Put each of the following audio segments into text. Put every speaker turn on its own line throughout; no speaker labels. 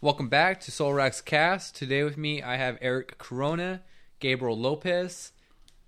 Welcome back to Soul Rocks Cast. Today with me, I have Eric Corona, Gabriel Lopez,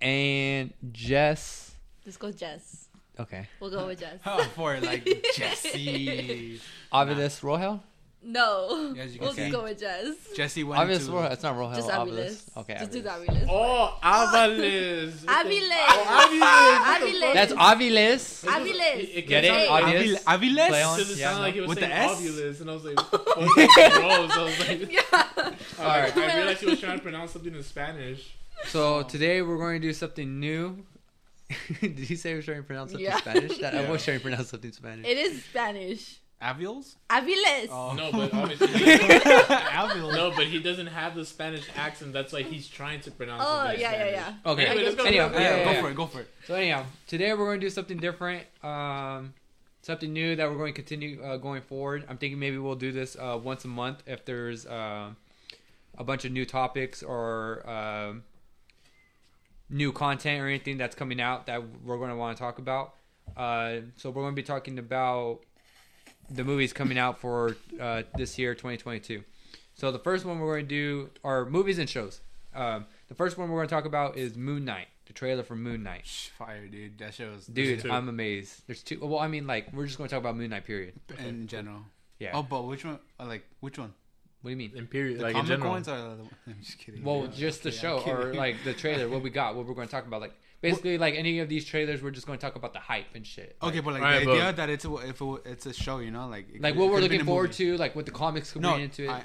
and Jess.
Just go Jess.
Okay.
We'll go with Jess.
Oh, for like Jesse.
Avidas Rohel?
No.
As you can
We'll
see.
just go with Jess.
Jesse went
Avidas
to.
Rohel. It's not Rohel.
Just Aviles.
Oh, Okay.
Just do
Aviles.
Aviles.
Oh, Aviles.
Aviles. Aviles.
That's Aviles.
Aviles.
Get it?
It
Obvious.
Avil- Aviles?
Play on.
sounded
Yeah, I know.
like it was
With the
saying
S?
ovulus, and I was like, what's that gross? I was like,
Yeah.
all right.
Alright.
I realized he was trying to pronounce something in Spanish.
So today we're going to do something new. Did he say we're trying to pronounce something
Yeah.
Spanish? That, I
Yeah.
was trying to pronounce something Spanish.
It is Spanish.
Aviles?
Aviles.
Oh,
No, but obviously,
Aviles.
no, but he doesn't have the Spanish accent. That's like he's trying to pronounce.
oh,
it in
yeah, yeah,
Spanish.
yeah.
okay.
Anyway, let's go.
Anyhow,
Yeah,
yeah, yeah,
Go
yeah.
for it, go for it.
So anyhow, today we're going to do something different. Um, something new that we're going to continue uh, going forward. I'm thinking maybe we'll do this uh, once a month if there's um a bunch of new topics or um, new content or anything that's coming out that we're going to want to talk about. Uh, so we're going to be talking about the movies coming out for uh, this year, 2022. So the first one we're going to do are movies and shows. Um, the first one we're going to talk about is Moon Knight, the trailer for Moon Knight.
Shh, Fire, dude. That shows.
Dude,
two.
I'm amazed. There's two. Well, I mean, like we're just going to talk about Moon Knight. Period.
In general.
Yeah.
Oh, but which one? uh, Like, which one?
What do you mean?
Imperial,
The
like in
comic
general.
ones are. The, I'm just kidding.
Well,
Yeah.
just the
Okay,
show
I'm
or
kidding.
like the trailer. What we got. What we're going to talk about. Like basically, like any of these trailers, we're just going to talk about the hype and shit.
Okay, but like
Alright,
the
but-
idea that it's a, if it, it's a show, you know, like it
Like
could-
what
it
we're
could've been
looking
a
forward
movie.
to, like what the comics coming
No,
into it.
I,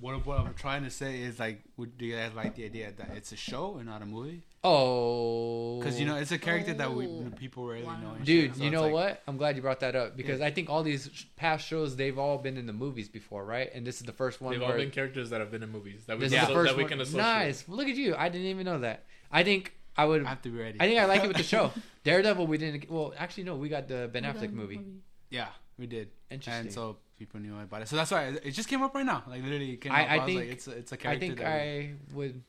what what I'm trying to say is like, would, do you guys like the idea that it's a show and not a movie?
oh,
Because you know, it's a character that we
Oh.
people rarely
Wow.
know. and
Dude,
shit, so
you
it's
know
like-
what? I'm glad you brought that up because I think all these sh- past shows they've all been in the movies before, right? And this is the first one
They've all
where
been characters that have been in movies that we,
this
can,
is the
so-
first
that we
one-
can associate.
Nice. Look at you. I didn't even know that. I think I would.
I have to be ready.
I think I like it with the show. Daredevil, we didn't. Well, actually, no, we got the Ben
Hold
Affleck
on,
movie.
hold
Yeah, we did.
Interesting.
And so people knew about it. So that's why it it just came up right now. Like literally, it came
I-
up.
I
I, was
think-
like, it's a, it's a
I
character.
think
that we-
I would.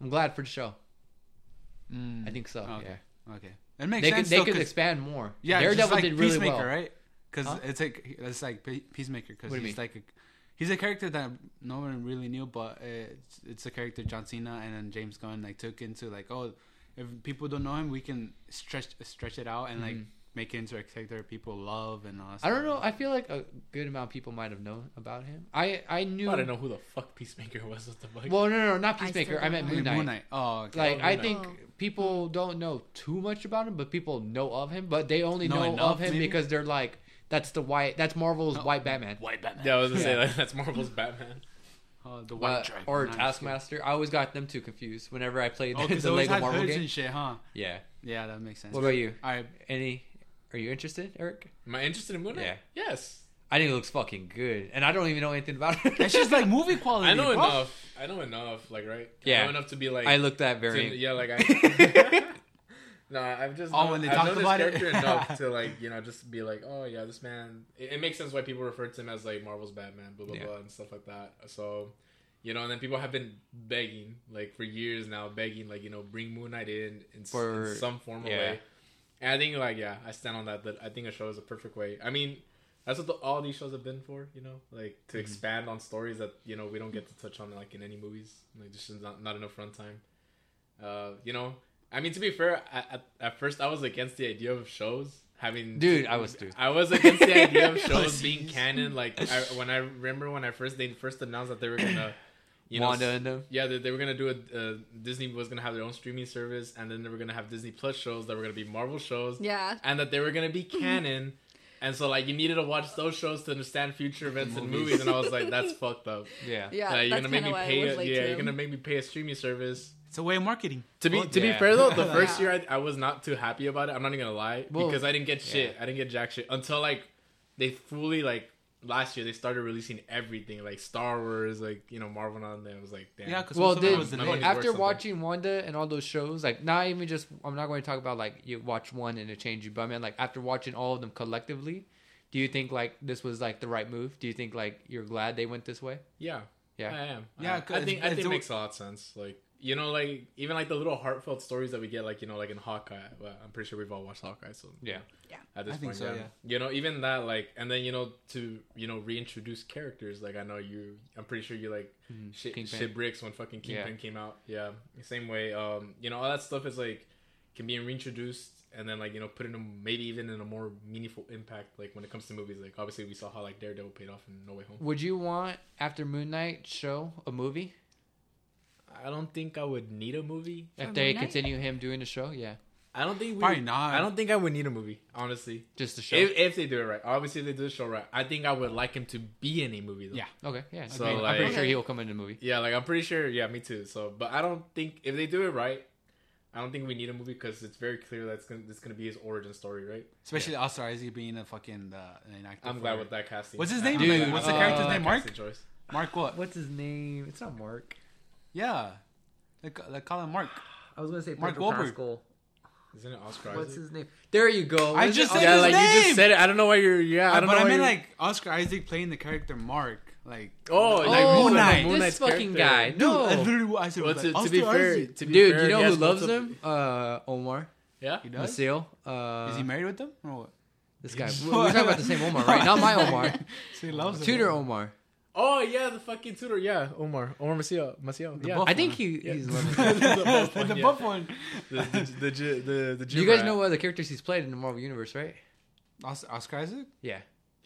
I'm glad for the show.
Mm,
I think so.
Okay.
Yeah.
Okay. It makes
They could
sense.
they
though,
could
'cause-
expand more.
yeah,
Daredevil
just like
did really
Peacemaker,
well.
right? Because
Huh?
it's like it's like Pe- Peacemaker. Because
What
he's
do you mean?
like a, he's a character that no one really knew, but it's, it's a character John Cena and then James Gunn like took into like oh, if people don't know him, we can stretch stretch it out and like
Mhm.
make it into a character people love and all. that
I don't
stuff.
know. uh, I feel like a good amount of people might have known about him. I I knew.
I don't know who the fuck Peacemaker was. What the fuck?
Well, no, no, no, not
I still
Peacemaker. I,
don't
meant
know.
Moon Knight.
Oh, okay.
Like
Moon
I
Knight.
think
Oh.
people don't know too much about him, but people know of him. But they only
Know
know,
enough,
of him
maybe?
because they're like, that's the white. That's Marvel's
No.
White Batman.
White Batman.
yeah, I was gonna say like, that's Marvel's Batman.
Oh, the
Uh,
White Dragon.
or
Nah, I'm just kidding.
Taskmaster. I always got them two confused whenever I played
Oh,
the,
because they always
Lego
had
Marvel
hoods
game.
and shit, huh?
Yeah.
Yeah, that makes sense.
What about you?
All right,
Any? Are you interested, Eric?
Am I interested in Moon Knight?
Yeah.
Yes.
I think it looks fucking good, and I don't even know anything about it.
that's just like movie quality.
I know
bro.
enough. I know enough. Like right.
Yeah.
I know enough to be like.
I looked that
to-
very.
yeah, like I. no, I've just.
Oh,
known-
when they
I've
talked
known this
about it?
character enough to like you know just be like oh yeah this man it, it makes sense why people refer to him as like Marvel's Batman blah blah
Yeah.
blah and stuff like that so. You know, and then people have been begging, like for years now, begging, like you know, bring Moon Knight in in, s-
For-
in some form or
yeah.
way. And I think, like, yeah, I stand on that. That I think a show is a perfect way. I mean, that's what the, all these shows have been for, you know, like to expand on stories that you know we don't get to touch on like in any movies. Like, just not not enough runtime. Uh, you know, I mean, to be fair, I, at, at first I was against the idea of shows having.
Dude, I was too.
I was against the idea of shows
Pussies.
being canon. Like I, when I remember when I first they first announced that they were gonna, you know,
Wanda and them.
yeah, they, they were gonna do a uh, Disney was gonna have their own streaming service, and then they were gonna have Disney Plus shows that were gonna be Marvel shows
on. Yeah. Mm-hmm.
and that they were gonna be canon. And so like you needed to watch those shows to understand future events and movies, and I was like, that's fucked up.
Yeah.
Yeah.
Like, you're
that's
gonna make
kinda
me
why I
pay.
was
A,
late
yeah,
to
you're
them.
gonna make me pay a streaming service.
It's a way of marketing.
To be
Well,
to
yeah.
be fair though, the first
Yeah.
year I, I was not too happy about it. I'm not even gonna lie
Well,
because I didn't get
yeah.
shit. I didn't get jack shit until like they fully like last year they started releasing everything like Star Wars, like you know Marvel and all that. I was like, damn.
Yeah, because
Well,
it
did,
was the
my money's
name.
worth
after
something.
watching Wanda and all those shows, like not even just I'm not going to talk about like you watch one and it changed you, but I mean like after watching all of them collectively, do you think like this was like the right move? Do you think like you're glad they went this way?
yeah,
Yeah.
I am.
Yeah,
I, I
'cause
think I
it's-
think it
it's-
makes a lot of sense. Like you know, like even like the little heartfelt stories that we get, like you know, like in Hawkeye. Well, I'm pretty sure we've all watched Hawkeye, so
Yeah.
Yeah.
At this
I think
point,
so,
yeah.
yeah.
You know, even that, like, and then you know, to you know, reintroduce characters. Like I know you, I'm pretty sure you like
Mm-hmm.
shit,
Kingpin.
shit bricks when fucking
Yeah.
Kingpin came out. Yeah, same way. Um, you know, all that stuff is like can be reintroduced and then like you know put in a, maybe even in a more meaningful impact. Like when it comes to movies, like obviously we saw how like Daredevil paid off in No Way Home.
Would you want after Moon Knight show a movie
I don't think I would need a movie.
if
For
they
Moon Knight?
continue him doing the show? Yeah,
I don't think we,
Probably not.
I don't think I would need a movie, honestly.
just the show.
If, if they do it right, obviously if they do the show right. I think I would like him to be in a movie though.
Yeah.
okay, yeah.
So,
So I'm pretty
like-
sure he'll come in the movie.
Yeah, like I'm pretty sure. Yeah, me too. So, but I don't think if they do it right, I don't think we need a movie because it's very clear that's gonna it's gonna be his origin story, right?
Especially Oscar Isaac being a fucking the, an actor.
I'm
for
glad
it.
with that casting.
What's his
I-
name?
I'm
Dude,
glad- I'm
what's
glad
the
with
character's
that
name, Mark?
casting choice.
Mark what?
What's his name? It's not Mark.
Yeah. They, ca- they call him Mark.
I was gonna say
Mark Pedro Wahlberg. Pascal.
Isn't it Oscar?
What's
Isaac?
his name? There you go.
I
Is
just
it-
said
yeah,
his
like you
name! Uh,
just said it. I don't know why you're. Yeah, I don't
but
know.
I
why
meant
you're-
like Oscar Isaac playing the character Mark. Like,
oh,
Oh,
like Moon Knight.
this
Moon Knight's
fucking guy.
character.
No,
I literally what I said
Well,
was
to,
like,
to
Oscar
be fair,
Isaac.
to be
dude,
fair,
you know
he
who
has
loves
multiple-
him? Uh, Omar,
Yeah,
He does?
Masil. Uh,
Is he married with them? Or what?
this guy? We're we're talking about the same Omar, right? Not my Omar.
so he loves him.
Tutor Omar.
Oh yeah, the fucking tutor. Yeah, Omar. Omar Maciel. Maciel.
The
yeah.
buff-
I think he,
Yeah.
he's loving it.
the buff one,
the
yeah.
buff one.
The, the, the, the, the, the
You guys know what the characters he's played in the Marvel Universe, right?
Os- Oscar Isaac?
Yeah.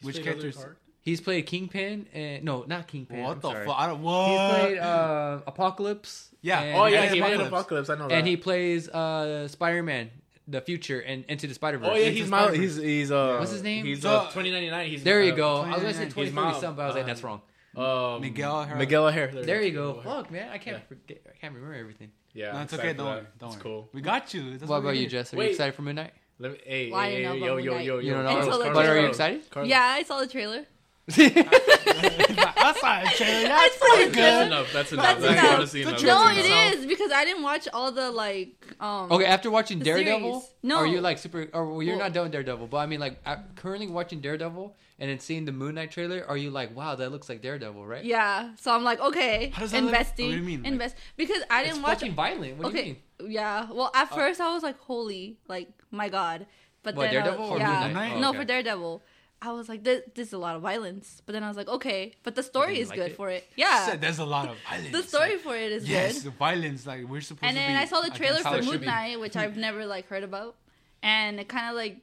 Which characters?
He's played Kingpin and no, not Kingpin.
What
I'm
the
sorry.
fuck? I don't.
He's
What?
played uh, Apocalypse.
Yeah.
and-
Oh yeah,
and
he played
Apocalypse.
Apocalypse. I know that.
and he plays uh, Spider Man, the future, and Into the Spider Verse.
Oh yeah,
Into
he's Miles.
Spider-Man.
He's he's uh.
What's his name?
He's
So-
uh, 2099. He's
There you
uh,
go. I was gonna say
29.
twenty
He's mild.
thirty something, but I was like,
Uh,
that's wrong.
Um,
Miguel O'Hara.
Miguel O'Hara.
There you go.
Miguel O'Hara.
Fuck, man, I can't forget. I can't remember everything.
Yeah,
No, it's okay.
excited for
Don't
that.
worry. Don't
It's
worry.
cool.
We got you. That's
what about
we
you,
did.
Jess? Are you
Wait.
excited for Midnight?
Let me. Hey,
Why
hey,
you know
hey,
about
yo,
Moon
yo,
Knight?
yo,
You
yo,
don't know
Carlos,
about Moon Knight?
Carlos,
But are you
Carlos.
excited?
Carlos.
Yeah, I saw the trailer.
That's not a trailer. That's
It's not
pretty
That's
good.
good.
enough. That's enough.
That's
That's
enough.
honestly
The
enough.
trailer
No,
That's
it
enough.
itself.
is because I didn't watch all the like. um
Okay, after watching
The
Daredevil,
series. No.
are you like super? Or well, you're
Well-
not done with Daredevil, but I mean, like a- currently watching Daredevil and then seeing the Moon Knight trailer, are you like, wow, that looks like Daredevil, right?
Yeah, so I'm like, okay,
How does that look?
investing,
What do you mean, like-
invest because I
It's
didn't watch.
fucking violent. What do you mean?
okay, yeah. Well,
Oh.
at first I was like, holy, like my god, but
What,
then I-
Daredevil or
yeah,
Moon Knight? Oh,
no,
okay.
for Daredevil, I was like, this, this is a lot of violence. But then I was like, okay, but the story
you
is
liked
good
it?
for it.
She
Yeah,
said There's a lot of violence.
the story
Like,
for it is
yes,
good.
the violence. Like we're supposed
And
to
then
be
I saw the
against
trailer
how
for
it should
Moon
be.
Knight, which I've never like heard about, and it kind of like,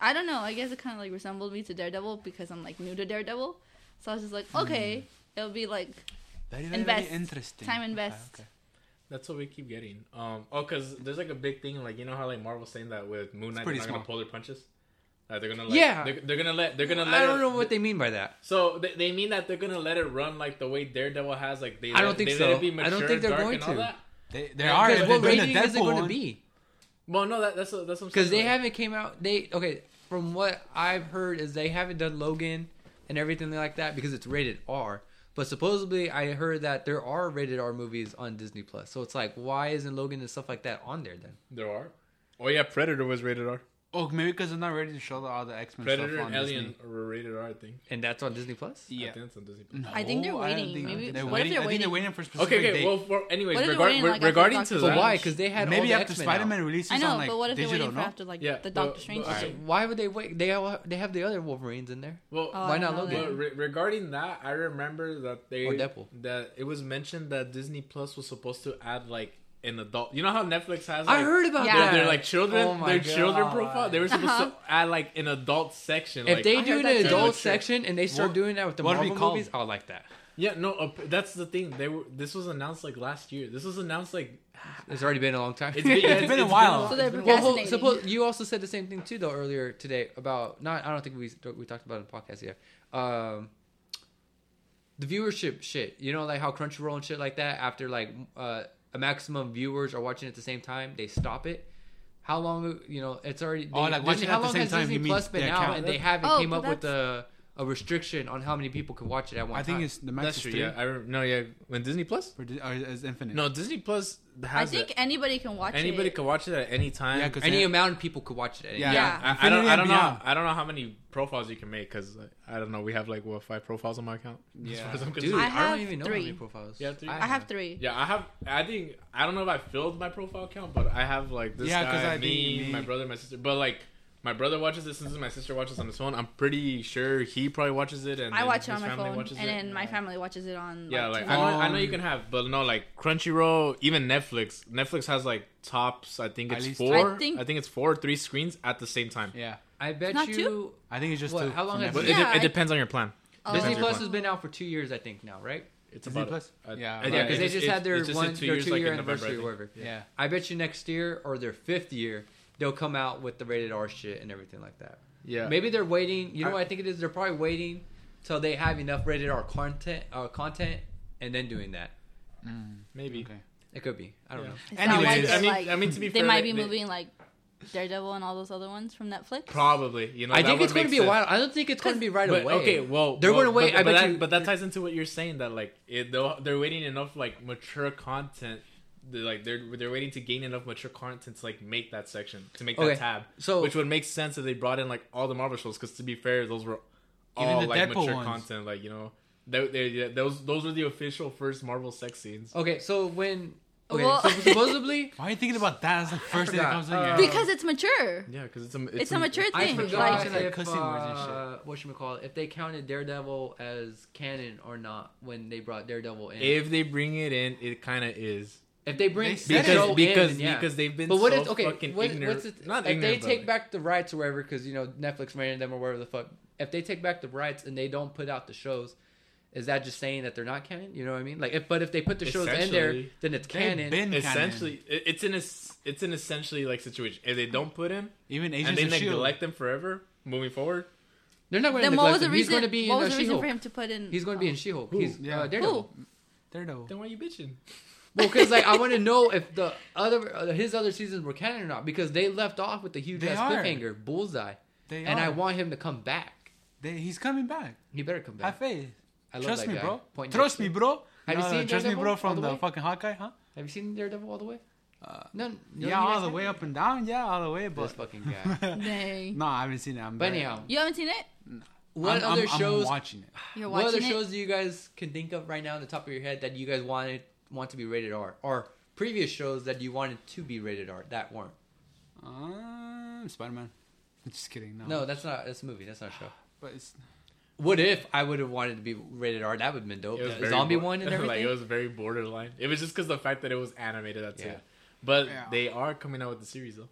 I don't know. I guess it kind of like resembled me to Daredevil because I'm like new to Daredevil, so I was just like,
Hmm.
okay, it'll be like
Very, very,
invest
very interesting.
time.
Okay,
Invest.
okay.
That's what we keep getting. Um, oh, cause there's like a big thing, like you know how like Marvel's saying that with Moon Knight, they're
pretty
not gonna
small.
pull their punches. Like, they're gonna like,
Yeah.
They're, they're gonna let. They're gonna let.
I don't
it-
know what they mean by that.
So they, they mean that they're gonna let it run like the way Daredevil has. Like they.
I don't
let-
think
they
so.
Let it be
I
mature,
don't think they're
dark,
going
and all
to.
that.
They, there
Yeah,
are.
because
Because
if they're
what
doing
rating
a
is it
Deadpool
going to
one-
be?
Well, no, that, that's what, that's what I'm saying.
Because they
like-
haven't came out. They okay. From what I've heard is they haven't done Logan and everything like that because it's rated R. But supposedly I heard that there are rated R movies on Disney Plus. So it's like why isn't Logan and stuff like that on there then?
There are. Oh yeah, Predator was rated R.
Oh, maybe because they're not ready to show the- all the X Men stuff
Predator
on
and Alien
Disney.
were rated R, I think.
And that's on Disney Plus.
I think that's on Disney. Plus.
No,
I think they're
don't
waiting.
Oh, think-
Maybe-
they're
what if
waiting.
they're
I think
waiting?
they're waiting for a specific
Okay, okay.
date.
Well, for, anyways,
What if they're
regard,
rating, like, after
regarding
Doctor
to
But
that,
Strange?
why? Because they had
maybe
all the
after
X-Men out.
Spider Man releases
I know,
on like
but what if they're
digital,
waiting for
no?
after like
Yeah,
the
well,
Doctor Strange?
well,
shit?
alright.
Why would they wait? They all- they have the other Wolverines in there.
well,
Oh,
Why
I
not
know
Logan?
that.
well, re- regarding that, I remember that they
Or Deadpool.
that it was mentioned that Disney Plus was supposed to add like an adult. You know how Netflix has. Like,
I heard about
Yeah.
Their,
that.
their like children,
Oh my
their children
God.
profile. They were supposed to add like an adult section.
If
like,
they
I
do an
heard that too.
adult
Sure.
section and they start
What-
doing that with the
what do we
Marvel
call
movies,
them?
I'll like that.
yeah, no, uh, that's the thing. They were. This was announced like last year. This was announced like
It's already been a long time.
it's been,
It's been a while.
So they're
it's been a
Well,
while.
hold,
Fascinating.
suppose you also said the same thing too, though earlier today about not. I don't think we we talked about it in the podcast yet. Um, the viewership shit, you know, like how Crunchyroll and shit like that. After like uh, a maximum viewers are watching at the same time, they stop it. How long? You know, it's already.
Oh, like watching
Disney-
at
how
the
long
same
has
time,
Disney
you mean
Plus been
their
out
account?
and they haven't
Oh,
came
but
up with the a restriction on how many people can watch it at one
I
time.
think it's the max
That's
is
true.
three.
Yeah, I rem no, yeah. When Disney Plus?
For, Di- or is infinite.
No, Disney Plus
I
has
think
it.
anybody can watch
Anybody
it.
can watch it at any time.
Yeah, 'cause
any
they-
amount of people could watch it. At any
Yeah.
time.
Yeah.
I, I don't.
Infinity
I
and
don't know.
beyond.
I don't know how many profiles you can make because I don't know. We have like what five profiles on my account. As
Yeah.
far as I'm
Dude,
concerned.
I,
I
don't
have
even know how
three.
many profiles.
You have three?
I have three.
Yeah, I have. I think I don't know if I filled my profile account, but I have like this
Yeah, 'cause
guy,
I
me,
think me-
my brother, my sister. But like, my brother watches this since my sister watches on his phone. I'm pretty sure he probably watches it, and
I
then
watch it
his
on my
family
phone,
watches
and
it.
then my
Yeah.
family watches it on.
Yeah, like
TV.
I know, I know
Um,
you can have, but no, like Crunchyroll, even Netflix. Netflix has like tops. I think
At
it's
least-
four.
I
I
think-
think, it's four or three screens at the same time.
Yeah.
I bet
Not
you.
two?
I think it's just
What,
two.
how long
for
has
Netflix.
But
Yeah,
it, de-
I-
it depends on your plan.
Oh.
Disney
Depends on
Plus
your
has been out for two years, I think now, right?
It's
Disney
about
Plus? Yeah.
I- I-
Yeah,
Yeah, because they
it's-
just
it's-
had their
it's just
one,
in
their
years,
two
like,
year
in November, I
anniversary, or
think.
whatever.
Yeah.
I bet you next year or their fifth year, they'll come out with the rated R shit and everything like that.
Yeah,
Maybe they're waiting. You know
I-
what I think it is? They're probably waiting till they have enough rated R content, uh, content, and then doing that.
maybe.
Okay.
It could be. I don't
Yeah.
know.
It's not
Anyways,
like
I mean,
they're, like-
I mean to be
they
fair,
might be
they-
moving like Daredevil and all those other ones from Netflix.
Probably, you know.
I
that
think
would
it's going to be
make
a
sense.
while. I don't think it's going to be right
But,
away.
Okay, well,
They're
well,
gonna wait,
But,
I
but
bet
that,
you-
but that ties into what you're saying that like it, they'll- they're waiting enough like mature content. They're, like they're they're waiting to gain enough mature content to like make that section to make
Okay,
that tab.
so-
which would make sense if they brought in like all the Marvel shows because to be fair, those were all
the
like
Deadpool
mature
ones.
content. Like you know, they, they, yeah, those those were the official first Marvel sex scenes.
Okay, so when okay,
Well-
so supposedly
Why are you thinking about that as the first thing that
forgot.
comes in
Uh,
your head?
Because it's mature.
Yeah, because it's a
It's a mature
I
thing.
forgot
Like,
like
if
cussing words and shit.
uh, what should we call it? If they counted Daredevil as canon or not when they brought Daredevil in. If,
If they bring it in, it kind of is.
they bring
They said
that
it.
show
because because,
in, yeah.
because they've been
But what
so
if okay?
fucking
What,
ignorant.
what's it,
Not
if
ignorant,
they
but,
take
like-
back the rights or whatever, because you know Netflix ran them or whatever the fuck. If they take back the rights and they don't put out the shows, is that just saying that they're not canon? You know what I mean? Like, if but if they put the shows in there,
Essentially,
then it's
They've
canon.
been canon.
essentially it- it's an es- it's an essentially like situation if they don't put him
even
and
Agents
they
of Shield.
neglect him forever moving forward
they're not going to
Then what
neglect
was the
him. He's
reason?
going to be in
what
uh,
was the reason
She-Hulk.
for him to put in?
He's going to be in She-Hulk. He's
Yeah.
uh, Daredevil.
Who?
Daredevil.
then why are you bitching
Well, because like I want to know if the other uh, his other seasons were canon or not because they left off with the huge
They
ass
are.
cliffhanger, bullseye,
They
and
are.
I want him to come back.
They, he's coming back.
He better come
Have
back.
faith.
I love
trust
that
me,
guy.
bro.
Point
trust me,
next.
bro.
Have you
No, no,
seen
Trust me,
Daredevil
bro,
all
from
the
the
way?
fucking Hawkeye, huh?
Have you seen Daredevil all the way?
Uh,
No, no, you
Yeah, all
guys
the
haven't?
way up and down. Yeah, all the way.
This
But
fucking guy.
Dang.
no, I haven't seen it. I'm
But
very-
anyhow,
You haven't seen it?
what
I'm-
other
I'm-
shows?
I'm watching it.
You're
what other
watching it.
shows do you guys can think of right now on the top of your head that you guys wanted want to be rated R, or previous shows that you wanted to be rated R that weren't?
Um, Spider Man. Just kidding. No.
No, that's not. That's a movie. That's not a show.
But it's
What if I would have wanted to be rated R? That would have been dope.
It was
The
very
zombie
bor-
one and
like
everything.
it was very borderline it was just because the fact that it was animated that's
Yeah.
it but
Yeah.
they are coming out with the series though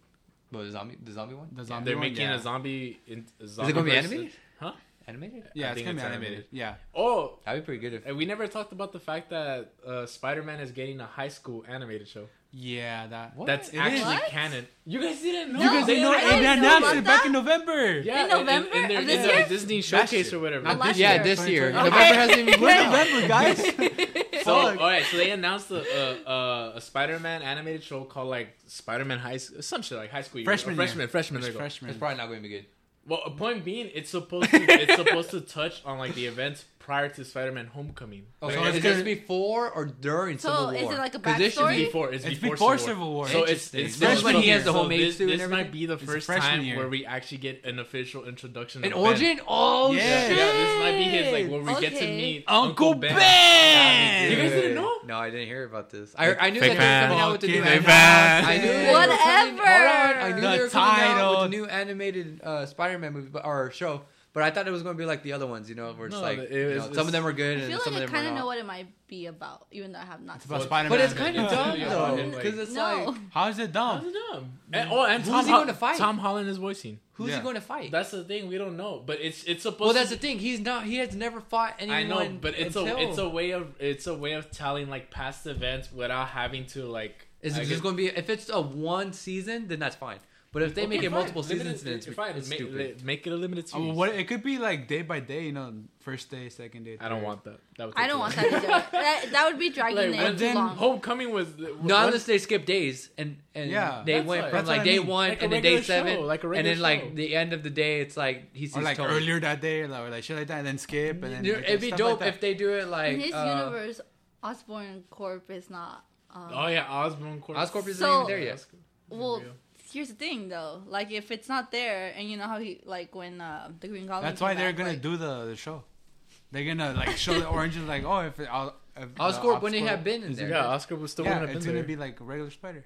Well, the zombie, the zombie one.
the zombie.
they're
one,
making
yeah.
a zombie in a
Is
zombie
it gonna be
versus-
animated?
huh
Animated?
Yeah,
I
it's
think
gonna be
it's
animated.
animated.
Yeah.
oh
That'd be pretty good if.
and we never talked about the fact that uh, spider-man is getting a high school animated show
Yeah, that.
What?
that's
It
is.
actually
What?
canon you guys didn't know
You guys
they-
didn't know
I
it.
didn't
They
know
announced
about
it back
that.
in November.
yeah,
In November
in, in, their-
of
in
this
their
year?
Disney
Last year.
showcase or whatever.
Not last
yeah,
year.
this year.
2020.
November hasn't even
We're
come out.
November, guys.
So, uh,
Fuck.
all right, so they announced a, a, a, a Spider-Man animated show called like Spider-Man High, S- some shit like high school year.
Freshman
Or
year.
freshman, freshman, there you go.
It's
freshman.
probably not going to be good.
Well, a point being, it's supposed to it's supposed to touch on like the events prior to Spider-Man Homecoming.
Oh,
Like,
so
it's
is this
gonna-
before or during
So,
Civil War?
is it like a
'Cause this should
it's
be-
backstory?
before it's,
It's
before, Civil
War.
War. So it's,
Interesting.
it's
This
is when he has
the
so
homemade
this,
suit and
This
everything?
might be the
It's
first
freshman
time
year.
where we actually get an official introduction.
An
of Ben.
origin? Oh
Yeah.
Yeah,
shit!
yeah, this might be his like where we get to
Okay.
meet
Uncle Ben.
Ben.
You
You guys didn't know?
No, I didn't hear about this. I, I knew
Fake
that they were coming out with the new
Fucking
anime.
fan.
I knew they
What
were coming-
Whatever.
Hold on, I knew
The
they were coming out with
title.
the new animated uh, Spider-Man movie but, or show, but I thought it was going to be like the other ones, you know, where it's
No,
like
it
you
is-
know,
it's-
some of them are good
I
and
feel
some
like I
of them are
kind of
not.
know what it might be about, even though I have not.
It's about
But-
Spider-Man.
but it's kind of
Yeah.
dumb
Yeah.
though,
Like-
because it's
no.
like
How is it dumb?
And, oh, and
Who's
Tom
he
Ho-
gonna fight?
Tom Holland is voicing.
who's
Yeah.
he going to fight?
That's the thing we don't know, but it's it's supposed.
well, that's
to
the thing. He's not. He has never fought anyone.
I know, but it's
until.
a it's a way of it's a way of telling like past events without having to like.
Is
I
it
guess-
just going to be if it's a one season, then that's fine. But if they
Okay,
make it
fine.
multiple
Limited-
seasons, then it's,
fine.
it's
Ma-
stupid.
li- Make it a limited
Oh,
series.
well, what it could be like day by day, you know, first day, second day.
I don't
third.
want that. that would
I
take
don't
too
want
long.
that either. that, that would be dragging
Like,
it
but
too
then-
long.
Homecoming was
Not unless they skip days and and
Yeah.
they went
That's what-
from
that's what
like
I
day
mean.
one
Like a
and then day
regular show,
seven,
like a
and
regular
then like
show.
the end of the day, it's like he sees
Or like
Tony.
earlier that day, or like, or like shit like that, and then skip, and then
Dude,
like,
It'd be
stuff
dope
like
if
that.
they do it like
In his
uh,
universe, Osborne Corp is not. Um,
Oh yeah, Osborne Corp.
Oscorp isn't
So-
even there yet.
Well, here's the thing though. Like, if it's not there, and you know how he like when uh, the Green Goblin.
That's
came
why they're
back,
gonna
like-
do the, the show. They're gonna like show the orange and like, oh, if, it, I'll, if the
Oscorp when it
Oscorp-
had been in
yeah,
there.
Oscorp was still
yeah,
wouldn't have
it's
been
gonna be
there.
like a regular spider.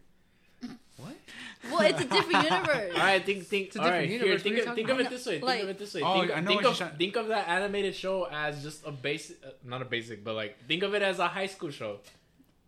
Well, it's a different universe.
All right, think think.
a
All right,
different
here,
universe,
think
what
of,
are you
think
talking
of it
about?
this way.
Like-
think of it this way.
Oh,
think,
I know
think
what you're
of
trying-
think of that animated show as just a basic, uh, not a basic, but like think of it as a high school show.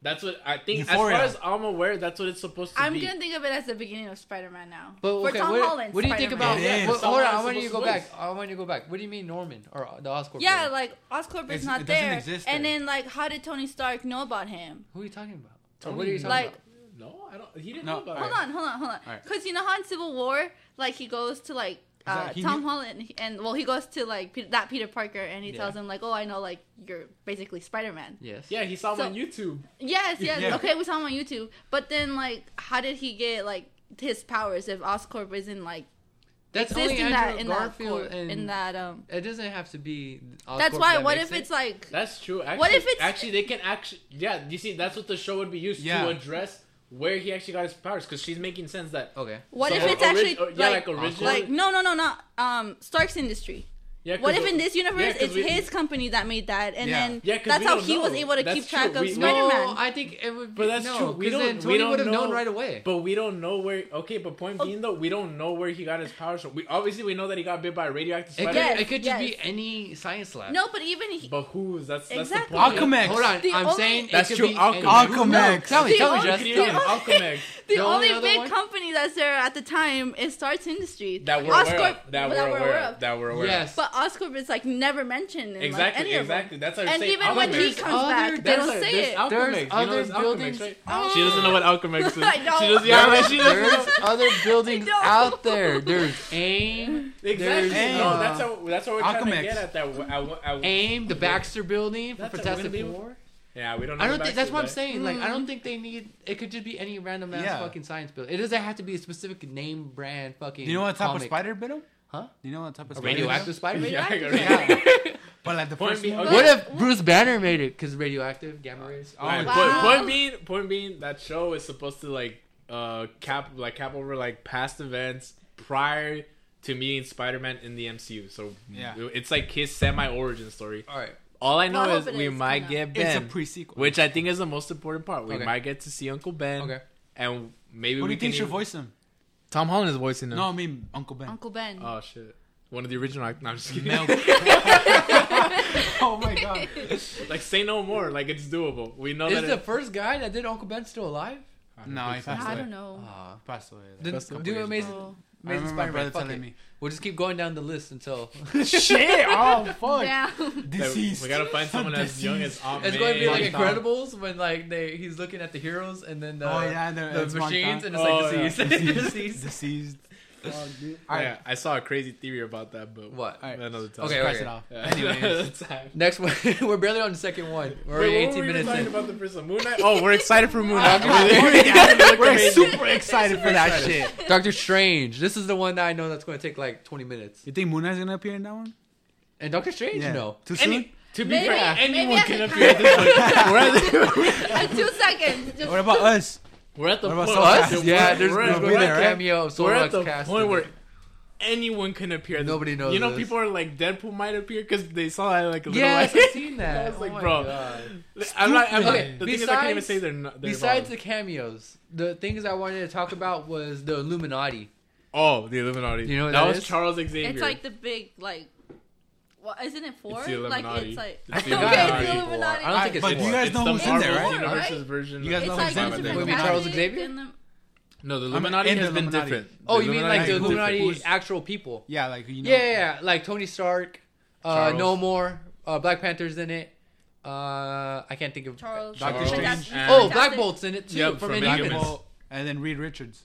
That's what I think.
Euphoria.
As far as I'm aware, that's what it's supposed to
I'm
be.
gonna think of it as the beginning of Spider-Man now.
But
For
okay,
Tom
what,
Holland,
what do you think
Spider-Man.
about?
It is.
Well, hold on, I
Someone
want you
is
to go
supposed
back.
to
I want you to go back. What do you mean Norman or uh, the Oscorp?
Yeah,
brother?
like Oscorp
It's-
is not
it doesn't
there.
exist
And
there.
then like, how did Tony Stark know about him?
who are you talking about? Or
Tony
what are you talking
Like,
about?
no, I don't. He didn't
No,
know about
hold
it.
on, hold on, hold on.
Alright.
Because you know how in Civil War, like he goes to like uh,
that- he
Tom
knew-
Holland, and well, he goes to like Pe- that Peter Parker, and he
Yeah.
tells him like, "Oh, I know, like you're basically Spider-Man."
Yes.
Yeah, he saw him
So-
on YouTube.
Yes, yes.
Yeah.
Okay, we saw him on YouTube. But then, like, how did he get like his powers if Oscorp isn't like
That's only
existing
Andrew
that in
Garfield
that cor-
and
in that um?
It doesn't have to be. Oscorp
That's why.
that
What
makes
if
it.
it's like
That's true. Actually,
What if it's-
actually they can actually yeah. You see, that's what the show would be used
Yeah.
to address where he actually got his powers because she's making sense that
okay?
what
So
if it's
ori-
actually
or- yeah,
like,
like original-
like no no no not um Stark's industry.
yeah. 'cause
What if
the-
in this universe
yeah, 'cause
it's
we-
his company that made that, and
Yeah.
then
Yeah, 'cause
that's
we
how
don't
he was
know.
able to
That's
keep
true.
track of
We-
Spider
No,
Man?
I think it would. Be,
But that's
no,
true. We
'cause
don't.
then
we
Tony
don't
would have
know,
known right away.
But we don't know where. Okay, but point being though, we don't know where he got his powers from. We obviously we know that he got bit by a radioactive
it
spider.
could,
Yes,
it could just
yes.
be any science lab.
No, but even he,
But who's that's that's
Exactly.
the point.
Alchemist.
Hold on,
The
I'm
only-
saying it
That's
could
true,
Be
Alchemist.
any-
Alchemist.
Tell me,
The
tell me,
only-
Jess.
the
tell me.
only- Alchemist.
the,
The only
only,
other
big
one-
company that's there at the time is Stark's industry.
That we're aware
Oscorp-
of. That we're aware of. That we're aware of.
Yes.
But Oscorp is like never mentioned in like
Exactly.
any of them.
Exactly. That's how you're
And
saying.
even when he
Alchemist.
comes
Other
back, they
there's
don't
a-
say
there's
it.
There's
Alchemist. You know,
other
there's Alchemist,
buildings
right?
out
She doesn't know what alchemist is.
I don't.
She doesn't. Yeah, right, she doesn't know.
There's other buildings
I know.
out there. There's AIM.
Exactly.
There's,
no,
uh,
that's how. That's what we're trying
Alchemist.
to get at. That. I, I, I-
AIM, the Baxter building for
That's a-
Fantastic
wouldn't be-
Four.
Yeah, we don't. know
I don't
the
think that's what I'm
backstory,
saying. Like, I don't think they need. It could just be any random ass
Hmm. Yeah.
fucking science building. It doesn't have to be a specific name brand fucking.
Do you know what type
comic.
of spider bit him?
Huh?
Do you know what type of
A
spider? bit him?
radioactive spider.
Yeah, I
Radioactive?
got it.
Yeah.
But like the
Point
first
being-
one.
okay.
what if Bruce Banner made it? Because radioactive gamma rays.
Oh,
Right,
wow.
but
Wow.
point being, point being, that show is supposed to like uh cap like cap over like past events prior to meeting Spider-Man in the MCU. So
Yeah.
it's like his semi-origin story.
All right.
All I know
Well, I
is
hope it
we
is,
might
you know.
get
It's a
Ben,
pre-sequel.
which I think is the most important part. We
Okay.
might get to see Uncle Ben,
Okay.
and maybe
Who do
we
you
can
think should
even-
voice him?
Tom Holland is voicing him.
No, I mean Uncle Ben.
Uncle Ben.
oh shit. One of the original act- no, I'm just kidding.
Milk. oh my god.
like say no more. Like it's doable. We know
Is
that
the
it-
first guy that did Uncle Ben still alive?
I don't
No,
think
he
so.
passed
I
away.
don't know.
Uh,
Passed away.
then
That's the
do
crazy
amazing,
Oh.
I
amazing
remember my
Spider-Man.
brother
Fuck
telling
it.
me.
We'll just keep going down the list until
Shit! Oh fuck!
Damn.
Like,
Deceased.
we gotta find someone as young as Aunt
it's going to be
May.
like
Marked out.
Incredibles when like they he's looking at the heroes and then the,
Oh, yeah, they're-
the
it's marked
machines
out.
and it's like
Oh, yeah.
deceased. Deceased.
Deceased. Alright,
Yeah, I saw a crazy theory about that, but
What?
Alright.
Another time.
Okay,
Cross
okay.
it off.
Yeah.
Anyways.
Time.
Next one. we're barely on the second one. We're already
Wait, what
18
were we
minutes
talking
in.
about the first one? Moon Knight. Oh, we're excited for Moon Knight.
"Oh, We're super excited for that shit.
Doctor Strange. This is the one that I know that's going to take like 20 minutes.
You think Moon Knight's gonna appear in that one?
And Doctor Strange? No.
Too soon?
Any, to be
Maybe-
fair,
maybe
anyone
as
can
a
appear at this point. We're at the,
Two seconds. Just,
what about us?
we're at the
What about
point.
Solo
Us?
Cast?
Yeah, there's
Oh, we're,
going
at-
to
we'll
be a
we're
there, right?
cameo of
we're at
Solak's
the
cast.
point
in
where
it.
anyone can appear.
Nobody knows
You know,
this.
people are like, Deadpool might appear because they saw that like a little
Yes,
while.
I've seen that.
I was like,
Oh my
bro.
God.
I'm not. I'm not
Okay,
the thing is, I can't even
besides-
say they're not. They're
Besides
wrong.
the cameos, the things I wanted to talk about was the Illuminati.
oh, the Illuminati.
You know what
that
that
was
is?
Charles Xavier.
it's like the big like. What isn't it four?
It's the
like
Illuminati.
it's like
It's
Okay,
the Illuminati.
it's the Illuminati.
I don't think it's
But do you
four.
guys
It's
know
the
who's in
Marvel
there, right?
Universe's
Right?
version.
You guys
of
know
it's
who's
like
in
Spider-Man.
it.
Mr.
Wait,
you mean Charles
Fantastic
Xavier?
and the-
No, the
mean,
Illuminati
in the
has been
Illuminati.
different.
Oh,
The
you mean like the
has been
Illuminati
different.
actual people?
Yeah, like you know.
Yeah, yeah, yeah, like Tony Stark, uh,
Charles.
No More, uh, Black Panther's in it. Uh, I can't think of
Charles.
Doctor
Fantastic-
Strange
Fantastic-
and-
Oh, Black Bolt's in it too
Yep,
from
from
Black
Inhumans.
Inhumans.
Bolt, and then Reed Richards.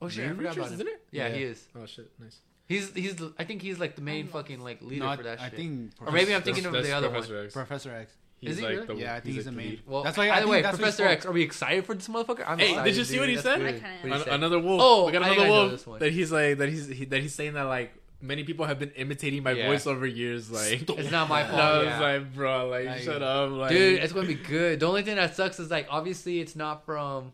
Oh shit, I
Reed
forgot about
Richards,
him.
isn't it?
Yeah,
Yeah.
he is.
Oh shit, nice.
He's he's. I think he's like the main
I'm lost.
fucking like leader
No,
for that
I
shit.
think
Or maybe I'm
That's-
thinking of
that's
the other one.
Professor X.
Professor X.
He's
Is he
like
really?
the
Yeah, I think he's
like
the main.
lead.
Well,
That's why I
either
think
way,
that's what he's
Professor
called.
X. Are we excited for this motherfucker? I'm
Hey,
excited,
did you see
dude.
what he
That's
said?
weird.
I kinda
What he
An-
said.
another wolf.
Oh,
we got
I
another
think I know this
wolf
one.
that he's like that he's he, that he's saying that like many people have been imitating my
Yeah.
voice over years. Like,
It's not my fault.
and I was
yeah.
like, bro, like
Like-
shut up, like
Dude, it's gonna be good. The only thing that sucks is like obviously it's not from.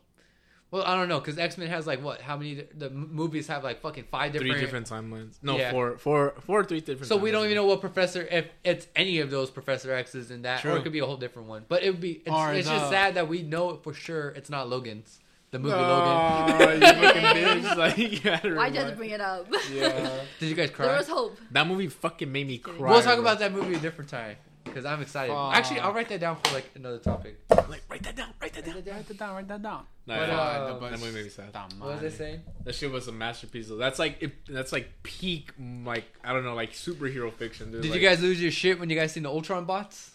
Well, I don't know because X Men has like what? How many? The m- movies have like fucking five
three
different.
different timelines. No,
Yeah.
four, four, four, three different.
So we don't
timelines.
even know what Professor if it's any of those Professor X's in that, or
True.
it could be a whole different one. But it would be. It's,
Or
it's just
the-
sad that we know for sure it's not Logan's. The movie Logan.
No, you fucking bitch! Like, you gotta
Why
remind-
just bring it up?
Yeah.
Did you guys
there
cry?
was hope.
That movie fucking made me cry.
We'll talk
bro.
about that movie a different time because I'm excited.
Aw.
Actually, I'll write that down for like another topic.
Like, write that down. Write that down.
Write that down. Write that down.
Nah,
But,
yeah,
uh,
that-
But
that movie made me sad.
damn,
What was I
man.
saying?
That shit was a masterpiece. though. That's like it, that's like peak mm, like I don't know like superhero fiction. Dude.
Did
Like-
you guys lose your shit when you guys seen the Ultron bots?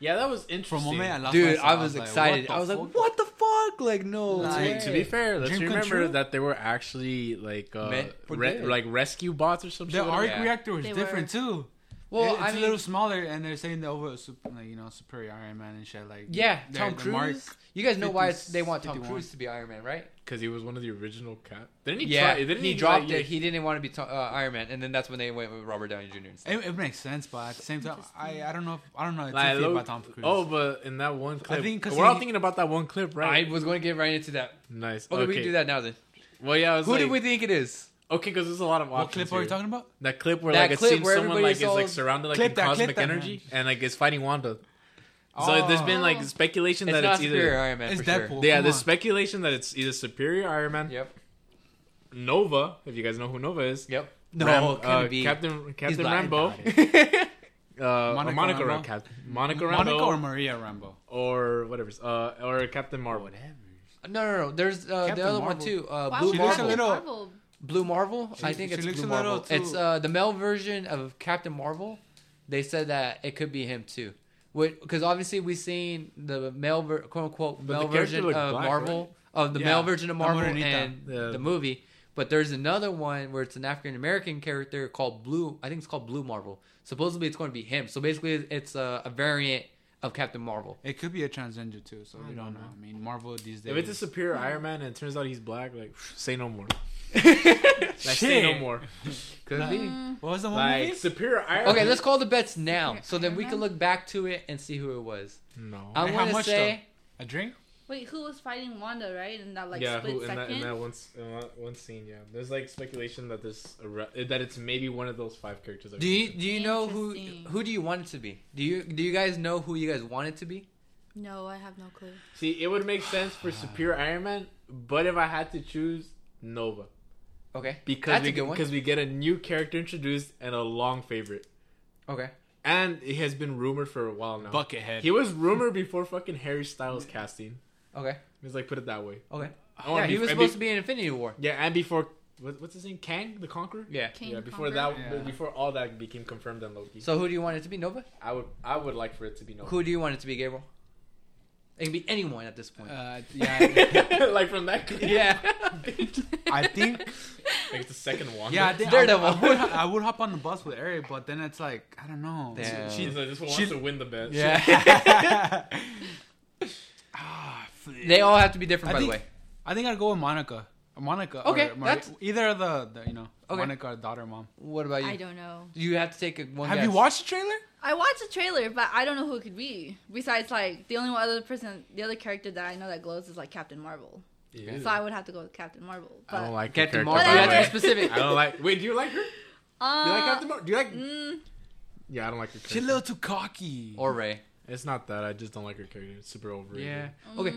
Yeah, that was
For a
interesting.
moment, I lost
Dude,
myself.
I was
like,
excited.
what the
I was
fuck?
like, "What the fuck?" Like, no.
Like-
way.
To, to be fair, let's
Dream
remember
control?
that they were actually like uh,
Meant for
re-
good.
like rescue bots or some
The
shit.
arc
Yeah.
reactor was
They
different too.
well,
it's
I
a
mean,
little smaller, and they're saying the over, super, like, you know, superior Iron Man and shit. Like,
yeah,
they're
Tom
the mark-
Cruise. You guys know why it's, they want Tom
51.
Cruise to be Iron Man, right?
because he was one of the original cat. Didn't he?
yeah,
try, didn't
he,
he,
dropped
like,
it. He didn't want to be to- uh, Iron Man, and then that's when they went with Robert Downey Jr. And stuff.
It, it makes sense, but at the same time, I, I don't know. If, I don't know. It's
Like,
about
look-
Tom Cruise.
oh, but in that one clip,
think 'cause
we're all
he-
thinking about that one clip, right?
I was going to get right into that.
nice.
Okay, we can do that now then.
Well, yeah. I was
Who
like,
do we think it is?
Okay, because there's a lot of
what
options.
clip are you
here.
talking about?
That clip where
That
like it
clip
seems
where
someone
everybody
like is
saw-
like surrounded like
Clip
in
that, clip
cosmic
that,
energy
man.
and like is fighting Wanda. So there's been like
Oh.
speculation
It's
that
not
it's
Superior
either
Iron Man.
It's
for sure.
Deadpool.
yeah,
Come
there's
on.
speculation that it's either Superior Iron Man,
Yep.
Nova, if you guys know who Nova is,
Yep.
Ram-
No, can
uh,
it be?
Captain Captain
lying
Rambo, uh,
about
Monica
Monica, Monica,
Rambeau?
Rambo. Cap- Monica
Oh, Monica
Rambo,
or Maria Rambo?
or whatever, uh, or Captain Marvel.
No, no, no. There's uh,
Captain
the other
Marvel.
one too. Uh,
Why
Blue
would
She looks a
Marvel.
little-
Marvel?
Blue Marvel. I
She-
think
she
it's
looks
Blue
a little
Marvel.
too-
It's uh, the male version of Captain Marvel. They said that it could be him too, because obviously we seen the male ver- quote unquote
But the
male
character
version
looked
of
black,
Marvel of the
Yeah,
male version of
the
Marvel
Morenita.
and
Yeah.
the movie. But there's another one where it's an African American character called Blue. I think it's called Blue Marvel. Supposedly it's going to be him. So basically, it's a, a variant of Captain Marvel.
It could be a transgender too, so we don't know. I mean, Marvel these days.
If it's a Superior Iron Man and it turns out he's black, like say no more. like, say
Shit.
no more.
Could
Nah.
be.
Mm.
what was the one
Like
movie?
Superior Iron.
Okay,
Man-
let's call the bets now,
Iron
so then we
Man?
can look back to it and see who it was.
no.
I'm
Hey, how
going to
much,
say.
though? A drink?
Wait, who was fighting Wanda, right? In that like
yeah,
split
who in
second.
that, in that one, s- in that one scene, yeah. There's like speculation that this a re- that it's maybe one of those five characters. I
Do you do you know who
Interesting.
who do you want it to be? Do you do you guys know who you guys want it to be?
No, I have no clue.
See, it would make sense for Superior Iron Man, but if I had to choose Nova,
Okay,
because
that's
we
a good one.
because we get a new character introduced and a long favorite,
Okay,
and it has been rumored for a while now.
Buckethead.
He was rumored before fucking Harry Styles casting.
okay,
He's like, put it that way.
okay.
I wanna
Yeah,
be-
he was
and be-
supposed to be in Infinity War.
Yeah, and before what, what's his name, Kang the Conqueror.
Yeah.
King
yeah,
the
before
Conqueror?
that,
Yeah.
before all that became confirmed on Loki,
So who do you want it to be? Nova.
I would I would like for it to be Nova.
Who do you want it to be, Gabriel? It can be anyone at this point.
Uh, yeah,
like from that clip.
yeah.
I think.
Like the second one.
Yeah, I think
Daredevil.
I, would, I, would, I would hop on the bus with Eric, but then it's like I don't know.
Damn.
She,
She's like, this one
She-
wants to win the bet.
yeah. ah, flip.
they all have to be different,
I
by
think-
the way.
I think I'd go with Monica. Monica.
Okay,
or Maria-
that's-
either of the, the you know
Okay.
Monica or daughter mom.
What about
I
you?
don't know.
You have to take a one.
Have
guess.
you watched the trailer?
I watched the trailer, but I don't know who it could be. Besides, like the only one other person, the other character that I know that glows is like Captain Marvel. So I would have to go with Captain Marvel. But,
I don't like
Captain
Captain
Marvel?
by
You
the
have to be
way.
specific.
I don't like. Wait, do you like her?
Uh,
Do you like Captain Marvel? Do you like?
mm,
Yeah, I don't like her. Character.
She's a little too cocky.
or Ray?
It's not that. I just don't like her character. It's super overrated.
Yeah. Okay.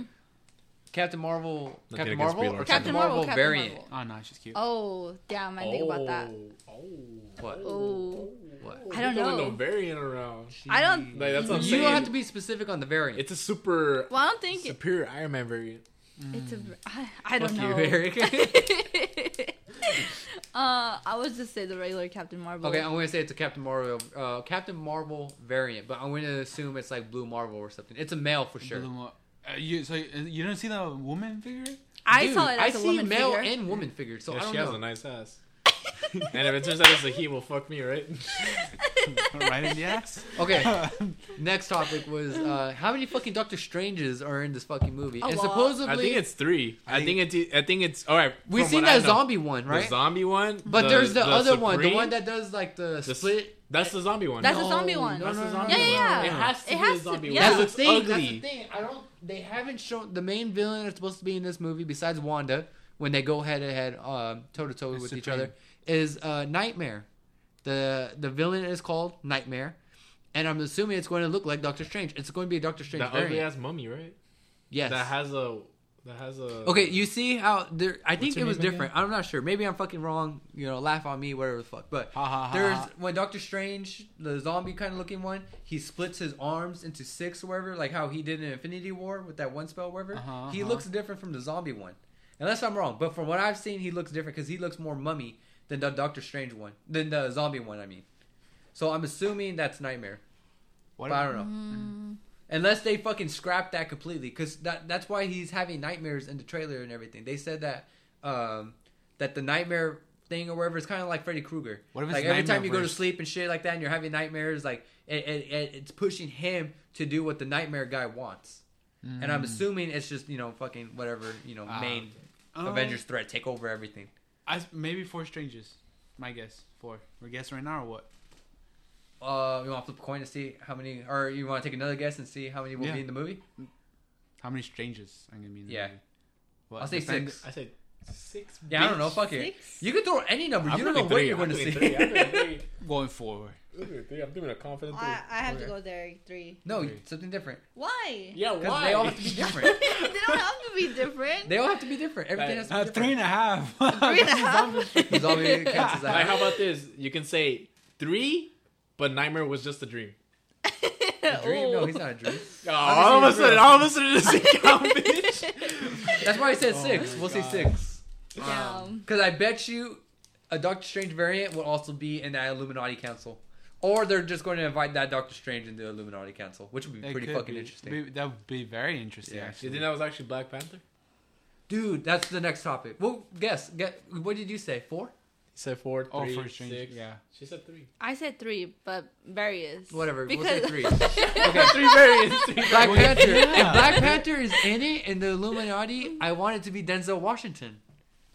Captain Marvel.
Nothing
Captain
against
Marvel.
Brie
Or
Larson.
Captain Marvel
Mm. Captain
variant.
Marvel.
oh no, she's cute.
Oh damn! I think about that.
Oh.
What?
Oh,
What?
I don't
You're throwing
know.
the variant around.
I don't.
Like, that's what I'm
You
saying.
don't have to be specific on the variant.
It's a super
Well, I don't think it,
superior Iron Man variant.
it's a. I, I don't
Mm. Fuck
know.
you, Eric.
uh, I would just say the regular Captain Marvel.
Okay, um, I'm gonna say it's a Captain Marvel, uh, Captain Marvel variant, but I'm gonna assume it's like Blue Marvel or something. It's a male for sure.
Blue Mo- Uh, you so uh, you don't see the woman figure?
I
Dude,
saw it as a
I see
woman
male
figure.
and woman figure, so
Yeah,
I don't
she has
know.
a nice ass. and if it turns out it's a he, well, fuck me, right?
right in the ass.
Okay, next topic was uh, how many fucking Doctor Stranges are in this fucking movie?
A
and
lot.
supposedly,
I think it's three. I think it's. I think it's all right.
we've
from
seen
what I
that
know.
zombie one,
The
right?
zombie one.
but there's the, other one, the
Supreme,
one that does like the,
the s-
split.
That's the zombie one.
That's
No,
the zombie one.
No, no,
that's
no,
the
no,
zombie
Yeah, yeah, yeah.
one. It has to
It
be
has
a
to-
zombie
yeah.
one.
That's
It
the thing. That's
looks
the
ugly.
thing. I don't. They haven't shown the main villain that's supposed to be in this movie besides Wanda when they go head to head, um, toe to toe
It's
with each
Supreme.
other is uh, Nightmare. The the villain is called Nightmare, and I'm assuming it's going to look like Doctor Strange. It's going to be a Doctor Strange
That ugly
variant.
ass mummy, right?
yes.
That has a. That has a.
Okay, you see how there? I think
her
it was
name
different. I'm not sure. Maybe I'm fucking wrong. You know, laugh on me, whatever the fuck. But
Ha, ha, ha,
there's
ha.
when Doctor Strange, the zombie kind of looking one, he splits his arms into six, or whatever, like how he did in Infinity War with that one spell, or whatever.
Uh-huh,
he
uh-huh.
looks different from the zombie one, unless I'm wrong. But from what I've seen, he looks different because he looks more mummy than the Doctor Strange one, than the zombie one. I mean, so I'm assuming that's Nightmare.
What
But I don't know. Unless they fucking scrap that completely, because that that's why he's having nightmares in the trailer and everything. They said that um, that the nightmare thing or whatever is kind of like Freddy Krueger.
What if it's
like every time you go to
nightmare-verse?
sleep and shit like that, and you're having nightmares, like it, it, it, it's pushing him to do what the nightmare guy wants. And I'm assuming it's just you know fucking whatever you know
Mm. Ah,
main
Um,
Avengers threat take over everything.
I s- maybe four strangers. My guess. Four. We're guessing right now or what?
Uh, you want to flip a coin to see how many, or you want to take another guess and see how many will
Yeah.
be in the movie?
How many strangers I'm gonna be in the
Yeah.
movie? Well,
I'll say
defend-
six.
I said six.
Yeah, I don't know.
bitch.
Fuck it.
Six?
You can throw any number.
I'm
you don't know
doing
what
three.
you're going
I'm
to see.
doing three. I'm doing three.
Going forward.
I'm doing three. I'm doing a confident three.
I, I have to
Okay.
go there. Three.
no,
Three.
something different.
Why?
Yeah,
Because
why?
they all have to be different.
they don't have to be different.
they all have to be different. Everything has to be
Uh, three
different.
and a half.
Three and a half.
It's all we- it counts as
Like, how
that.
about this? You can say three, but nightmare was just a dream.
A dream? No, he's not a dream.
Oh,
just
all of a
saying
sudden,
real.
all of a sudden, it's a count, bitch.
That's why I said
Oh
six.
my
we'll
God.
say six.
Damn.
Because I bet you a Doctor Strange variant will also be in that Illuminati Council. Or they're just going to invite that Doctor Strange into the Illuminati Council, which would be
It
pretty
could
fucking
be.
interesting.
Be- that would be very interesting.
Yeah.
You
Actually.
think that was actually Black Panther? He
Dude, that's the next topic. Well, guess. Get, what did you say? Four?
said four, three,
Oh, for
six.
strange. Yeah.
She said three.
I said three, but various.
Whatever.
Because
We'll say three. Okay.
three variants. Three
Black
variants.
Panther.
yeah.
If Black Panther is in it in the Illuminati, I want it to be Denzel Washington.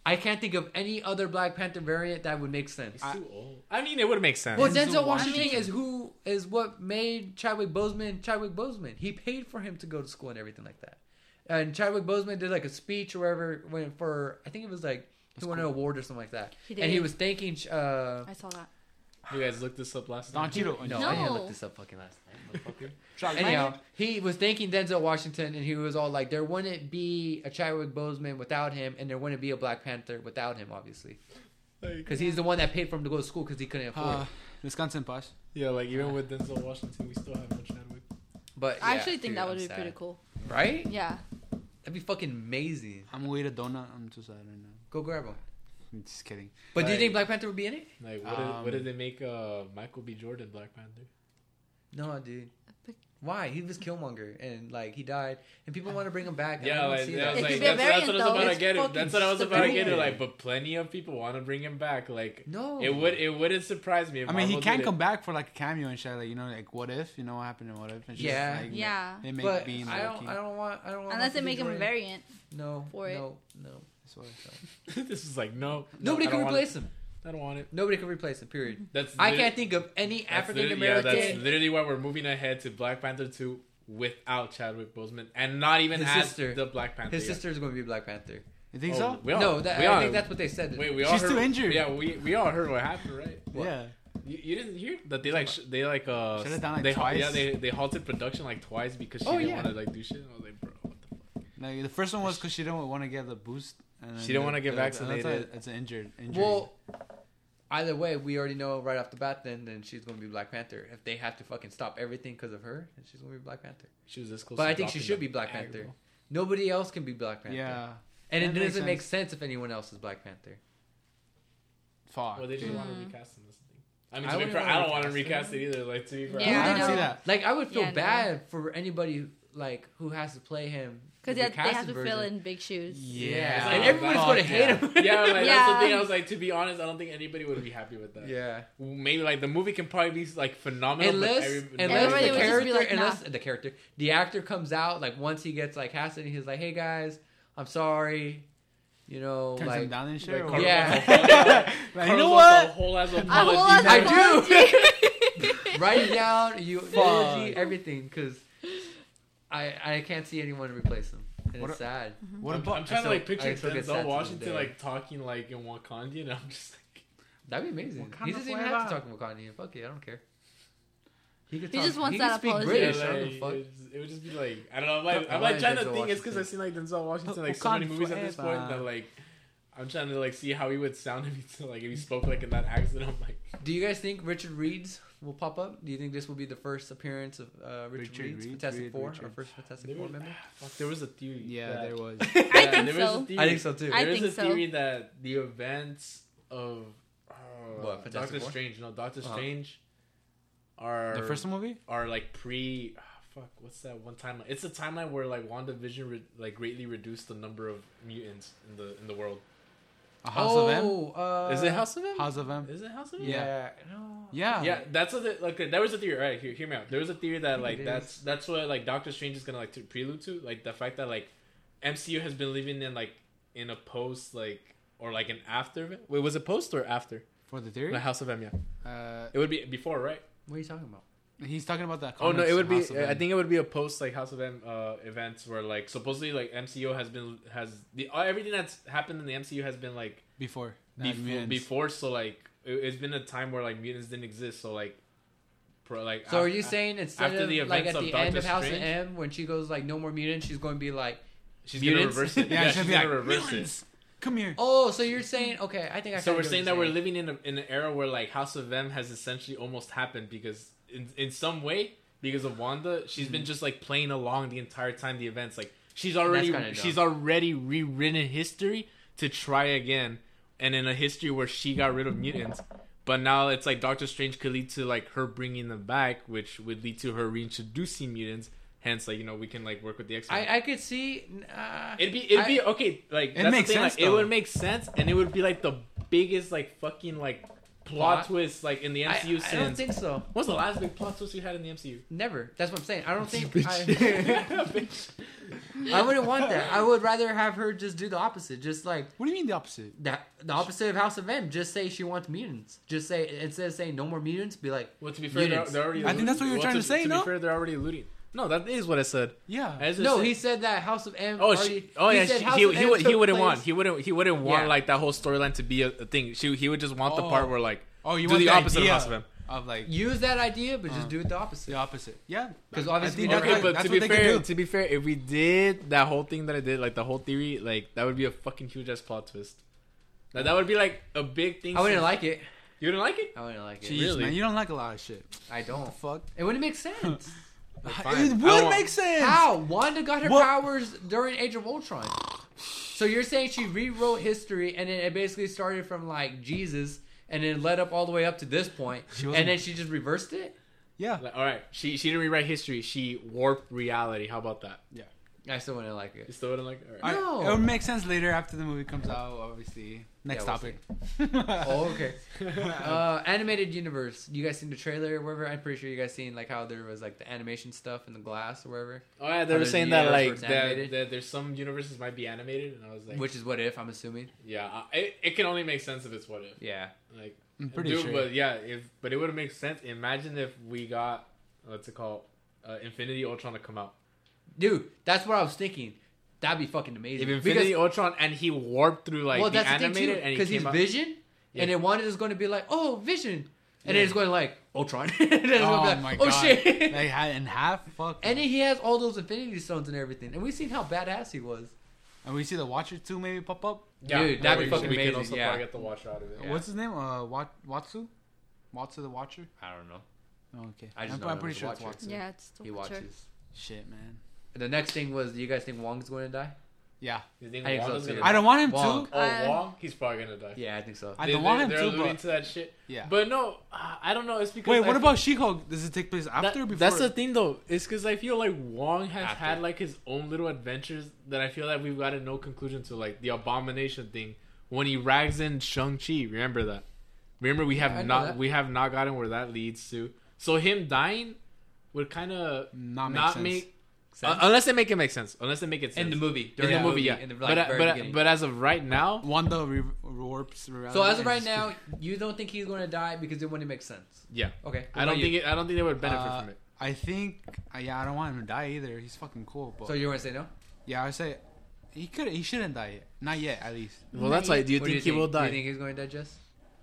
I can't think of any other Black Panther variant that would make sense.
He's too old. I mean, it would make sense.
well,
Denzel
Denzel Washington
Washington.
is who is what made Chadwick Boseman Chadwick Boseman. He paid for him to go to school and everything like that. And Chadwick Boseman did like a speech or whatever when for I think it was like he won an award or something like that.
He
and he
did.
was thanking. Uh,
I saw that.
you guys looked this up last
Don
night.
Cheadle.
no, I didn't look
No.
this up fucking last night.
Motherfucker.
Shock
Anyhow,
value.
he was thanking Denzel Washington, and he was all like, "There wouldn't be a Chadwick Boseman without him, and there wouldn't be a Black Panther without him, obviously,
Like,
because he's the one that paid for him to go to school because he couldn't afford."
Uh,
it.
Wisconsin Posh.
yeah, like even with Denzel Washington, we still have no Chadwick.
But
I
yeah,
actually think
dude,
that
I'm
would be
sad.
pretty cool.
right?
Yeah.
That'd be fucking amazing.
I'm gonna eat a donut. I'm too sad right now.
Go grab him.
I'm just kidding.
But do you
Like-
think Black Panther would be in it?
Like, what, did,
Um,
what did they make uh, Michael B. Jordan Black Panther?
No, dude.
But-
Why? He was Killmonger, and like he died, and people want to bring him back. and I
Yeah,
don't
like,
see
that
that.
was
It
like
could be
that's,
a
that's what I
variant,
was
though.
about to
It's
get it.
fucking
That's what I was about to get it.
stupid.
Like, but plenty of people want to bring him back. Like,
no,
it would it wouldn't surprise me. If
I mean, he
Marvel
can
did it.
come back for like a cameo and shit. Like you know, like what if? You know what happened and what if? And shit,
Yeah.
Like,
Yeah.
They make
But
being
I don't.
lucky.
I don't want. I don't want.
Unless they
Michael B.
make him a
Jordan.
variant.
No.
for it.
No. No.
That's what I thought.
this is like no.
Nobody
no, I
can
don't want
replace
it.
him.
I don't want it.
Nobody can replace him. Period.
That's
I
lit-
can't think of any
that's
African
lit- Yeah, that's
American.
literally why we're moving ahead to Black Panther two without Chadwick Boseman and not even
His
as
sister.
the Black Panther.
His
yeah.
sister is going to be Black Panther.
You think
Oh,
so?
we all-
no, that,
we
I
all-
think that's what they said.
Wait, we all
She's
heard,
too injured.
Yeah, we, we all heard what happened, right?
Yeah.
You, you didn't hear that they like sh- they like uh
Shut it down, like,
they ha- yeah
twice?
they they halted production like twice because she
Oh,
didn't
yeah.
want to like do shit. And I was like, bro, what the fuck?
Like the first one was because she didn't want to get the boost. And
She didn't wanna get vaccinated.
It's an injured. Injury.
Well, either way, we already know right off the bat. Then, then she's going to be Black Panther. If they have to fucking stop everything because of her, then she's going to be Black Panther.
She was this close.
But
to
I think she
dropping
should
the
be Black
bag,
Panther.
bro.
Nobody else can be Black Panther.
yeah.
and it
that makes
doesn't make sense if anyone else is Black Panther.
Fuck.
Well, they just
dude.
want to recast him. That's the thing. I mean,
I
to be
wouldn't
fair,
wanna
I don't want to
recast him.
recast it either. Like to be fair,
Yeah,
I
I
didn't
know.
see that.
Like I would feel
Yeah, no.
bad for anybody like who has to play him
Because
the
they, they have
casted
to
version.
fill in big shoes.
Yeah,
Yeah.
and everybody's
Fuck
gonna hate
yeah.
him.
oh, Yeah, like that's
Yeah.
the thing. I was like, to be honest, I don't think anybody would be happy with that.
yeah.
Maybe like the movie can probably be like phenomenal. but
Unless,
everybody-
unless
Everybody
the
would just be
character,
like, nah.
unless the character, the actor comes out like once he gets like casted, he's like, "Hey guys, I'm sorry," you know,
Turns
like
him down and shit.
like
or
Carlos
yeah.
Like, you know
Carlos
what?
wants A whole ass
I will
apology.
I do.
do.
write it down, you
Fuck.
eulogy, everything, because I I can't see anyone replace him, and
What
it's sad.
What
I'm,
about
I'm trying to
I
like
still-
picture
I still get sad to
Denzel
this day.
Washington like talking like in Wakandian, and I'm just like,
That'd be amazing.
Wakanda
he doesn't even have to
forever.
talk Wakandian. Fuck it, I don't care. He, could
He just wants
he could
that
speak
apology.
British.
yeah,
I don't
like,
give a fuck.
it's- it would just be like I don't know. I'm like,
I
I'm like
like
trying to
Denzel
think. It's because
Washington.
I've seen like Denzel Washington like so
Wakanda
many movies at this point
forever.
that like I'm trying to like see how he would sound if he still, like if he spoke like in that accent. I'm like,
Do you guys think Richard Reeds will pop up? Do you think this will be the first appearance of uh, Richard,
Richard
Reeds,
Reed,
Fantastic
Reed,
Four, our
Richard.
first Fantastic
there
Four
was,
member?
fuck, there was a theory.
Yeah,
that-
there was.
I think
yeah, there was a
so.
theory-
I think so too.
I
There is
think
a
so.
theory that the events of uh,
What, Fantastic
Doctor
Four?
Strange, no Doctor
Uh-huh.
Strange, are
The first movie?
are like pre ah, fuck what's that one timeline it's a timeline where like wandavision re- like greatly reduced the number of mutants in the in the world
A House
oh,
of M?
Uh,
is it house of m
House of M.
is it house of m
Yeah.
Yeah.
No.
Yeah.
yeah that's a th- okay there was a theory all right hear, hear me out there was a theory
think
that
it
like
is.
that's that's what like doctor strange is gonna like to prelude to like the fact that like mcu has been living in like in a post like or like an after event. wait was it post or after
For the theory?
the house of m yeah
Uh,
it would be before right
What are you talking about?
he's talking about that.
Oh no,
comics
it would be.
House of
I
M.
think it would be a post like House of M uh, events where like supposedly like MCU has been has the uh, everything that's happened in the MCU has been like
before.
before, before. So like it, it's been a time where like mutants didn't exist. So like, pro, like
So are
af-
you
af-
saying instead
after
of
the
like
events
at the
of
end
Doctor
of House of
Strange?
M when she goes like no more mutants, she's going to be like,
she's
mutants?
gonna reverse it?
Yeah,
Yeah,
it's
she's
gonna be
gonna
like,
reverse
"Mutants, Come here.
oh, so you're saying okay? I think I.
it.
kinda
So
get
we're
what you're
saying that we're living in a, in an era where like House of M has essentially almost happened because in in some way because of Wanda, she's been just like playing along the entire time the events like. She's already
kinda dumb.
she's already rewritten history to try again, and in a history where she got rid of mutants, but now it's like Doctor Strange could lead to like her bringing them back, which would lead to her reintroducing mutants. Hence, like you know, we can like work with the X Men.
I I could see. Uh,
It'd be it'd be okay. Like that's
makes
the
sense,
thing, Like, it
though.
would make sense, and it would be like the biggest like fucking like plot,
Plot?
twist like in the
I,
MCU
I don't
since.
think so.
What's the last big plot twist you had in the MCU?
Never. That's what I'm saying. I don't think I,
Bitch.
I wouldn't want that. I would rather have her just do the opposite. Just like
What do you mean the opposite?
that, the opposite of House of M. Just say she wants mutants. Just say instead of saying no more mutants, be like
Well, to be fair, they're,
Mutants.
they're already.
I think that's what you were
well,
trying to say,
To
no?
be fair, they're already looting. No, that is what I said.
Yeah.
I just
no.
said-
He said that House of M.
Oh,
already-
she, oh yeah,
said
she,
House
he,
of
he,
M
would- he
took
wouldn't want
place-
he wouldn't he wouldn't want
Yeah.
like that whole storyline to be a, a thing. She he would just want the
Oh.
part where like
Oh, you
do
want
the
the
opposite
idea.
of House of M.
Of like
Use that idea, but just do it the
the
opposite.
opposite. Yeah.
'Cause obviously we're
I think that's
Okay,
not-
what-
but
that's
to
what
be
they could
fair,
do.
to be fair, if we did that whole thing that I did, like the whole theory, like that would be a fucking huge ass plot twist. Like that would be like a big thing.
I wouldn't
since-
like it.
You wouldn't like it.
I wouldn't like it.
Jeez. Really?
man, you don't like a lot of shit.
I don't.
Fuck.
It wouldn't make sense.
fine.
It
I
would
don't-
make sense.
How? Wanda got her
What-
powers during Age of Ultron. So you're saying she rewrote history and then it basically started from like Jesus and then led up all the way up to this point
She wasn't-
and then she just reversed it?
Yeah.
Like, all right, she she didn't rewrite history. She warped reality. How about that?
Yeah.
I still wouldn't like it.
You still wouldn't like it. All right.
All right,
No.
It'll make sense later after the movie comes out, obviously. Next
we'll
topic.
Oh, okay. Uh, animated universe. You guys seen the trailer or whatever? I'm pretty sure you guys seen like how there was like the animation stuff in the glass or whatever.
Oh yeah,
Are
they were
there
saying that like
universes where it's
that,
animated?
that there's some universes might be animated, and I was like,
Which is what if, I'm assuming.
yeah, I, it, it can only make sense if it's what if.
Yeah.
Like,
I'm pretty
dude,
sure.
but yeah, if but it would make sense. Imagine if we got what's it called, uh, Infinity Ultron to come out.
Dude, that's what I was thinking. That'd be fucking amazing.
If Infinity Ultron and he warped through like
well,
the
that's the thing
animated
too,
and he
because
came
he's
out.
Vision, and
Yeah.
then Wanda is going to be like, "Oh, Vision," and then
Yeah.
it's going to like Ultron. and then it's
oh
gonna be
my
like,
god.
"Oh shit!"
Like ha- in half? Fuck.
and then he has all those Infinity Stones and everything, and we've seen how badass he was.
and we see the Watcher 2 maybe pop up.
Dude,
that
that'd be
we-
fucking
we
amazing,
Could also
yeah.
probably get the Watcher out of it.
Yeah.
What's his name? Uh, Wat- Watsu? Watsu the Watcher?
I don't know.
Oh, okay.
I just
I'm,
know
I'm
it
pretty
was
sure it's
Watcher.
Watsu.
yeah, it's the
He
Watcher.
watches.
Shit, man.
The next thing was, do you guys think Wong's going to die?
Yeah,
You think
I think so,
Wanda's
too.
gonna
I don't want him
Wong.
to.
Oh,
I-
Wong? He's probably gonna die.
Yeah, I think so.
I
They-
don't want him
they're
to.
alluding
But
to that shit.
yeah.
But no, uh, I don't know. It's because
Wait,
I
what
fe-
about She-Hulk? Does it take place
that-
after? or before?
That's the thing though. It's because I feel like Wong has
After.
had like his own little adventures that I feel that we've gotten no conclusion to, like the abomination thing when he rags in Shang Chi. Remember that? Remember we have
I know
not
that.
we have not gotten where that leads to. So him dying would kind of
Not, make
not
sense.
make
Sense?
uh, unless they make it make sense. Unless they make it sense.
in the movie,
in
during
the movie, yeah.
in the like,
but uh,
very
but
beginning.
but as of right now,
Wanda re- warps. reality
uh, so as of
and
right
just-
now, you don't think he's going to die because it wouldn't make sense.
yeah.
Okay, what
I don't
about
think
you?
it, I don't think they would benefit
Uh,
from it.
I think uh, yeah, I don't want him to die either. He's fucking cool, but
So you want to say no?
yeah, I say he could he shouldn't die yet. Not yet, at least.
Well, that's why. Do you
What
think he will
Do
die?
you think he's going to digest?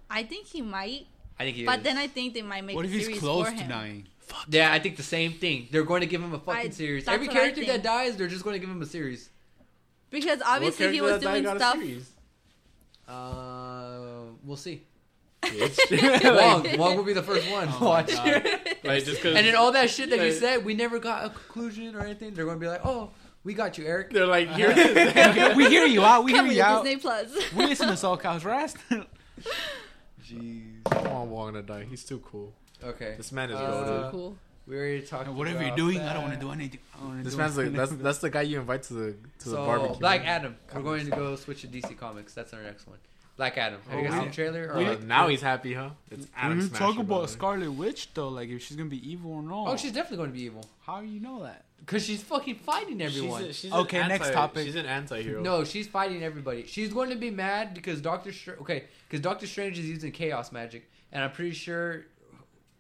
I think he might,
I think he
but
is.
then I think they might make
what
a
if he's
series
close
for
to
him.
dying?
Yeah, I think the same thing. They're going to give him a fucking
I-
series.
that's
Every
what I
character that
think.
dies, they're just going to give him a series.
Because
What
obviously he
character
was
that died
doing
got a
stuff.
series?
Uh, we'll see.
Bitch.
Wong, Wong will be the first one.
Oh my
Watch.
God.
like just because
And then all that shit that you
Like-
said, we never got a conclusion or anything. They're going to be like, oh, we got you, Eric.
they're like here
Okay, we hear you out. We hear
Coming
you
to
out.
Disney Plus.
We listen to Soul Cows Rest.
Jeez.
I want Wong Oh, to die. He's too cool.
Okay.
This man is
Uh,
goaded.
cool.
We already talked
what are you
about
doing?
That.
I don't want to do anything. I don't wanna
This
do
man's like
anything.
that's that's the guy you invite to the to the
so,
barbecue.
Black Adam. We're going to go switch to DC Comics. That's our next one. Black Adam. Have you
Oh,
guys seen
wow.
the trailer? Or
Oh, now he's happy, huh? It's
When
Adam
you
Smasher,
Mm-hmm. talk
by
about
the way.
Scarlet Witch though, like if she's gonna be evil or not.
oh, she's definitely going to be evil.
How do you know that?
Because she's fucking fighting everyone.
She's a- she's an
Okay, next
anti-
topic.
She's an anti-hero.
No, she's fighting everybody. She's going to be mad because Doctor Str- okay, because Doctor Strange is using chaos magic, and I'm pretty sure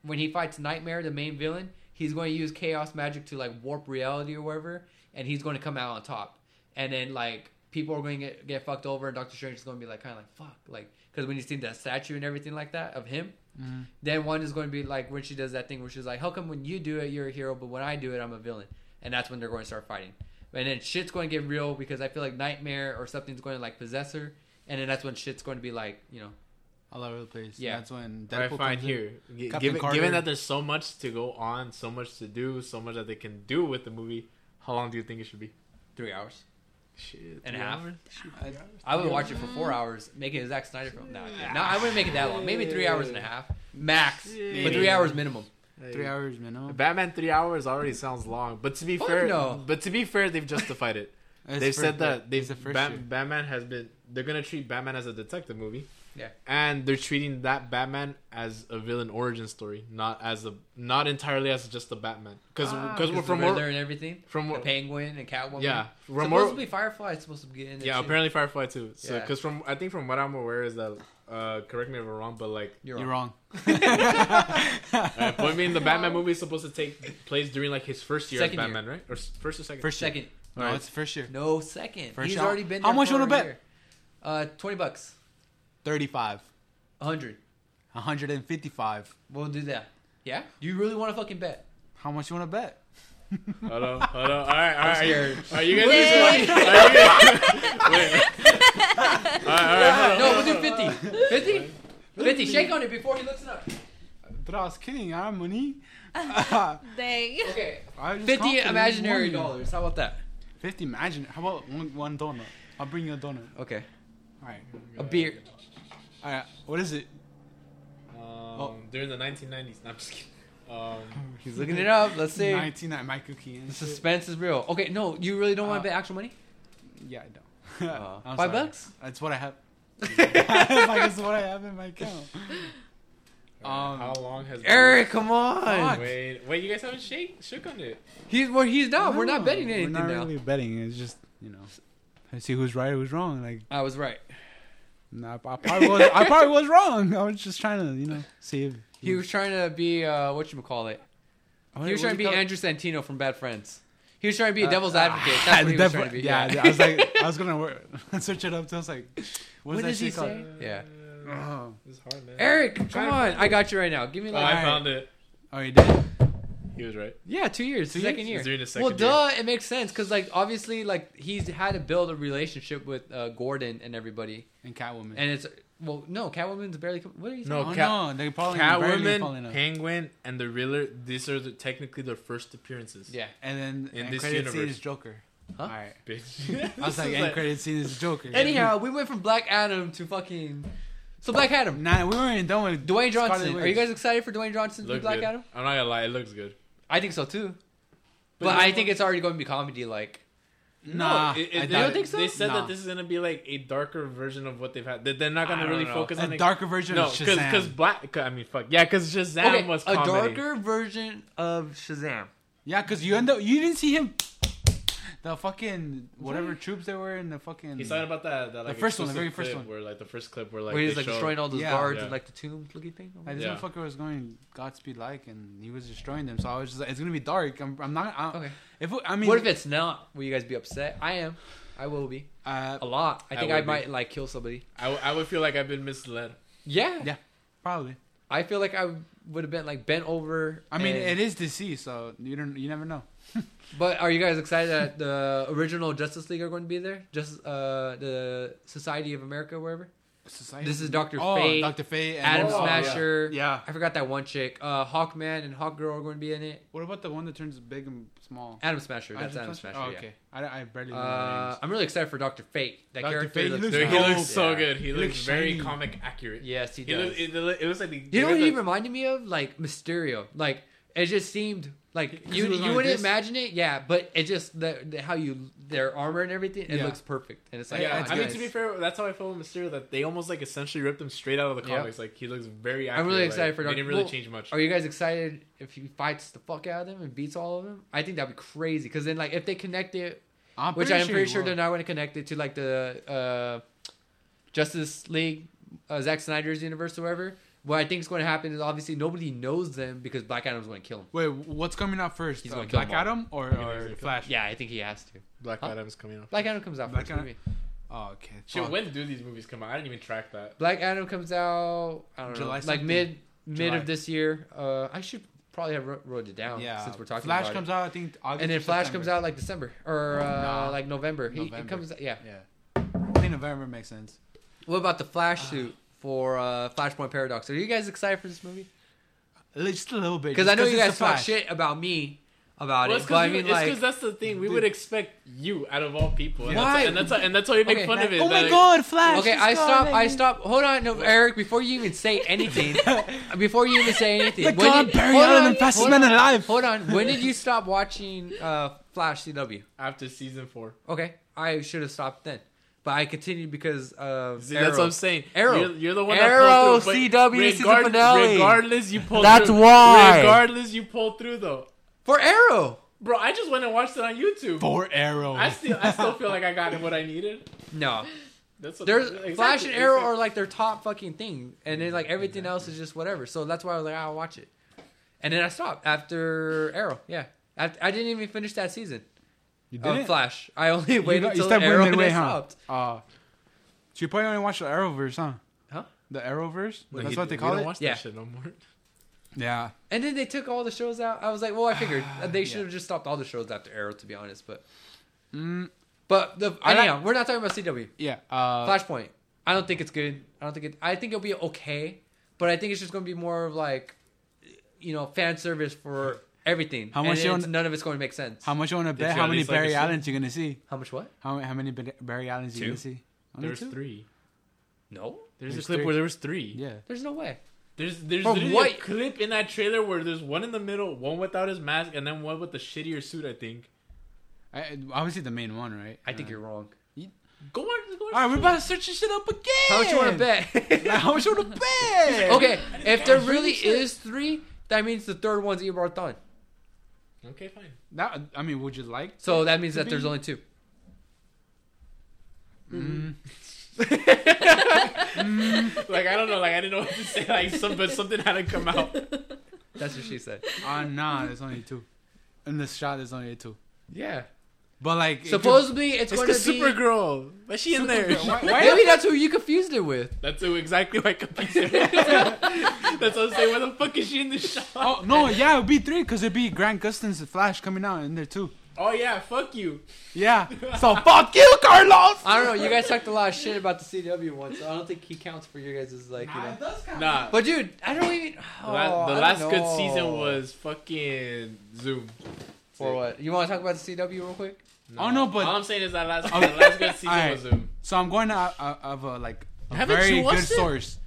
when he fights Nightmare, the main villain, he's going to use chaos magic to like warp reality or whatever, and he's going to come out on top. And then like people are going to get, get fucked over, and Doctor Strange is going to be like kind of like fuck, like because when you see that statue and everything like that of him, then one is going to be like when she does that thing where she's like, how come when you do it you're a hero, but when I do it I'm a villain, and that's when they're going to start fighting. And then shit's going to get real because I feel like nightmare or something's going to like possess her, and then that's when shit's going to be like you know.
All over the place.
Yeah.
That's when
All right,
Deadpool
fine.
comes in.
Here, G-
Captain
given,
Carter.
given that there's so much to go on, so much to do, so much that they can do with the movie, how long do you think it should be?
Three hours.
Shit,
And a
three
half?
hours?
I-
I would watch it for four hours. Make it a Zack Snyder film. No, no, I wouldn't make it that long. Maybe three hours and a half max, but
Maybe.
three hours minimum.
Three hours minimum.
Batman three hours already sounds long, but to be
Fuck
fair,
no.
but to be fair, they've justified it.
It's
they've
for-
said that
it's
they've
the first
Bat-
year.
Batman has been. They're gonna treat Batman as a detective movie.
Yeah.
and they're treating that Batman as a villain origin story, not as a not entirely as just a Batman. Because
Ah,
because we're
the
from
Riddler
more
and everything,
from
the
more,
Penguin and Catwoman.
yeah from more
supposedly Firefly is supposed to be in. that
yeah
shit.
apparently Firefly too. So
Yeah.
because from I think from what I'm aware is that uh correct me if I'm wrong, but like
You're,
You're
wrong.
wrong.
uh, but I mean the Batman movie is supposed to take place during like his first year
Second
as
year.
Batman, right? Or s- first or second?
First year.
Second,
No,
Alright.
it's first year.
no second.
First
He's
shot.
already been.
How
There
much you
want
wanna
to
bet?
Uh, twenty bucks,
Thirty-five.
a hundred.
hundred and fifty-five.
We'll do that. Yeah, you really want to fucking bet?
How much you want to bet?
Hold on, hold on. All right, all right.
scared.
Are you guys?
Wait.
Are you guys wait. All right, all right. Hold on.
no, we'll do 50. 50? 50. Shake on it before he looks it up.
But I was kidding. I have money.
Dang.
Okay.
I just
50
confident in
imaginary
money.
dollars. How about that?
Fifty imagine. How about one, one donut? I'll bring you a donut.
Okay.
All right.
A beer.
All right. What is it?
Um, during the 1990s. No, I'm just kidding. Um,
He's looking it up. Let's see.
Nineteen at my cookie. And
The
shit.
suspense is real. Okay, no, you really don't want
Uh,
to bet actual money?
Yeah, I don't.
Uh, five
I'm sorry.
bucks?
That's what I have. It's like it's what I have in my account. Um,
how long has
Eric, come on.
Fuck.
Wait, wait, you guys haven't shake shook on it.
He's well, he's not. we're not
No,
betting anything
We're not
now.
really betting. It's just you know, I see who's right, who's wrong. Like
I was right.
nah, I probably was. I probably was wrong. I was just trying to you know see if
He was trying to be uh what you call it.
what-
He was
what
trying to
do you
be
call it?
Andrew Santino from Bad Friends. He was trying to be a devil's
Uh,
advocate. That's what he was
devil-
trying to be.
Yeah, I was like, I was gonna work, search it up. So I was like, what's
What
that
does he
shit called?
say? Yeah.
Oh,
It's hard, man.
Eric, come
trying to
on. I got you right now. Give me
Oh,
like
I found it.
oh, you did.
He was right.
Yeah, two years.
Two
second
years?
year.
It's during the second
well,
year.
duh, it makes sense because like obviously like he's had to build a relationship with uh, Gordon and everybody,
And Catwoman.
and it's well, no, Catwoman's barely. Com- what are you saying?
No,
oh no,
Cat-
they probably barely falling
Catwoman,
up.
Penguin, and the Riddler. These are the, technically their first appearances.
Yeah,
and then
In
and
this
credit scene
universe.
is Joker.
Huh?
All right.
bitch.
I was like, end credit scene is Joker.
Anyhow, we went from Black Adam to fucking. So Black Adam,
nah, we weren't done with
Dwayne Johnson.
Scarlet
Are you
Witch.
guys excited for Dwayne Johnson to be
Looks
Black
good.
Adam?
I'm not gonna lie, it looks good.
I think so too. But,
But you
I
know
think
what?
it's already going to be comedy. Like
Nah,
no, it, it,
I
they,
doubt
don't think so?
They said
Nah.
that this is gonna be like a darker version of what they've had. They- They're not
I
gonna
don't
really
know.
focus
a
on the-
darker version
No,
of Shazam.
because black. 'cause- I mean, fuck yeah, because Shazam
okay,
was
a
comedy.
darker version of Shazam.
yeah, because you end up you didn't see him. The fucking whatever troops they were in the fucking.
He's talking about that. that like,
first one, the
exclusive
very first
clip
one.
where like the first clip where like
where he's
they
like
show-
destroying all those
Yeah.
guards
Yeah.
and like the tomb looking thing.
Like, this
Yeah.
motherfucker was going Godspeed like, and he was destroying them. So I was just like, it's gonna be dark. I'm, I'm not. I,
Okay.
If it- I mean,
what if it's not? Will you guys be upset? I am. I will be
Uh,
a lot. I
I
think I,
would be.
might like kill somebody.
I, w- I would feel like I've been misled.
Yeah.
Yeah. probably.
I feel like I would have been like bent over.
I mean,
and-
it is DC, so you don't. You never know.
But are you guys excited that the original Justice League are going to be there? Just uh, the Society of America, wherever.
Society.
This is Dr.
Oh,
Fate,
Dr. Fate. and-
Adam
Oh, yeah.
Smasher.
Yeah.
I forgot that one chick. Uh, Hawkman and Hawkgirl are going to be in it.
What about the one that turns big and small?
Adam Smasher. That's
Adam
Adam
Smasher?
Smasher.
Oh,
yeah.
okay. I, I barely know their
Uh,
names.
I'm really excited for Dr. Fate. That
Dr.
character
Fate
looks,
looks
Dude, he
dope.
dope.
looks so
Yeah.
good. He,
He
looks,
looks
very
shiny.
comic accurate.
Yes, he
It,
does.
looks, it, look- it looks like the.
you know what he reminded me of? Like Mysterio. Like it just seemed like
'Cause
you
he was
you
like
wouldn't
this.
imagine it, yeah. But it just the, the how you their armor and everything, it
Yeah.
looks perfect. And it's like,
yeah,
oh,
I mean
nice.
to be fair, that's how I felt with Mysterio. That they almost like essentially ripped him straight out of the
Yeah.
comics. Like he looks very. Accurate.
I'm really excited
like,
for
They
Doctor-
didn't really
well,
change much.
Are you guys excited if he fights the fuck out of them and beats all of them? I think that'd be crazy. Because then, like, if they connect it,
I'm
which I'm pretty
he
sure
will.
they're not going to connect it to like the uh, Justice League, uh, Zack Snyder's universe, or whatever. What I think is going to happen is obviously nobody knows them because Black Adam's going to kill them.
Wait, what's coming out first?
He's
Uh,
gonna kill
Black
'em all.
Adam or,
gonna
or
use it.
Flash?
Yeah, I think he has to.
Black
Huh?
Adam's coming out.
Black Adam comes out
Black
first.
Adam?
maybe.
Oh, okay.
Shit,
Fuck.
when do these movies come out? I didn't even track that.
Black Adam comes out. I don't
July
know, like
something.
mid mid
July.
of this year. Uh, I should probably have wrote, wrote it down
yeah.
since we're talking
Flash
about it.
comes out, I think. August
and then
or
Flash
September.
comes out like December or uh,
Nah.
like November. He, he
November.
comes, yeah.
Yeah. I think November makes sense.
What about the Flash suit for uh, Flashpoint Paradox? Are you guys excited for this movie?
Just a little bit.
Because
just
I know you
it's
guys
the
talk
Flash.
shit about me about
Well,
it,
it's
but I
because
mean, like,
that's the thing. We
Dude.
would expect you out of all people. And
Why?
That's, and that's how- and that's how you make
Okay,
fun
man.
of it.
Oh
that,
my
like,
god, Flash!
okay,
is
I stop, I
coming.
stop. Hold on, no, Eric, before you even say anything, before you even say anything,
The
when
god
did-
Barry
hold
Allen
on,
and fastest
hold
man
on,
alive.
Hold on, when did you stop watching uh, Flash CW?
After season four,
Okay, I should have stopped then, but I continued because of
See,
Arrow.
that's what I'm saying.
Arrow.
You're, you're the one
Arrow,
that pulled through, but
CW season finale.
Regardless, you pulled.
That's
through.
why.
Regardless, you pulled through though,
for Arrow.
bro. I just went and watched it on YouTube.
Four Arrow.
I still, I still feel like I got what I needed.
No,
That's what,
There's
exactly.
Flash and Arrow are like their top fucking thing, and then like everything else is just whatever. So that's why I was like, I'll watch it, and then I stopped after Arrow. Yeah, I, I didn't even finish that season
you did
of
it.
Oh, Flash. I only
You,
waited
got- you
until
stepped
Arrow
way
and
midway,
I
huh?
stopped.
Uh, so you probably only watched the Arrowverse, huh?
Huh?
The Arrowverse.
Wait,
That's
you-
what they
we
call
don't
it.
Watch
Yeah.
that shit no more.
Yeah.
And then they took all the shows out. I was like, well, I figured they should
Ah, Yeah.
have just stopped all the shows after Arrow, to be honest. But
Mm,
but the,
I like-
anyhow, we're not talking about CW.
yeah. Uh,
Flashpoint. I don't think it's good. I don't think it. I think it'll be okay, but I think it's just gonna be more of like, you know, fan service for everything.
How
And
much you
it's-
wanna-
none of it's going to make sense.
How much you want to bet?
you
How
at
many
least like
Barry
a
Allens you gonna see?
How much? What?
How how many Ba- Barry Allens you
Two.
gonna see? Only
There's
two?
three.
No,
There's,
There's
a clip
three.
where there was three.
Yeah.
there's no way.
There's there's
Bro,
literally a
what-
clip in that trailer where there's one in the middle, one without his mask, and then one with the shittier suit. I think.
I, I- obviously the main one, right?
I think
Uh,
you're wrong.
Go on. Go on
All right, we're about to search this shit up again.
How much you want to bet?
Like, how much you want to bet?
okay, if there really is three, that means the third one's Ebar Thawne.
Okay, fine.
That, I mean, would you like?
So that means
Could
that there's
be.
only two.
Mm.
Like I don't know. Like I didn't know what to say. Like some, but something had to come out.
That's what she said.
Ah, nah, there's only two. In this shot, there's only two.
Yeah.
But like, it could-
Supposedly it's,
It's
going to
the
be.
Supergirl. But she in there.
Why, why,
Maybe that's who you confused it with.
That's who exactly my computer. That's what I'm saying. Why the fuck is she in the shot?
oh no, yeah, it'd be three because it'd be Grant Gustin's Flash coming out in there too.
Oh yeah, fuck you.
Yeah. So fuck you, Carlos.
I don't know. You guys talked a lot of shit about the CW one, so I don't think he counts for your guys' like. You know.
Nah.
But dude, I don't even.
the la-
oh,
the
I
last
don't
good
know.
season was fucking Zoom.
For what? You want to talk about the CW real quick?
Oh, no, but-
all I'm saying is that last,
Oh.
the last good season
Alright.
was Zoom.
So I'm going out out of a like a
Haven't
very
you watched
good
it?
source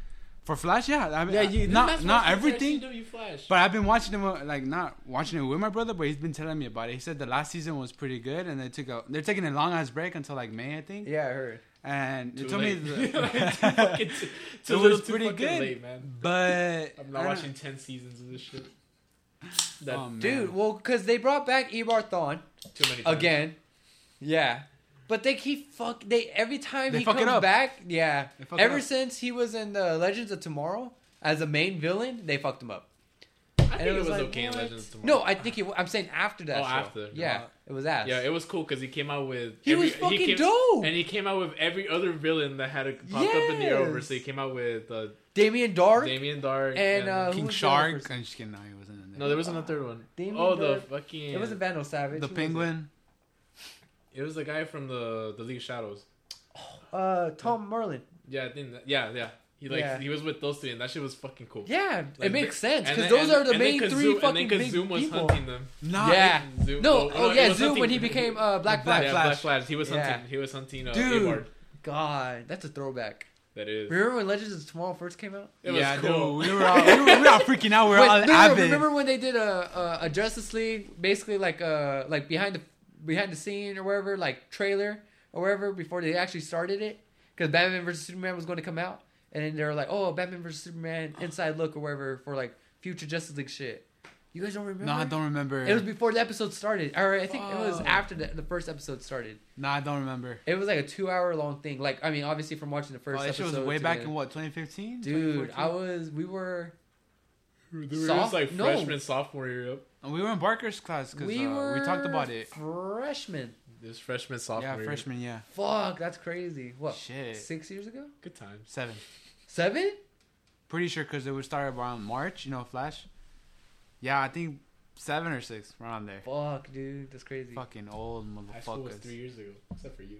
for Flash. Yeah, I mean,
Yeah,
I-
you
not not everything,
CW Flash.
but I've been watching him uh, like not watching it with my brother, but he's been telling me about it. He said the last season was pretty good, and they took a they're taking a long ass break until like May, I think.
Yeah, I heard.
And they
Too
told
late.
me,
Too
the-
fucking- too- too
It was
little, too
pretty
fucking
good.
late, man.
but
I'm
I
not
don't-
watching ten seasons of this shit. That
oh, man.
Dude, well, because they brought back Ebar Thawne
too many times.
again. Yeah. But they keep fuck. They every time
They
he
fuck it
comes
up.
back, yeah.
They fuck it
Ever
up.
since he was in the Legends of Tomorrow as a main villain, they fucked him up.
I think
it
it
was
was,
like,
okay in
what?
Legends Tomorrow.
No, I think it, I'm saying after that.
Oh,
show.
after.
Yeah,
Uh,
No.
it was ass.
Yeah, it was cool because he came out with
He was fucking
came-
dope!
and he came out with every other villain that had popped up in the over. So he
Yes!
came out with uh,
Damien Dark.
Damien Dark
And, uh, who
King
was the other
Shark.
person?
I'm just kidding. No, he wasn't in there.
no, there wasn't a third one.
Damien
oh, the
Dark.
fucking
It wasn't Vandal Savage.
the
Who was it?
Penguin.
It was the guy from the the League of Shadows.
Uh, Tom Merlin.
Yeah, I think. That, yeah, yeah. He like
Yeah,
he was with those three, and that shit was fucking cool.
Yeah,
Like,
it makes
they-
sense
and
because
then-
those
and-
are the
and
main
then Kazoo-
three fucking
And then
big
Kazoo was
people.
hunting them.
Nah,
Yeah.
Zoom-
No, oh,
it
yeah,
was
Zoom
hunting-
when he became uh, Black
Black,
Flag.
yeah,
Flash.
Black Flash. He was
Yeah.
hunting. He was hunting. Uh,
Dude.
Abar.
God, that's a throwback.
That is.
Remember when Legends of Tomorrow first came out?
It was
yeah,
cool.
dude, we were all we were, we were all freaking out. We were
Wait,
all
no, no,
avid.
remember when they did a, a a Justice League, basically like uh like behind the behind the scene or wherever, like trailer or wherever before they actually started it, because Batman versus Superman was going to come out, and then they were like, oh, Batman versus Superman inside look or wherever for like future Justice League shit. You guys don't remember?
No, I don't remember. Oh.
It was before the episode started, or I think it was
Fuck.
after the, the first episode started.
no, I don't remember.
It was like a two-hour-long thing. Like, I mean, obviously from watching the first
Oh, that shit
episode.
was way
to
back
the-
in what 2015.
Dude, I was. We were.
They were
Soft-
just like
no.
freshman, sophomore year. Yep.
And Oh, we were in Barker's class because
We
we,
were.
uh, we talked about it.
Freshmen.
This freshman, sophomore.
Yeah,
year.
freshman, yeah.
Fuck, that's crazy. What?
Shit.
Six years ago?
Good times.
Seven.
Seven?
Pretty sure because it would start around March, you know, Flash. Yeah, I think seven or six, around there.
Fuck, dude, that's crazy.
Fucking old
High school was three
motherfuckers.
years ago, except for you.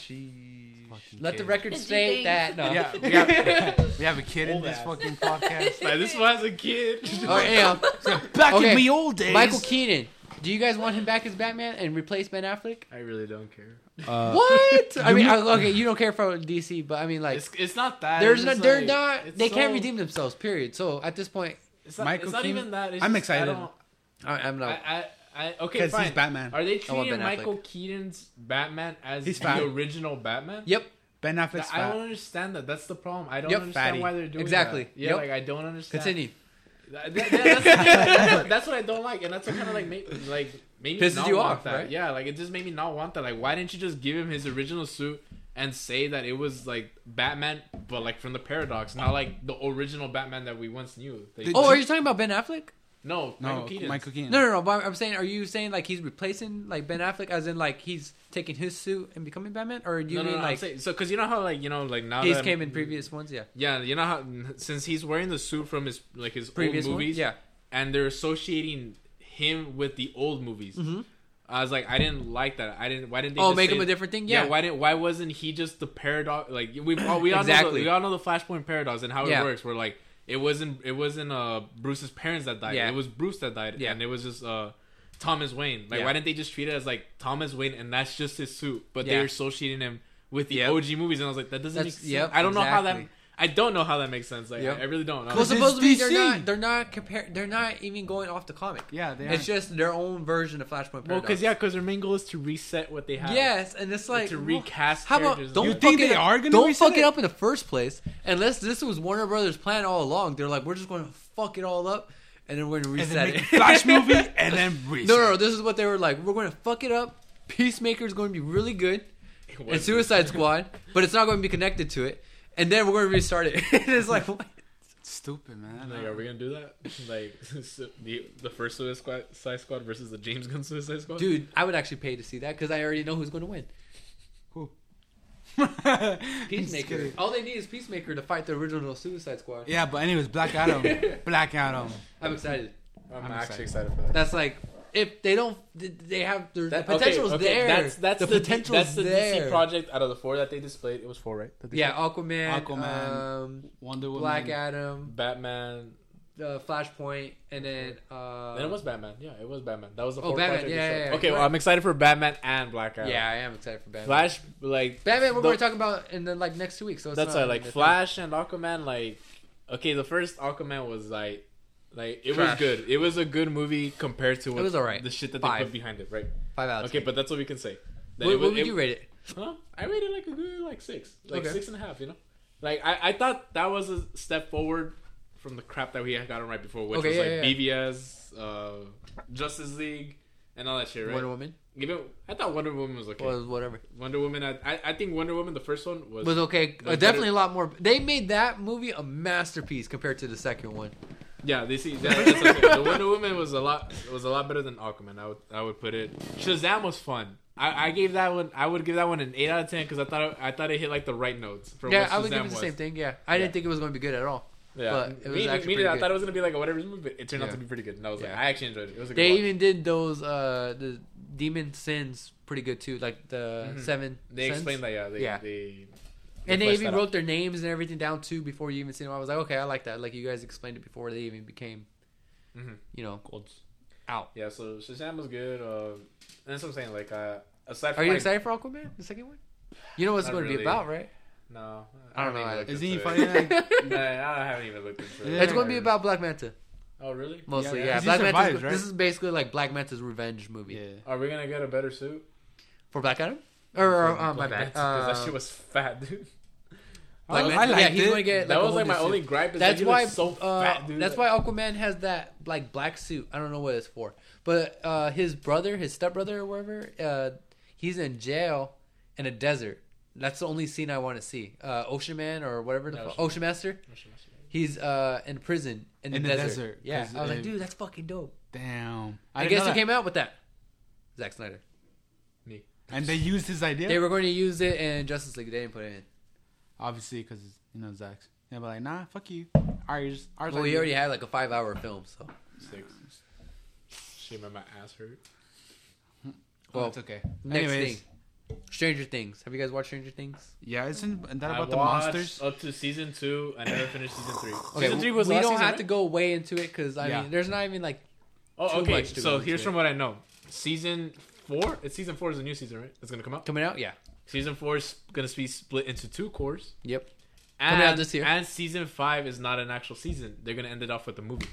Sheesh.
Fucking
Let the
kid.
record
Did you
state
think-
that. No.
Yeah, we have, we have a kid in
Old
this
ass.
fucking podcast.
Like this was a kid.
Oh, yeah.
Back
Okay,
in the old days.
Michael Keaton. Do you guys want him back as Batman and replace Ben Affleck?
I really don't care.
Uh,
Uh, what? I mean, I- okay, you don't care for DC, but I mean, like,
It's, it's not that.
there's
it's
no,
just
they're
like-
not,
it's
they can't
so-
redeem themselves. Period. So at this point,
It's not,
Michael
it's not
Keaton-
even that. It's
I'm
just,
excited.
I don't,
I, I'm not.
I, I, I, okay,
Because
fine.
he's Batman.
Are they
I want
treating
Ben Affleck.
Michael Keaton's Batman as
He's
the
fat.
original Batman?
yep.
Ben Affleck's
I don't
fat.
understand that. That's the problem. I don't
Yep.
understand
Fatty.
why they're doing
Exactly.
that. Yeah,
Yep.
like I don't understand.
Continue.
That- that- that's, that's what- that's what I don't like, and that's what kind of like made like made me
Pisses
not
you
want
off,
that.
right?
Yeah, like it just made me not want that. Like, why didn't you just give him his original suit and say that it was like Batman, but like from the Paradox, not like the original Batman that we once knew? They-
Did
Oh, are you talking about Ben Affleck?
no,
No,
Michael Keaton.
Michael Keaton.
No, no, no. But I'm saying, are you saying like he's replacing like Ben Affleck, as in like he's taking his suit and becoming Batman, or do you
no, no,
mean
no, I'm
like
saying, so because you know how like you know like now
these
that-
came in previous ones? Yeah,
Yeah, you know how since he's wearing the suit from his like his
previous
old movies,
ones. Yeah,
and they're associating him with the old movies.
Mhm.
I was like, I didn't like that. I didn't. Why didn't they?
Oh,
just
make
say-
him a different thing?
Yeah.
Yeah.
Why didn't? Why wasn't he just the paradox? Like we all we all know
Exactly.
the, we all know the Flashpoint paradox and how
Yeah.
it works. Where like it wasn't it wasn't uh Bruce's parents that died.
Yeah.
It was Bruce that died,
Yeah.
and it was just uh Thomas Wayne. Like
Yeah.
why didn't they just treat it as like Thomas Wayne and that's just his suit? But
Yeah.
they're associating him with the
Yep.
OG movies, and I was like, that doesn't
That's-
make sense.
yep,
I don't know how that.
exactly.
I don't know how that makes sense. Like
Yep.
I, I really don't. I
Well,
was
Cause
like,
it's
supposedly they're
DC.
not. They're not compare. They're not even going off the comic.
Yeah, they
it's
are.
just their own version of Flashpoint. Paradox.
well, because yeah, because their main goal is to reset what they have.
yes, and it's like
to recast.
How about
characters and
don't
You
all
fuck
think
it
they
up-
are gonna
don't
reset
fuck it
it?
up in the first place? Unless this was Warner Brothers' plan all along. They're like, we're just going to fuck it all up, and then we're going to
And
reset
then
it.
make a Flash movie and then reset.
No, no, no. This is what they were like. We're going to fuck it up. Peacemaker's going to be really good,
that.
and Suicide Squad, but it's not going to be connected to it. And then we're going to restart it. it's like, what?
Stupid man.
Like, are we gonna do that? Like su- the the first Suicide Squad, Suicide Squad versus the James Gunn Suicide Squad?
dude, I would actually pay to see that because I already know who's going to win. Peacemaker.
kidding.
All they need is Peacemaker to fight the original Suicide Squad.
Yeah, but anyways, Black Adam. Black Adam.
I'm excited.
I'm,
I'm excited.
actually excited for that.
That's like if they don't, th- they have their,
That-
the potential's
okay, okay,
there.
That's that's
the, potential's
that's the
there.
DC project out of the four that they displayed. It was four, right? That they
Yeah, Aquaman,
Aquaman,
um,
Wonder Woman.
Black Adam,
showed? Batman,
the Flashpoint, and then uh,
Then it was Batman. Yeah, it was Batman. That was the
Oh,
fourth
Batman.
project
Yeah,
itself.
yeah, yeah.
Okay, well, I'm excited for Batman and Black Adam.
yeah, I am excited for Batman.
Flash, like
Batman, we're
the-
going to talk about in the like next two weeks. So it's
That's
not
why,
in
like
the thing.
Flash and Aquaman, like okay, the first Aquaman was like, like it
Trash.
was good. It was a good movie compared to what
was alright.
the shit that they
Five.
put behind it, right?
Five out. of
Okay,
ten.
but that's what we can say. That
what,
it was-
what would
it-
you rate it?
Huh? I rated like a good like six, like
Okay.
six and a half. You know, like I, I thought that was a step forward from the crap that we had gotten right before, which
Okay,
was
yeah,
like
yeah,
BVS, uh, Justice League, and all that shit, right?
Wonder Woman
Even I thought Wonder Woman was okay.
or whatever
Wonder Woman, I, I I think Wonder Woman the first one was,
was okay. Uh,
better-
definitely a lot more. They made that movie a masterpiece compared to the second one.
yeah. They see that, that's okay. the Wonder Woman was a lot was a lot better than Aquaman. I would I would put it. Shazam was fun. I, I gave that one. I would give that one an eight out of ten because I thought it, I thought it hit like the right notes. For
Yeah,
what
I would
Shazam
give it the
was.
same thing. Yeah, I
Yeah.
didn't think it was going to be good at all.
Yeah,
But it was actually
me, me
pretty
neither. I
good.
thought it was gonna be like a whatever's movie, but it turned out
Yeah.
to be pretty good. And I was like,
Yeah.
I actually enjoyed it. It was a good
They
watch.
even did those uh the demon sins pretty good too, like the
Mhm.
seven.
they
sins.
explained that. Yeah, they,
Yeah.
they
and they
fleshed
even
that out.
wrote their names and everything down too before you even seen them. I was like, okay, I like that. Like you guys explained it before they even became,
Mhm.
you know,
out. Yeah, so Shazam was good. Uh, and that's what I'm saying. Like, uh, aside from
Are you
like,
excited for Aquaman, the second one? You know what's
Not
going to
really.
be about, right?
No,
I don't know,
even
I-
looked
Isn't he
into
funny? Like,
it. Nah, I haven't even looked into it.
Yeah.
It's going to be about Black Manta
Oh really?
mostly. Yeah,
Yeah, yeah. 'Cause he
Black Manta.
survives, right?
This is basically like Black Manta's revenge movie
yeah.
Are we gonna get a better suit?
for Black Adam. Or uh, my
Black
bad.
Panther, 'cause that
Uh,
shit was fat, dude.
Black
I
Manta.
liked
yeah, he's
it.
going to get.
that
a
was
whole
like
new
my
suit.
only gripe. Is
That's
that he
why.
looks so
uh,
fat, dude.
That's why Aquaman has that like black suit. I don't know what it's for, but uh, his brother, his stepbrother or whatever, uh, he's in jail in a desert. That's the only scene I want to see. Uh, Ocean Man or whatever the
Yeah,
fu-
Ocean Man.
Ocean Master. He's uh, in prison in the,
In the
desert.
desert,
Yeah,
'cause
I was
it-
like, dude, that's fucking dope.
Damn.
I,
didn't
guess
know
who
that.
came out with that? Zack Snyder.
And they used his idea.
They were going to use it in Justice League. They didn't put it in.
Obviously, because you know Zach's. Yeah, but like, nah, fuck you. Ours, ours.
Well,
like-
he already had like a five-hour film, so
Six. Shit, man, my ass hurt.
Oh,
well,
it's okay.
next
Anyways.
thing, Stranger Things. Have you guys watched Stranger Things?
Yeah, isn't that
I
about the
watched
monsters?
Up to season two, I never finished season three.
Okay,
season three was
we
last
don't
season,
have
right?
to go way into it because I
Yeah.
mean, there's not even like
Oh,
too
okay.
much to go
So
into
here's
it.
from what I know. Season four. It's season four is a new season, right? It's gonna come out.
coming out. Yeah,
Season four is gonna be split into two cores.
yep.
And,
Coming out this year.
And season five is not an actual season. They're gonna end it off with a movie.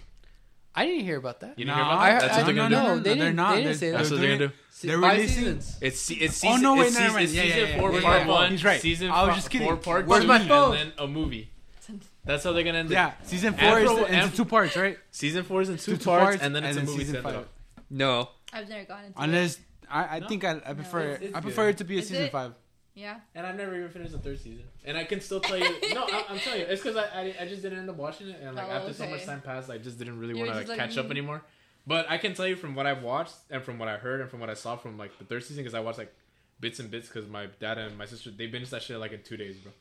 I didn't hear about that.
You
No,
didn't hear about
I-
that? That's
I-
what they're
no,
gonna
no,
do.
no, they didn't- they didn't say that.
That's what
doing
they're gonna do.
Se-
They're
five
releasing-
seasons.
It's se- it's
Oh,
season.
no, wait,
it's
never
season,
mind.
it's
Yeah, yeah,
season
yeah,
four
yeah,
part
yeah.
one.
He's right.
Season
I was
fi-
just kidding.
four part
Where's
two,
my phone?
and then a movie. That's how they're gonna end it.
Yeah, season
And
four is
for-
the,
and-
it's two parts, right?
Season four is in two,
Two
parts,
parts,
and then it's
and
a
then
movie
season
to end it
five.
off.
No,
I've never gone into it.
Unless I, I
No.
think I, I prefer
it's-
it.
it's
I prefer
good.
it to be a
Is
season
it?
five.
Yeah.
And I've never even finished the third season. And I can still tell you. No, I, I'm telling you, it's because I, I I just didn't end up watching it, and like
Oh,
after so
okay.
much time passed, I just didn't really
You
want
were
to
just like,
catch up
mm.
anymore. But I can tell you from what I've watched and from what I heard and from what I saw from like the third season, because I watched like bits and bits, because my dad and my sister they binged that shit like in two days, bro.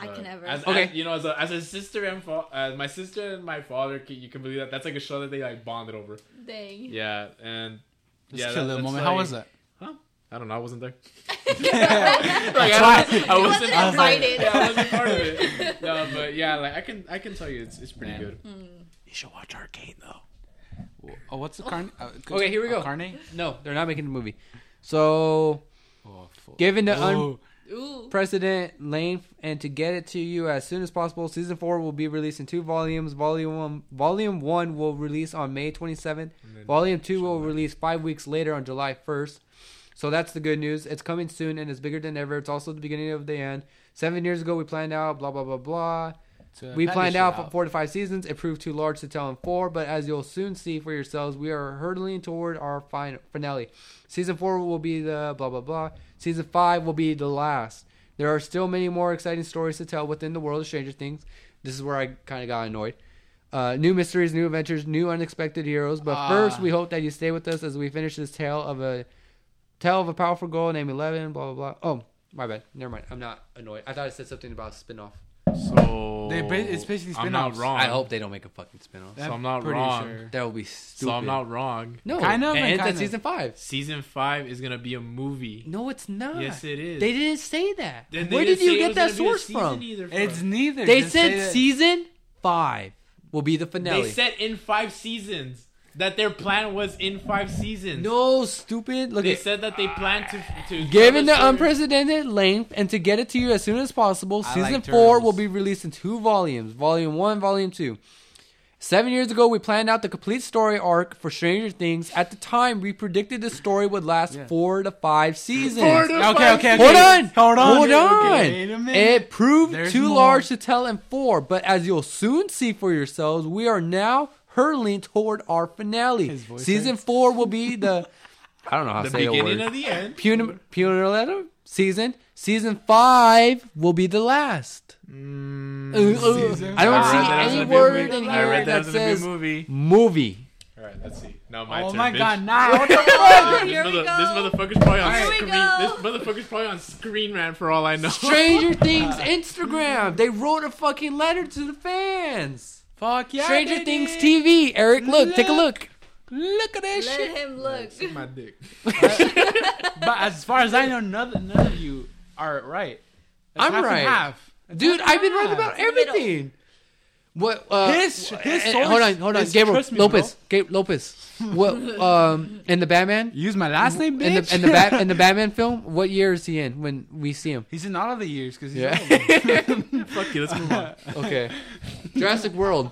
I
But
can never.
Uh,
Uh,
As,
Okay.
as- you know, as a, as a sister and fa- as my sister and my father, can- you can believe that that's like a show that they like bonded over.
Dang.
Yeah, and
Just
yeah,
kill
that-
little
that's,
moment. How
like-
was that?
I don't know. I wasn't there.
I
Like, I,
tried.
don't- I
He
wasn't,
wasn't
I was like-
invited.
yeah, I wasn't part of it. No, but yeah, like I can I can tell you, it's it's pretty
Man.
good.
you should watch Arcane though.
Oh, what's the carne? Uh,
Okay, here we go.
Carne.
No, they're not making the movie. So,
Oh, fuck.
given the
Oh,
Ooh.
unprecedented length and to get it to you as soon as possible, season four will be released in two volumes. Volume Volume one will release on May 27th. Volume two will release five weeks later on July 1st. So that's the good news. It's coming soon and it's bigger than ever. It's also the beginning of the end. Seven years ago, we planned out blah blah blah blah.
so
We
that
planned
shit
out for four to five seasons. It proved too large to tell in four, but as you'll soon see for yourselves, we are hurtling toward our fin- finale. Season four will be the blah blah blah. Season five will be the last. There are still many more exciting stories to tell within the world of Stranger Things. This is where I kind of got annoyed. Uh, new mysteries, new adventures, new unexpected heroes. But
Ah.
first, we hope that you stay with us as we finish this tale of a tale of a powerful girl named Eleven. Blah blah blah. Oh, my bad. Never mind. I'm not annoyed. I thought I said something about spin off.
So
They ba- it's basically
I'm not
spin-offs.
wrong.
I hope they don't make a fucking spinoff.
I'm
so. I'm not
pretty
wrong.
sure.
That would be stupid.
So I'm not wrong.
No,
Kind of
It
and
ends
kind
at
of.
season five.
Season five is gonna be a movie.
No, it's not.
Yes, it is.
They didn't say that.
Then they
Where did you
didn't say it
get
was
that
gonna be a
source
season
from?
either, bro.
It's neither.
They
Just
said
say that-
season five. will be the finale.
They said in five seasons that their plan was in five seasons.
no, stupid. Look
they
at
said that they planned to to
Given the
cover certain-
unprecedented length and to get it to you as soon as possible,
I
season
like
four
turtles.
will be released in two volumes Volume 1, Volume 2. Seven years ago, we planned out the complete story arc for Stranger Things. At the time, we predicted the story would last
Yeah.
four to five seasons.
Okay, okay, okay.
Hold on,
Hold on.
hold on.
Okay, wait a minute.
it proved
There's
too
more.
large to tell in four, but as you'll soon see for yourselves, we are now hurling toward our finale.
His voice
Season four will be the I don't know how to
the
say the word.
beginning of the end.
Pun- Punaletta season. Season five will be the last.
Mm.
Uh, uh,
Season
I don't
five.
see
I read that as
any
a
word
movie.
in
I
here
read
that, says
movie.
movie.
All right, let's see. Now my
Oh
turn.
my
bitch.
god, nah. What the
Oh,
fuck?
This,
here we
mother- this
go.
motherfucker's probably on
Here we
screen. This
go.
motherfucker's probably on screen rant for all I know.
Stranger Things Instagram. They wrote a fucking letter to the fans.
Fuck yeah.
Stranger
they
Things
did.
TV. Eric, look, take a look. Look at that
Let
shit.
him look.
See my dick.
But as far as I know, none, none of you are right. It's
I'm
half and
right.
Half.
Dude, I've been right about e-
In the middle.
everything. What uh,
His- his
eh, eh,
source
hold on, hold on,
is-
Gabriel
trust me,
Lopez, Gabe Lopez. What um in the Batman?
Use my last name, bitch.
in the in the, Bat, in the Batman film, what year is he in when we see him?
He's in all of the years because he's
Yeah.
Fuck you. Let's move on.
Okay, Jurassic World.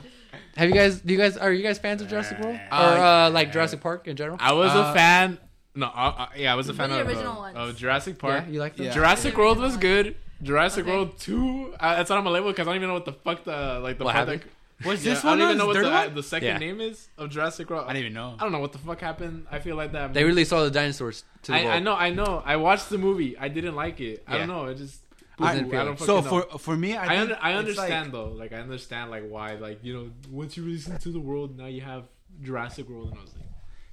Have you guys? Do you guys? Are you guys fans of Jurassic World or
Uh,
uh, like Jurassic Park in general?
I was
Uh,
a fan. No, I, I, yeah, I was a fan
The
of,
original
uh,
ones.
of Jurassic Park.
Yeah, you like them?
Yeah.
Jurassic
The
World
original
was
one.
good. Jurassic
Okay.
World Two. Uh, that's what I'm gonna label because I don't even know what the fuck the like the
What
part that-
happened?
What's
Yeah,
this
I
one?
don't even know
on?
what
This
the,
third one?
the second
Yeah.
name is of Jurassic World.
I don't even know.
I don't know what the fuck happened. I feel like that.
They released all the dinosaurs to the
I,
world.
I know. I know. I watched the movie. I didn't like it. I
Yeah.
don't know. It just.
I-
I, don't
So
fucking know.
for for me, I
I,
think
under, I
it's
understand
Like,
though. Like I understand like why like you know once you release it to the world now you have Jurassic World and I was like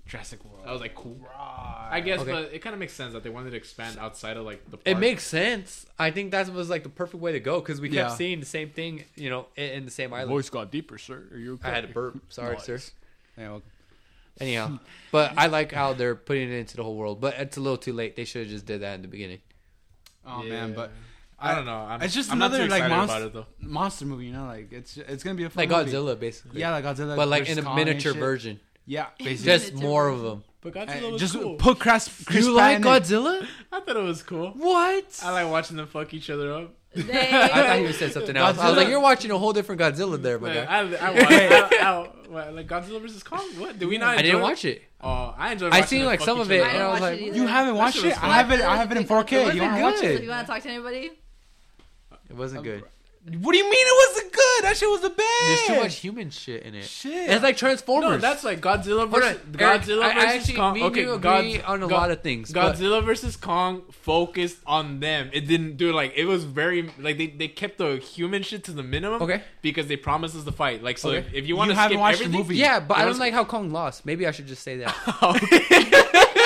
Jurassic World. I was like cool. I guess,
Okay.
but it kind of makes sense that they wanted to expand outside of like the. Park.
It makes sense. I think that was like the perfect way to go because we kept
Yeah.
seeing the same thing, you know, in, in the same island.
got deeper, sir. Are you?
I had a burp. Sorry, sir.
Yeah, well,
Anyhow, but I like how they're putting it into the whole world. But it's a little too late. They should have just did that in the beginning.
oh man, but
I don't know. I'm,
it's just
I'm
another
not too
like
excited
monster
about it though.
monster movie. You know, like it's it's gonna be a fun
Like
movie.
Godzilla, basically.
Yeah, like Godzilla,
but like
Chris
in a
Khan and
miniature
shit.
version.
Yeah, basically.
Just
Miniature
more
version.
of them.
But
Uh,
Godzilla was
just
cool.
put Chris, Chris
you like
Pine in-
Godzilla?
I thought it was cool.
What?
I like watching them fuck each other up.
They-
I thought you said something else. I was
Godzilla.
like, you're watching a whole different Godzilla there, my
Like,
guy.
I, I, watched, I, I- what, like Godzilla vs Kong. What did we not?
I
Enjoy
didn't watch it.
Oh, I enjoyed.
I
watching
seen,
them
like,
fuck
some
each
of it,
other
I
up.
and I
didn't
was
watch
like,
it either.
You haven't watched
shit
it.
was
I have it. I have it in 4K.
wasn't
You want to watch
good.
You
it?
want to talk to anybody?
It wasn't good.
What do you mean it wasn't good? That shit was the best.
There's too much human shit in it.
shit.
It's like Transformers.
No, that's like Godzilla
Hold
versus
on, Eric,
Godzilla
I- I
versus
actually-
Kong.
me and
okay,
you agree
Godz-
on a
Go-
lot of things, but-
Godzilla versus Kong focused on them. It didn't do like it was very like they, they kept the human shit to the minimum.
Okay.
because they promised us the fight. Like so,
Okay.
if, if you want to
You
skip
haven't watched the
everything,
movie.
yeah, but
It
I don't
was-
like how Kong lost. Maybe I should just say that.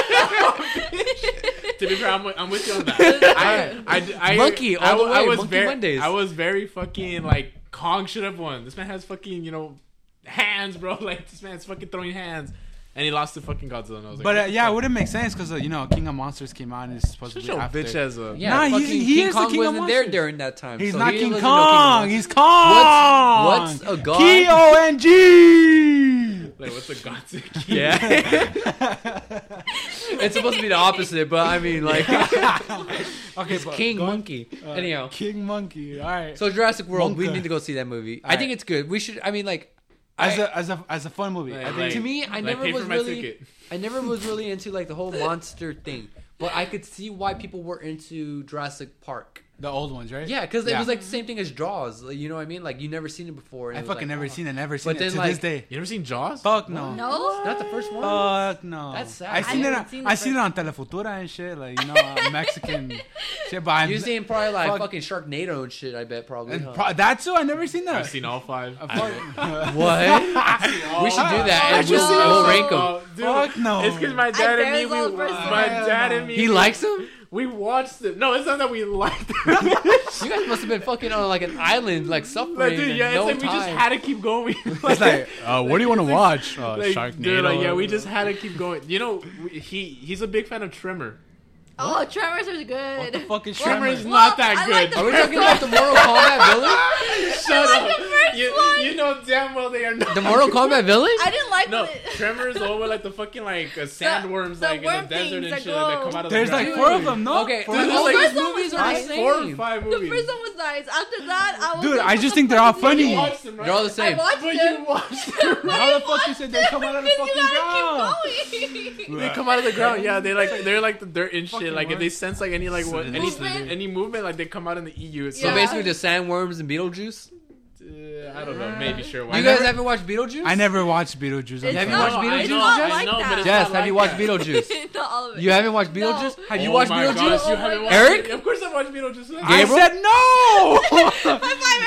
to be fair, I'm, with- I'm with you on that. I,
Alright.
I, I,
Monkey all
I,
the
I
way,
was
Monkey
very,
Mondays.
I was very fucking like Kong should have won. This man has fucking you know hands, bro. Like this man's fucking throwing hands, and he lost to fucking Godzilla. And I was like,
But uh,
what the
yeah, it
fuck?
wouldn't make sense because uh, you know King of Monsters came out and it's supposed
Shut
to
your
be after.
bitch ass up.
Yeah,
Nah, he-
fucking
he
King
is the
Kong
king of
wasn't there
monsters.
during that time.
He's
so
not
he
King
wasn't no
Kong.
Monsters.
He's Kong.
what's a god?
K O N G.
Like what's a Godzilla?
Yeah. it's supposed to be the opposite, but I mean, like,
Okay,
it's
but
King
go-
Monkey.
uh,
Anyhow,
King Monkey. All right. So
so Jurassic World, we
Monka.
need to go see that movie. I
Alright.
think it's good. We should. I mean, like,
as
I-
a as a as a fun movie, I
Like-
think.
like-
to me, I
like,
never
pay for
was
my
really,
ticket.
I never was really into like the whole monster thing. But I could see why people were into Jurassic Park.
the old ones, right?
Yeah, because it
Yeah.
was like the same thing as Jaws. like, you know what I mean? Like you never seen it before. and
I
it was
fucking
like,
never
oh.
seen it. Never
But
seen
then,
it to
like-
this day.
You never seen Jaws?
Fuck no.
No.
Not the first
Uh,
one.
Fuck no.
That's sad.
I seen
I
it.
haven't seen
I
the
seen it on Telefutura and shit. Like you know, uh, Mexican shit. But I'm,
you seen probably like
fuck.
fucking Sharknado and shit. I bet probably.
and
huh?
pro- that too. I never seen that.
I've seen all five.
Uh, fuck.
what? we should do that.
I
and
just
we'll,
seen
we'll
it.
rank them.
Oh, dude,
Fuck no.
It's because my dad
I
and
barely
me, we,
love Brazil.
my dad and me,
He likes them.
We watched it. No, it's not that we liked it.
You guys must have been fucking on like an island, like suffering.
Like, dude,
and
yeah, it's
no
like we just
time.
had to keep going.
It's like, uh, what do you want to watch? Uh,
like, dude, like, yeah, we
or-
just had to keep going. You know, we, he he's a big fan of Tremor.
Oh, Tremors is good.
What the fuck is
Well,
Tremor is
Tremors?
not
well,
that
I like the
good.
Are we
first
talking about the Mortal Kombat villain?
Shut
like
up.
the first
you,
one.
you know damn well they are not.
The Mortal Kombat villain?
I didn't like
No,
it.
Tremors over like the fucking like uh, sandworms
the
like in
worm
the desert
things
and
that
shit that
go-
come out of
There's
the
like
ground.
four of them. No,
Okay,
Four
dude,
of
all
all
the
them.
these
first one
movies
was
are the
nice.
four or
same.
five
The
movies.
first one was nice. After that, I was
Dude,
like,
I
what
just
the
think they're
fuck
all
is
funny.
this?
You watched them, right?
They're all the same.
I watched
But
it.
you watched them.
How the fuck you said they come out of the
Because
fucking
you
ground?
gotta keep going.
They come out of the ground. Yeah, they like they're like the dirt and shit.
Fucking
Like if they
worms.
sense like any like what any
Movement.
any movement, like they come out in the EU. So
So
Yeah.
basically, just sandworms and Beetlejuice.
uh, I don't know. Maybe sure.
You
Why?
guys
not?
haven't watched Beetlejuice?
I never watched Beetlejuice. I'm
It's
Have you
sorry.
not,
watched Beetlejuice,
It's not
Jess?
like
No,
that.
but it's-
Jess,
not
have you
like
watched
that.
Beetlejuice?
not all of it.
You haven't watched Beetlejuice? Have you
Oh
watched
my
Beetlejuice?
gosh,
Oh
you
my God.
haven't watched
Eric?
it. Of course I watched Beetlejuice.
I
Gabriel?
said no.
High five,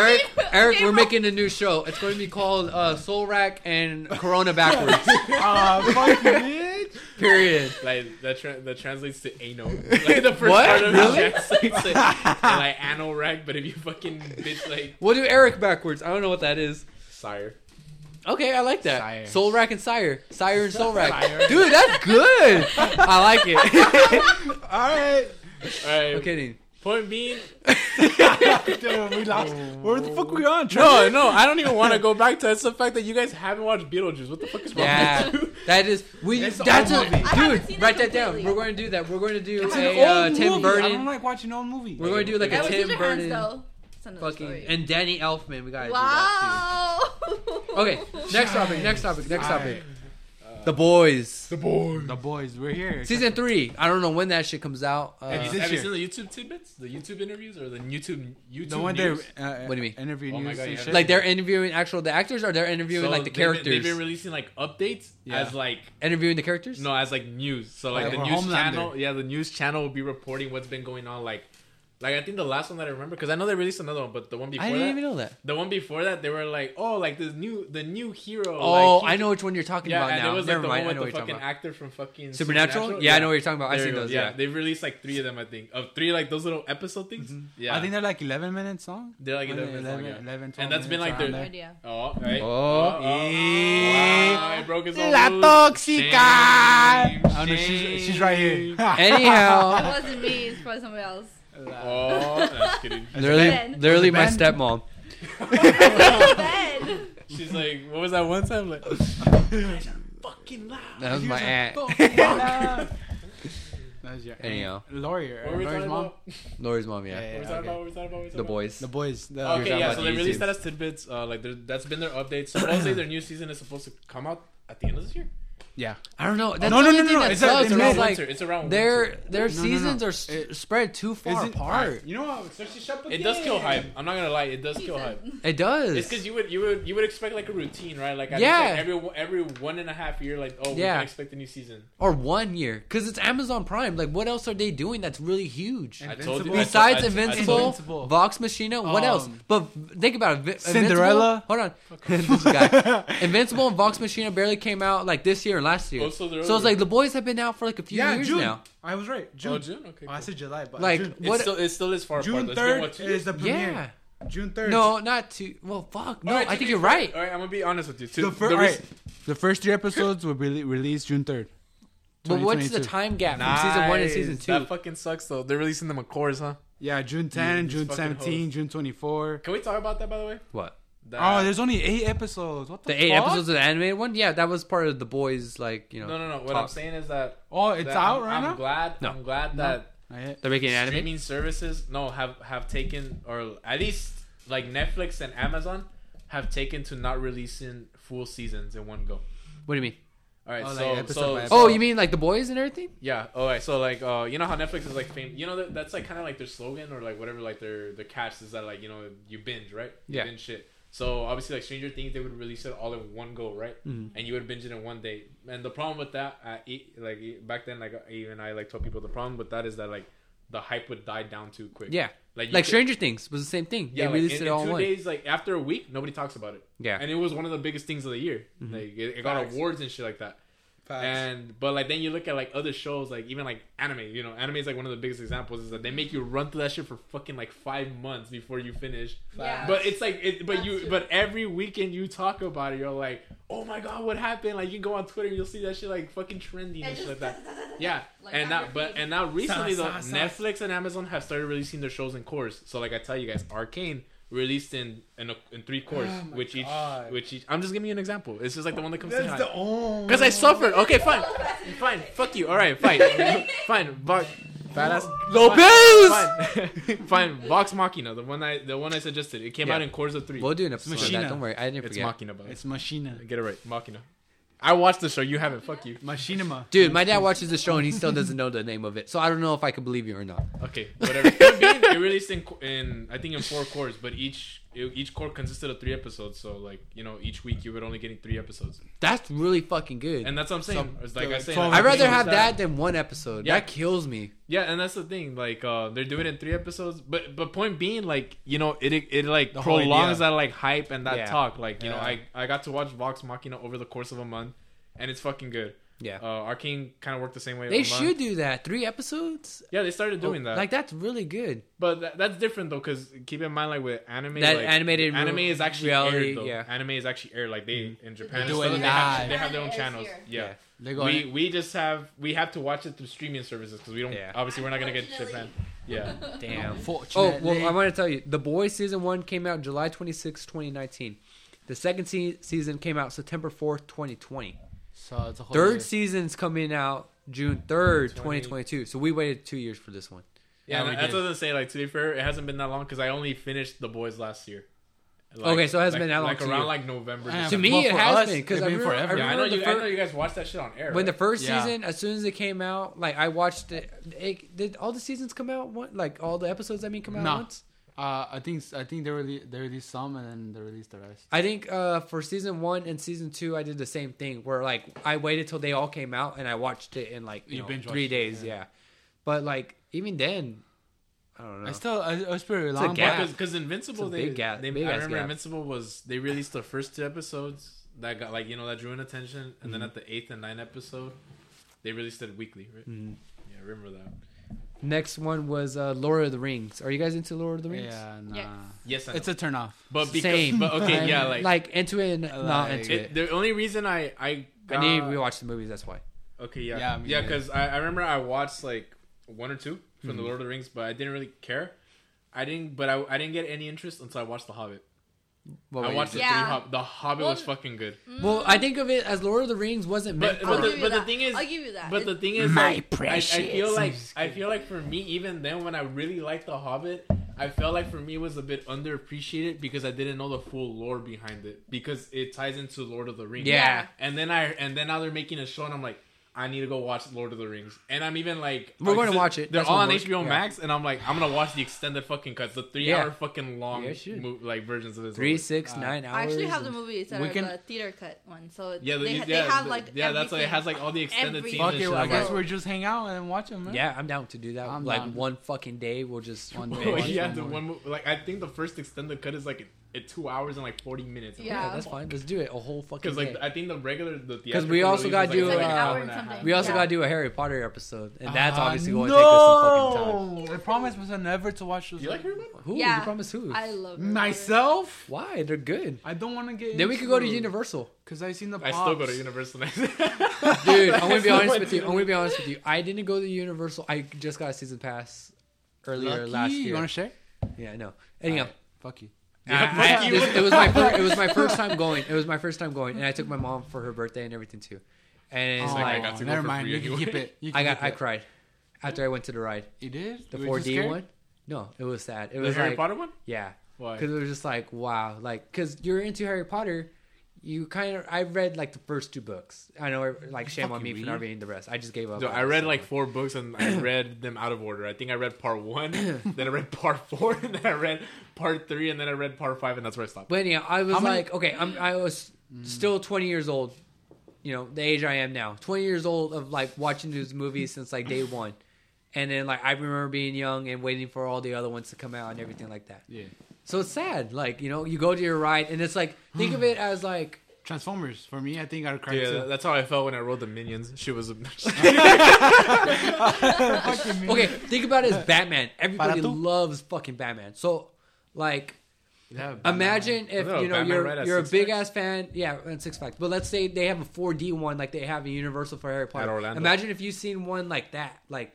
Eric.
Eric, Eric,
Gabriel.
we're making a new show. It's going to be called uh, Soul Rack and Corona Backwards.
Ah, fuck, bitch.
period.
Like that, tra- that translates to anal. Like the first
What?
part of
Really?
it translates to to, like anal rag, but if you fucking bitch like
We'll do Eric backwards. I don't know what that is.
sire.
Okay, I like that.
Sire.
Soul Rack and Sire. Sire and Soul Rack.
Sire.
Dude, that's good. I like it.
All right.
All right.
I'm
Okay.
kidding.
Point being.
Dude, we lost. Where the fuck are we on?
No, no, I don't even want to go back to it. It's the fact that you guys haven't watched Beetlejuice. What the fuck is wrong
Yeah.
with you?
That is we.
It's
that's
an
a
old movie.
I haven't seen
dude.
it
Write that down.
completely.
We're going to do that. We're going to do
It's an
a uh,
old
Tim
movie. I don't
Burton.
like watching old movies.
We're going to do like
I
a
was
Tim
Tim
Burton
though. It's another
fucking
story.
and Danny Elfman. We got to
wow.
do that too. Okay, next topic. Next topic. Next topic. The boys.
The boy.
The boys, we're here.
Season three. I don't know when that shit comes out. Uh,
Have
It's
you,
this
have you
year.
seen the YouTube tidbits, the YouTube interviews, or the YouTube YouTube
the one they
news?
uh,
What do you mean?
interview
Oh my
news
God,
and
yeah.
shit.
like they're interviewing actual the actors, or they're interviewing
So
like the
they've been-
characters.
They've been releasing like updates
Yeah.
as like
interviewing the characters.
no as like news. So like
Like,
the
for
news
Homelander.
channel, yeah, the news channel will be reporting what's been going on. Like, like I think the last one that I remember because I know they released another one, but the one before
I didn't
that,
even know that.
the one before that, they were like, oh, like this new the new hero.
Oh,
like, he-
I know which one you're talking
Yeah,
about
and
now.
it was
Never
like
mind.
the
I
one
know what
with
you're
the
talking
fucking
about.
actor from fucking
Supernatural? Yeah, I know what you're talking about. I've
There
seen
you go.
those.
Yeah,
Yeah.
they've released like three of them, I think, of three like those little episode things.
Mm-hmm.
Yeah,
I think they're like 11 minutes long.
they're like
Wasn't it
11, 11,
11, 11, 12
And that's been
minutes
like their-
around
No
there.
idea.
Oh, right.
Oh, eh.
wow, I broke his own
La
rules.
toxica.
Shame,
Oh, no, she's, she's right here.
shame.
It
Anyhow,
wasn't me. It's probably somebody else.
Oh, no, just kidding.
literally,
Ben.
literally my
Ben.
stepmom.
Ben.
She's like, what was that one time? Like, fucking loud.
That was my aunt.
that was your
Anyhow.
aunt. Lori.
What were we
Lori's
talking
mom.
about? What
Lori's mom. Yeah.
Yeah,
were we
yeah,
talking
okay.
about? What were we talking about? What were
The
we talking about?
boys.
The boys. The,
Okay,
talking
yeah.
about
So they
the
released
YouTube.
that as tidbits. Uh, like, there- that's been their update. Supposedly their new season is supposed to come out at the end of this year.
yeah.
I don't know. That's
No,
the
no,
only
no,
thing
no,
that
it's that
sucks,
they
or
made-
else,
It's
like
winter. It's around
their
winter.
their
No, no, no.
seasons are s-
It-
spread too far apart.
You know what? Especially Shepard.
It does kill hype. I'm not gonna lie. It does kill hype.
Jesus.
It does.
It's because you would you would you would expect like a routine, right? Like I
Yeah.
think, like, every every one and a half year, like oh, we
Yeah.
can expect a new season.
or one year, because it's Amazon Prime. Like, what else are they doing that's really huge?
I told you-
Invincible.
I told- I
Besides
told- I told-
Invincible,
Invincible.
Vox Machina, what else?
Um,
But v- think about it. Vi- Invincible-
Cinderella.
Hold on, this guy. Invincible and Vox Machina barely came out like this year and last year.
Oh,
so
so they're
it's
older.
like the boys have been out for like a few years now.
I was right. June.
Oh, June. Okay.
Oh, I
cool.
said July, but
Like,
June.
It's
what-
still it's still this far
June
apart. though. It's been, what,
third
two
is
years?
the premiere.
Yeah.
June third.
No, not too. Well, fuck. No,
All right,
I
to
think
be
you're
fair-
right.
All right, I'm gonna be honest with you. To-
The, fir-
the
all right.
reason-
the first three episodes will be released June third.
But what's the
2022.
time gap from season one and season
Nice.
two?
That fucking sucks though. They're releasing them in cores, huh?
Yeah, June 10,
these
June
fucking
17,
hoes.
June 24.
Can we talk about that by the way?
what?
That-
Oh, there's only eight episodes. What the,
The eight
fuck?
episodes of the animated one? Yeah, that was part of the boys. Like you know,
no, no, no. What I'm
talk.
saying is that
Oh, it's
that
out
I'm,
right
I'm
now.
glad.
No.
I'm glad that
Not yet.
they're making an anime.
streaming services no have have taken or at least like Netflix and Amazon have taken to not releasing full seasons in one go.
What do you mean?
All right,
Oh, like
so,
episode
so-
by
Oh,
So-
you mean like the boys and everything?
yeah. All right, so like uh, you know how Netflix is like fame. You know that, that's like kind of like their slogan or like whatever like their their catch is that like you know you binge right? You
Yeah.
Binge shit. So obviously like Stranger Things they would release it all in one go right?
Mm-hmm.
And you would binge it in one day. And the problem with that, uh, e- like e- back then like even I like told people the problem with that is that like the hype would die down too quick.
Yeah.
Like you
Like
could-
Stranger Things was the same thing.
Yeah,
they
like,
released
in,
it
in
all in
two
one.
days. Like after a week, nobody talks about it.
Yeah. Mm-hmm.
and it was one of the biggest things of the year. Like it, it got
Facts.
awards and shit like that. And but like then you look at like other shows, like even like anime. You know, anime is like one of the biggest examples. Is that they make you run through that shit for fucking like five months before you finish.
Yeah.
But it's like, it, but
That's
you,
true.
but every weekend you talk about it. You're like, oh my god, what happened? Like you go on Twitter, and you'll see that shit like fucking trending and,
And
shit
just-
like that. Yeah,
Like
and
that
now, but
repeat.
and now recently
Sa- sa-
though,
sa-
Netflix and Amazon have started releasing their shows in cores. So like I tell you guys, Arcane released in in, a, in three quarts,
Oh my
which
God.
each which each. I'm just giving you an example. It's just like the one that comes to
That's
mind.
the only.
Because I suffered. Okay, fine. Fine. Fuck you. All right, fine. fine. Box. Badass.
Lopez!
Fine. fine. Box Machina, the one I the one I suggested. It came
Yeah.
out in quarters of three.
We'll do an episode of that.
Machina.
Don't worry. I didn't
It's
forget.
Machina, but
It's Machina.
get it right. Machina. I watched the show. You haven't. Fuck you.
Machinima.
Dude, my dad watches the show and he still doesn't know the name of it, so I don't know if I can believe you or not.
Okay, whatever. it, being, it released in qu- in I think in four quarters, but each each quart consisted of three episodes. So like you know, each week you were only getting three episodes,
That's really fucking good.
and that's what I'm saying.
So,
It's like I
the
say,
12
I'd rather
episodes
have
out.
that than one episode.
Yeah.
That kills me.
Yeah, and that's the thing. Like, uh, they're doing it in three episodes, but but point being, like, you know, it it, like
The whole
prolongs
idea.
that like hype and that
Yeah.
talk. Like, you know,
Yeah.
I I got to watch Vox Machina over the course of a month, and it's fucking good.
Yeah.
uh, Arcane kind of worked the same way.
They
with a month.
should do that. Three episodes?
Yeah, they started doing that.
Oh, Like, that's really good.
but tha- that's different though, because keep in mind, like with anime,
That
like,
animated
anime
re-
is actually
reality,
aired. Though.
yeah. Mm-hmm.
anime is actually aired. Like they in Japan, and
do it
stuff, they, have,
live.
they have their own
It airs
channels.
here.
Yeah.
They go
We, we just have we have to watch it through streaming services because we don't
Yeah.
obviously we're not gonna get Japan
Unfortunately.
yeah
Damn. Oh,
Fortunately.
well, I want to tell you The Boys Season 1 came out July 26, 2019. The second se- season came out September 4th, 2020.
so it's a whole year.
Third season's coming out June 3rd, 2022. So we waited two years for this one.
Yeah,
Yeah, we
that's
did.
what I was gonna say. Like to be fair, it hasn't been that long because I only finished the boys last year. Like,
Okay, so it hasn't
like-
been that long
Like
to
around
you.
like November.
Yeah,
To
December.
but
me, it
for
has
us,
been because
it's
I
been
remember, I
forever.
yeah, I know
remember
you.
the
I
fir-
know you guys watched that shit on air.
when the
right?
first
Yeah.
season, as soon as it came out, like I watched it. it did all the seasons come out? One, like all the episodes I mean come out
No.
once.
Uh, I think I think they released they released some and then they released the rest.
I think uh, for season one and season two, I did the same thing where like I waited till they all came out and I watched it in like you
You
know,
binge
three
watched it,
days. Yeah. but like even then, I don't know.
I still I, I was pretty long. but-
gap.
yeah, because Invincible,
It's a
they,
big gap-
they
big
I
ass
remember
gap.
Invincible was they released the first two episodes that got like you know that drew in attention, and
Mm-hmm.
then at the eighth and ninth episode, they released it weekly. Right?
Mhm.
Yeah, I remember that.
Next one was uh, Lord of the Rings. Are you guys into Lord of the Rings?
Yeah, nah.
Yes.
Yes, I know.
It's a turn off.
but because,
Same.
But okay,
I'm,
yeah, like,
like into it, and not
Like-
into
it,
it.
the only reason I I
I need
got-
to rewatch the movies. That's why.
Okay, yeah,
Yeah,
yeah,
I mean, yeah.
Because I, I remember I watched like one or two from the Lord of the Rings, but I didn't really care. I didn't, but I, I didn't get any interest until I watched The Hobbit.
Oh,
What
I
about you?
watched the
Yeah.
three Hob- The Hobbit was
Well,
fucking good.
Well, I think of it as Lord of the Rings wasn't meant
But
for
but
give
the,
you
but the
that.
thing is,
I'll give you that.
But the
It-
thing is,
My
like, I, I feel
precious.
like I feel like for me, even then, when I really liked The Hobbit, I felt like for me it was a bit underappreciated because I didn't know the full lore behind it because it ties into Lord of the Rings.
Yeah.
And then I and then now they're making a show, and I'm like, I need to go watch Lord of the Rings, and I'm even like,
We're
like,
gonna
si-
watch it.
They're
That's
all
what
on
works.
HBO
Yeah.
Max, and I'm like, I'm gonna watch the extended fucking cuts, the three
Yeah.
hour fucking long
Yeah, you should.
mo- like versions of this.
three,
movie.
six,
Uh,
nine hours.
I actually have the
and-
movie. It's
We
like
can-
the theater cut one, so
Yeah,
yeah,
the-
they,
yeah,
ha- they have
the-
like
yeah, that's why it
everything.
has like all the extended
Everything.
scenes.
Fuck
and
it,
shit.
I
I'm
guess
like,
we just hang out and watch them. Man.
Yeah, I'm down to do that.
I'm
like
down.
one fucking day, we'll just one
Well,
day.
Oh
watch
yeah,
it.
the one mo- like I think the first extended cut is like at two hours and like forty minutes.
Yeah,
Yeah.
that's fine. Let's do it a whole fucking
Because like
day.
I think the regular the
Because we also
theatrical
gotta
release is,
do,
like,
uh,
an
Hour and
a half.
something.
we also
yeah.
gotta do a Harry Potter episode, and that's
Ah,
obviously going
no!
to take us some fucking time.
I promised myself never to watch those.
You like Harry Potter?
Who?
Yeah.
You promise who?
I love it.
myself?
Why? They're good.
I don't want to get.
Then we could go to Universal.
because I seen the.
I
Pops.
still go to Universal. Dude,
Dude, I'm gonna be honest with you. Oh, I'm gonna be honest with you. I didn't go to Universal. I just got a season pass earlier
Lucky.
last
You
year.
want to share?
yeah, I know. Anyhow,
Alright, Fuck you.
I- I- this- it was my fir- it was my first time going. It was my first time going, and I took my mom for her birthday and everything too. And
Oh,
like,
I
I
got
got,
to go
never
for
mind.
free
You can keep
anyway.
it. You can
I,
keep it.
cried after I went to the ride,
You did
the
You were
4D
too scared?
one. No, it was sad. It
the
was
Harry
like
Potter one.
yeah,
Why?
because it was just like wow, like because you're into Harry Potter. You kind of I read like the first two books. I know like shame on
fucking
me for
read?
not reading the rest. I just gave up.
So
on
I
it,
read
so-
like four books and I read them out of order. I think I read part one, then I read part four, and then I read part three, and then I read part five, and that's where I stopped.
But anyhow, I was
How many- Mm.
like, okay, I'm, I was still 20 years old, you know, the age I am now. 20 years old of like watching these movies since like day one. And then like I remember being young and waiting for all the other ones to come out and everything like that.
Yeah.
So it's sad. Like, you know, you go to your ride and it's like, think of it as like,
Transformers for me. I think I cried
yeah,
too.
that's how I felt when I wrote the Minions. She was.
okay,
Mm-hmm.
think about it as Batman. Everybody
Barato?
loves fucking Batman. So like,
Yeah, but-
Imagine if
No,
you know
Batman
you're
Red has
you're a
six
big
packs.
ass fan, yeah, and six packs. But let's say they have a 4D one like they have in Universal for Harry Potter.
Orlando.
Imagine if you seen one like that, like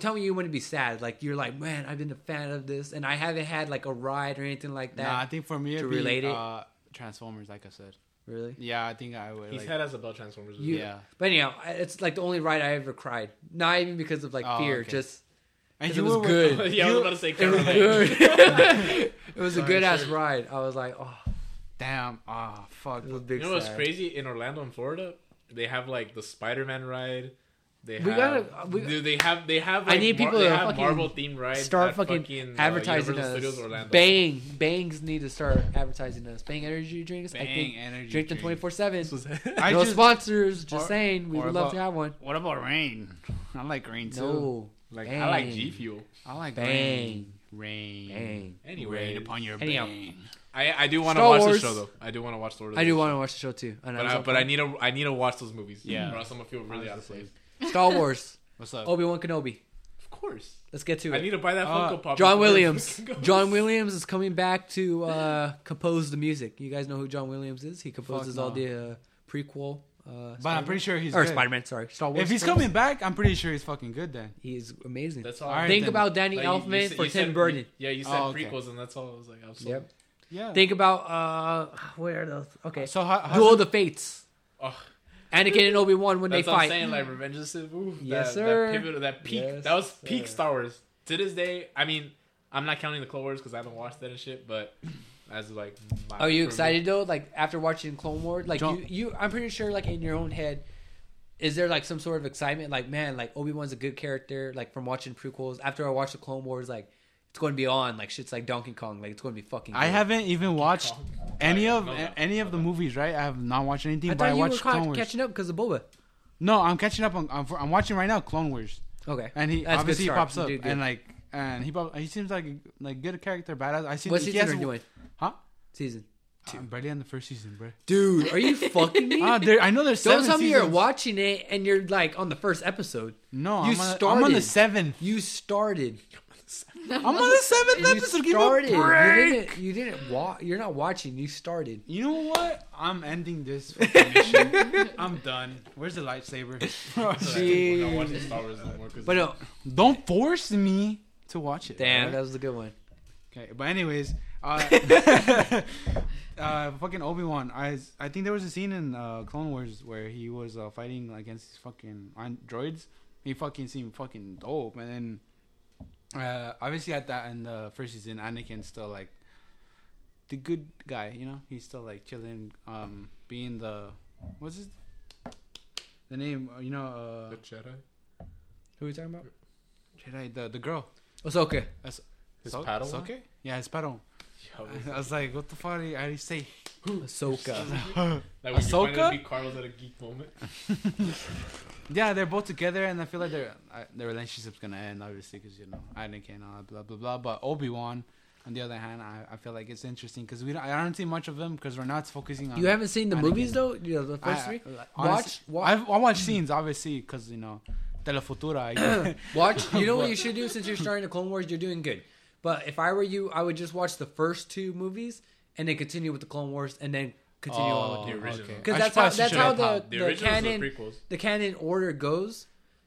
Tell me you wouldn't be sad. Like you're like, man, I've been a fan of this, and I haven't had like a ride or anything like that.
Nah, I think for me
to
it'd be
relate it?
uh, Transformers, like I said.
really.
Yeah, I think I would.
He's
like,
had us about Transformers.
You-
yeah,
But anyhow, I- it's like the only ride I ever cried. Not even because of like
Oh,
fear,
okay.
just
and
'Cause
you
it was
were with-
good.
yeah, I was about to say.
it was
Caroline.
good. it was a
Sorry,
good ass
sir.
ride. I was like, oh,
Damn. Ah, fuck.
it was
You
big.
know what's
sad.
crazy? In Orlando and Florida, they have like the Spider-Man ride. They
We
have,
gotta- we-
dude, they have they have. Like,
need people
they
to
have
fucking
Marvel themed rides.
Start
at
fucking,
uh,
advertising
Universal
us.
Studios Orlando.
Bang, bangs need to start advertising us. Bang energy drinks. I
Bang
think
energy.
drink them
drink.
twenty four seven.
This was-
I
No
just-
sponsors. Just
Or-
saying, we
or
would love
about-
to have one.
What about rain? I like rain too.
No,
like I like
Bang.
G
E.
Fuel.
I like
Bang.
rain. Rain.
bang.
Anyway,
Rain upon your
Anyhow.
brain.
I I do want to
Star
watch
Wars.
the show though. I do want to watch Lord of the
I do
Rings.
want to watch the show too. And
But
was
I,
like,
but I need to I need to watch those movies.
Yeah.
Or else I'm gonna feel really out of place.
Honestly.
Star Wars,
What's up?
Obi Wan Kenobi.
Of course.
Let's get to
I
Oh. it.
need to buy that
Uh,
Funko
John
Pop. before it
Williams.
fucking goes.
John Williams is coming back to uh, compose the music. You guys know who John Williams is? He composes all
no.
the uh, prequel. Uh,
but I'm pretty sure he's
or
good.
Spider Man. Sorry, Star Wars.
If he's
films.
coming back, I'm pretty sure he's fucking good then.
he is amazing.
That's all.
All right,
Think
then.
about Danny
Like, you- you
Elfman
said-
for
you
Tim
said-
Burton.
Yeah, you said
Oh, okay.
prequels, and that's all. I was like, I was so-
Yep.
Yeah.
Think about uh, where are those? Okay,
so how, how's
Duel
it-
of the Fates.
Ugh.
Anakin and Obi Wan when
That's
they
what I'm
fight.
saying. Like Revenge of the Sith. Ooh,
Yes,
that,
sir.
That pivot, that peak.
Yes,
that was peak
sir.
Star Wars. To this day, I mean, I'm not counting the Clone Wars because I haven't watched that and shit. But as like, my
Are you
favorite.
excited though? Like after watching Clone War, like
John-
you, you, I'm pretty sure, like in your own head, is there like some sort of excitement? Like man, like Obi Wan's a good character. Like from watching prequels, after I watched the Clone Wars, like it's going to be on. Like shit's like Donkey Kong. Like it's going to be fucking.
I
good.
haven't even watched any
yeah,
of
no, no,
any of the movies, right? I have not watched anything,
I
but
thought
I
you were
watched Clone
caught,
Wars.
catching up because of Boba.
No, I'm catching up on. I'm, I'm watching right now Clone Wars,
Okay,
and he
That's a good
obviously he
start.
pops
You
up
did good.
and like and he pop, he seems like a- like good character, badass. I see
what
he
season
has-
are you doing?
Huh?
Season.
I'm barely on the first season, bro.
Dude, are you fucking me?
ah, there, I know there's
Don't
seven
tell me you're
seasons.
watching it and you're like on the first episode.
No,
You
I'm, on, I'm on
started.
the seventh.
You started.
I'm on the seventh
You
episode. Give me a
started. You
break.
didn't. You didn't watch. You're not watching. You started.
You know what? I'm ending this fucking mission. I'm done. Where's the lightsaber?
We're not watching Star Wars anymore. 'cause-
But no,
Don't force me to watch it.
damn, that
alright?
was a good one.
Okay, but anyways, uh, uh, fucking Obi Wan. I I think there was a scene in uh, Clone Wars where he was uh, fighting against these fucking androids. He fucking seemed fucking dope, and then uh, obviously at that in the uh, first season, Anakin's still like the good guy. You know, he's still like chilling, um, being the what's his the name? uh, You know,
The Jedi.
Who are you talking about?
uh, Jedi, the the girl.
Ahsoka.
His
So-
paddle.
Ahsoka? Yeah, his paddle. I was like, what the fuck? I already say
Ahsoka.
Like when
Ahsoka?
you finally beat Carlos at a geek moment.
Yeah, they're both together, and I feel like their uh, their relationship's gonna end, obviously, because you know Anakin, and all that, blah blah blah. But Obi Wan, on the other hand, I, I feel like it's interesting because we don't, I don't see much of them because we're not focusing on.
You haven't seen the
Anakin.
movies though? You know, the first
I-
three?
I- honestly-
Watch- wa-
I've, I watch scenes obviously because you know, Telefutura. I-
Watch. You know what you should do since you're starting the Clone Wars? You're doing good. But if I were you, I would just watch the first two movies and then continue with the Clone Wars and then continue
Oh,
on with
the
the
original.
Because
I
that's how
probably
that's
should've
how
popped.
the,
The
the,
originals
canon
were prequels.
the canon order goes.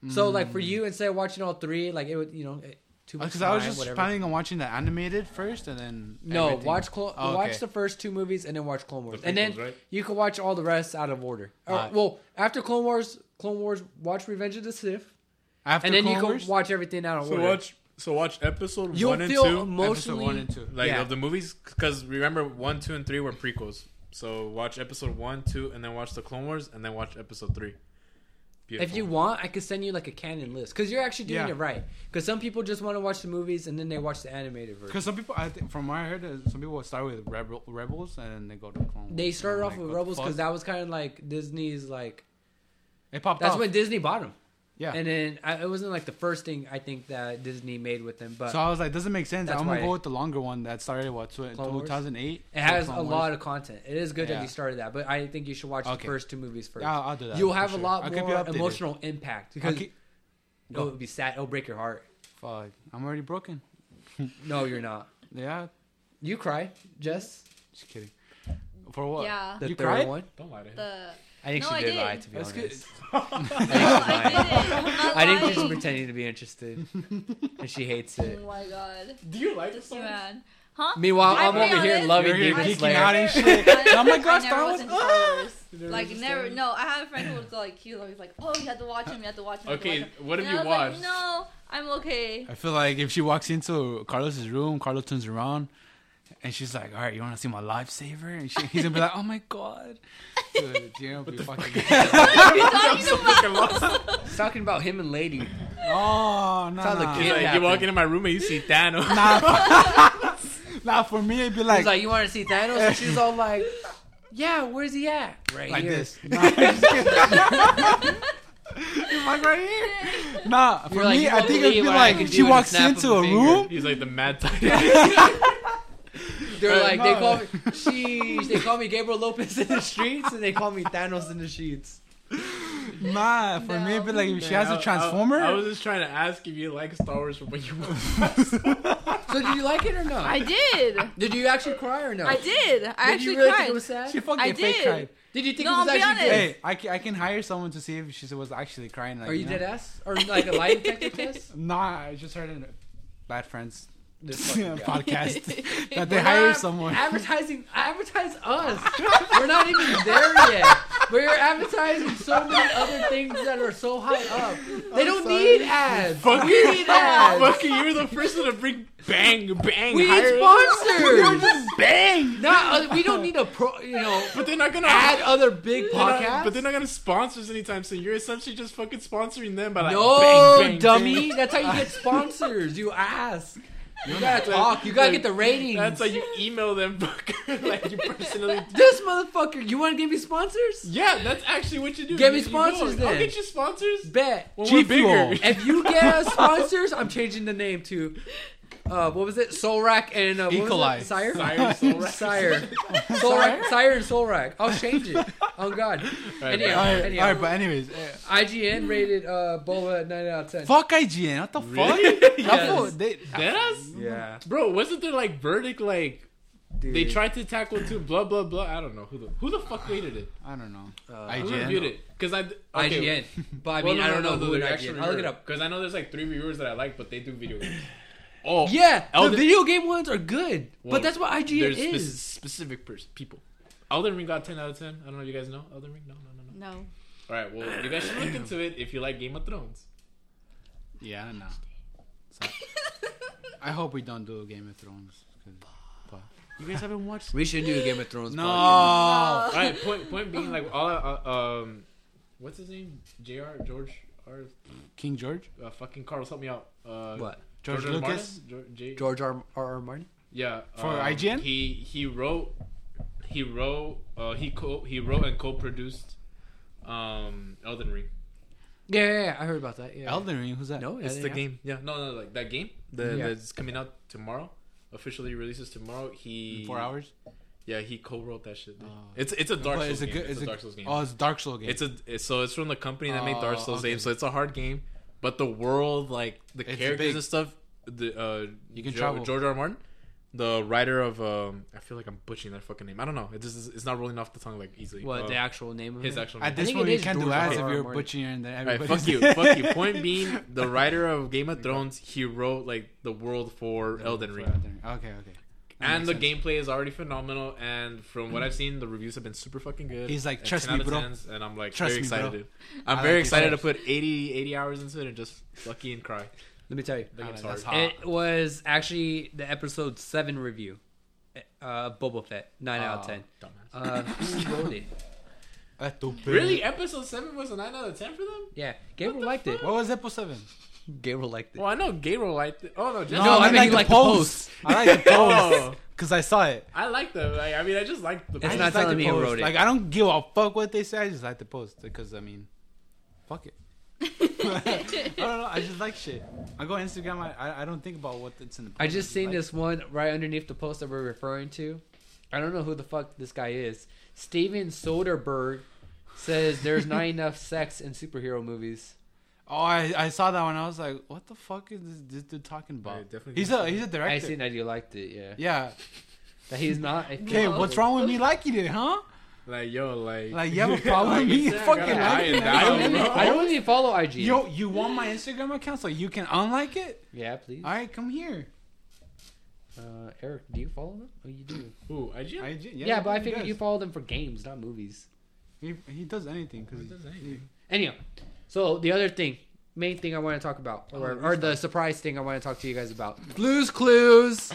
So like for you, instead of watching all three, like it would you know it- too much
Because
time.
Hmm. Uh, I was just
whatever.
planning on watching the animated first, and then
no
everything.
watch Clo-
Oh, okay.
watch the first two movies and then watch Clone Wars, and then
prequels, right?
you can watch all the rest out of order. Or,
Alright.
Well, after Clone Wars, Clone Wars, watch Revenge of the Sith,
after
and then you
Clone
can
Wars,
watch everything out of order.
So watch episode
You'll feel emotionally.
episode one and two.
like
Yeah.
of the movies because remember one two and three were prequels so watch episode one two and then watch the clone wars and then watch episode three Beautiful.
If you want, I could send you like a canon list because you're actually doing
Yeah.
it right. Because some people just want to watch the movies and then they watch the animated version.
Because some people, I think, from what I heard, uh, some people will start with Rebel, Rebels and then they go to Clone Wars.
They started
And I'm
off
like,
with
what Oh the
Rebels because
fuck?
that was kind of like Disney's like
it popped
that's
off.
when Disney bought them.
Oh. yeah.
And then I, it wasn't like the first thing I think that Disney made with them, but
so I was like, doesn't make sense.
That's
I'm gonna
why-
go with the longer one that started what tw-
Clone Wars?
2008.
it has a lot of content. It is good that
Yeah.
you started that, but I think you should watch the
Okay.
first two movies first.
Yeah, I'll- I'll do that.
You'll
for
have
sure.
a lot
I'll keep you
more
updated.
emotional impact
I'll
because
keep-
oh, it would be sad. It'll break your heart.
fuck, I'm already broken.
No, you're not.
Yeah,
You cry, Jess.
just kidding. For what?
Yeah.
The
you
third
cried?
one.
don't lie to him
The
I think
No,
she
I
did,
did.
lie to be
That's
honest.
good.
I think she
I
lied.
didn't. I'm not
I think she's
lying.
pretending to be interested, and she hates
Oh
it.
my god.
Do you like this
Just
song?
mad. Huh?
Meanwhile,
I'll
I'm
be
over here
honest.
loving
You're here
Demon
geeking
Slayer.
out and shit. Oh my god,
I never
Star
was
Wars.
into Star Wars. Like
There's a
never,
story?
no. I have a friend who was like, he was always like, oh, you have to watch him, you have to watch him. you have to
Okay,
watch him."
what have
And I
you
was like,
watched?
no, I'm okay.
I feel like if she walks into Carlos's room, Carlos turns around, and she's like, "All right, you want to see my lifesaver?" And she, he's gonna be like, "Oh my god." Dude, you know, be fucking.
I'm so fucking lost.
He's talking about him and Lady.
Oh no,
Sounds
nah.
like
He's
It
like, you
happened.
walk into my room and you see Thanos.
nah, for me it'd be like
He's like, you want to see Thanos? And she's all like, yeah, where's he at? Right
like
here.
this. Nah, I'm just kidding. You're like right here. Nah, for
You're like,
me
you
I
won't
think it'd
believe
be
what I
like
can do
she
in a
walks
snap of
into
a
a
finger.
room.
He's like the mad Titan.
They're like, they
Uh, no.
call me, sheesh, they call me Gabriel Lopez in the streets, and they call me Thanos in the sheets.
Nah, for me it'd be like if she has a transformer.
I, was just trying to ask if you like Star Wars from when you were.
So did you like it or no?
I did.
did you actually cry or no?
I did. I
Did
actually
you really
cried.
think it was sad?
she fucking
I
fake
did.
cried.
Did you think
No,
it was
I'll be
actually
honest.
good?
Hey, I can, I can hire someone to see if she was actually crying. Like,
Are you
know?
dead ass? Or like a lie detector test?
Nah, I just heard in Bad Friends
This fucking guy.
podcast that they
We're
hire
not
someone.
Advertising, advertise us. We're not even there yet. We're advertising so many other things that are so high up. They don't
sorry.
need ads.
Fuck
we need ads.
Fucking, you were the first one to bring bang, bang.
We need
higher.
sponsors.
bang.
not, uh, we don't need a pro. You know,
But they're not gonna
add other big
they're not-
podcasts.
But they're not gonna sponsor us anytime soon. You're essentially just fucking sponsoring them by like
no,
bang, bang,
dummy.
bang.
That's how you get sponsors. You ask. You gotta talk. You gotta get the ratings.
That's like you email them, fucker. like you personally.
this motherfucker. You want to give me sponsors?
Yeah, that's actually what you do.
Get me
You- you
sponsors
go, I'll
then.
get you sponsors.
Bet.
When
G
we're bigger.
Fuel.
If you get us sponsors, I'm changing the name to, uh, what was it? Solrack and uh, what was
Equalize.
it? Sire.
Sire, Soul Rack.
Sire. Solrack, Sire and Solrack. I'll change it. Oh God.
Alright,
Anyhow,
all, right,
anyhow.
all right, but anyways, eh,
IGN rated uh, Boba at nine out of ten.
fuck IGN. What the fuck?
Really?
That
Yes.
fool- they-
Deadass?
Yeah.
Bro, wasn't there like verdict like
Dude.
they tried to tackle two blah blah blah? I don't know who the who the fuck rated it.
I don't know.
Uh,
Who
IGN.
reviewed it? Because I
IGN. But I mean, I don't know who at IGN. I'll look it up.
Because I know there's like three reviewers that I like, but they do video games. Oh
Yeah,
Elden-
the video game ones are good,
Well,
but that's what IGN
there's spe-
is.
specific pers- people. Elden Ring got ten out of ten. I don't know if you guys know Elden Ring. No, no, no, no.
No.
All right, well you guys should look into it if you like Game of Thrones.
Yeah, no. So- I hope we don't do Game of Thrones. 'cause- but-
You guys haven't watched
We should do a Game of Thrones.
No.
All right, point point being like all uh, um, what's his name? J.R. George R.
King George,
Uh, fucking Carlos, help me out. Uh,
What?
George
R. Martin?
Lucas.
George, J-
George R. R. R. Martin.
yeah.
For
um,
IGN?
He he wrote, he wrote, uh, he co he wrote and co-produced, um, Elden Ring.
Yeah, yeah, yeah, I heard about that. Yeah.
Elden Ring. Who's that?
No, yeah,
It's
yeah,
the
yeah.
game. Yeah. No, no, like that game. The
Yeah.
that's coming out tomorrow. Officially releases tomorrow. He
Four hours.
Yeah, he co-wrote that shit. dude.
Oh.
It's it's a Dark
But it's
Souls
a
game.
good.
it's, a Dark Souls game.
Oh, it's a Dark Souls game.
It's a it's, so it's from the company that made Dark
Oh,
Souls
okay.
games, so it's a hard game, but the world like the
It's
characters
big.
and stuff. The uh,
You can
Jo-
travel.
George R. R. Martin, the writer of um, I feel like I'm butchering that fucking name. I don't know. It just is- it's not rolling off the tongue like easily.
What
Uh,
the actual name of
his
it?
actual name?
At this
think it
point, you
is
can't do
George R.
ads if
R.
you're
Martin.
butchering that.
All right, fuck you, fuck you. Point being, the writer of Game of Thrones, he wrote like the world for Elden Ring,
Okay, okay. That
and the
makes sense.
gameplay is already phenomenal. And from what I've seen, the reviews have been super fucking good.
He's like,
And
"Trust
10
me,
out of
bro.
10s, and I'm like
Trust
very
me, bro.
excited. Dude. I'm
I
very
like this
excited to
stuff.
put 80, 80 hours into it and just lucky and cry.
Let me tell you.
Like,
Ah,
I'm sorry.
that's hot.
Oh, It was actually the episode seven review. Uh, Boba Fett, nine out of
Oh,
ten.
Dumbass.
Uh, who wrote it?
That's stupid.
Really, episode seven was a nine out of ten for them.
Yeah, Gabriel liked it.
What was episode seven?
Gabriel liked it.
Well, I know Gabriel liked it. Oh no, just,
No, I mean,
meant
you like the post.
I like the
Oh.
post because I saw it.
I like them. Like, I mean, I just like the.
It's
I
I
not
just like
telling
the
me who
post.
wrote it.
Like I don't give a fuck what they say. I just like the post because I mean, fuck it. I don't know. I just like shit. I go on Instagram. I I, I don't think about what it's in the. Post.
I just seen
like-
this one right underneath the post that we're referring to. I don't know who the fuck this guy is. Steven Soderbergh says there's not enough sex in superhero movies.
Oh, I, I saw that one. I was like, what the fuck is this, this dude talking
I
about?
definitely
He's a
didn't see
he's a director.
I seen that you liked it, yeah.
Yeah.
That he's not.
Okay,
Whoa.
what's wrong with me liking it, huh?
Like yo, like
Like, you have a problem?
you
You
said, I
fucking like
gotta eye it
it.
I
down,
don't,
bro.
I don't even follow IG.
Yo, you want my Instagram account so you can unlike it?
Yeah, please.
All right, come here.
Uh, Eric, do you follow them? Oh, you do.
Ooh, IG.
I j-
Yeah, but I
he
figured
does.
you follow them for games, not movies.
He, he does anything because
It does anything.
Anyhow, so the other thing, main thing I want to talk about, or, or the surprise thing I want to talk to you guys about, Blue's Clues,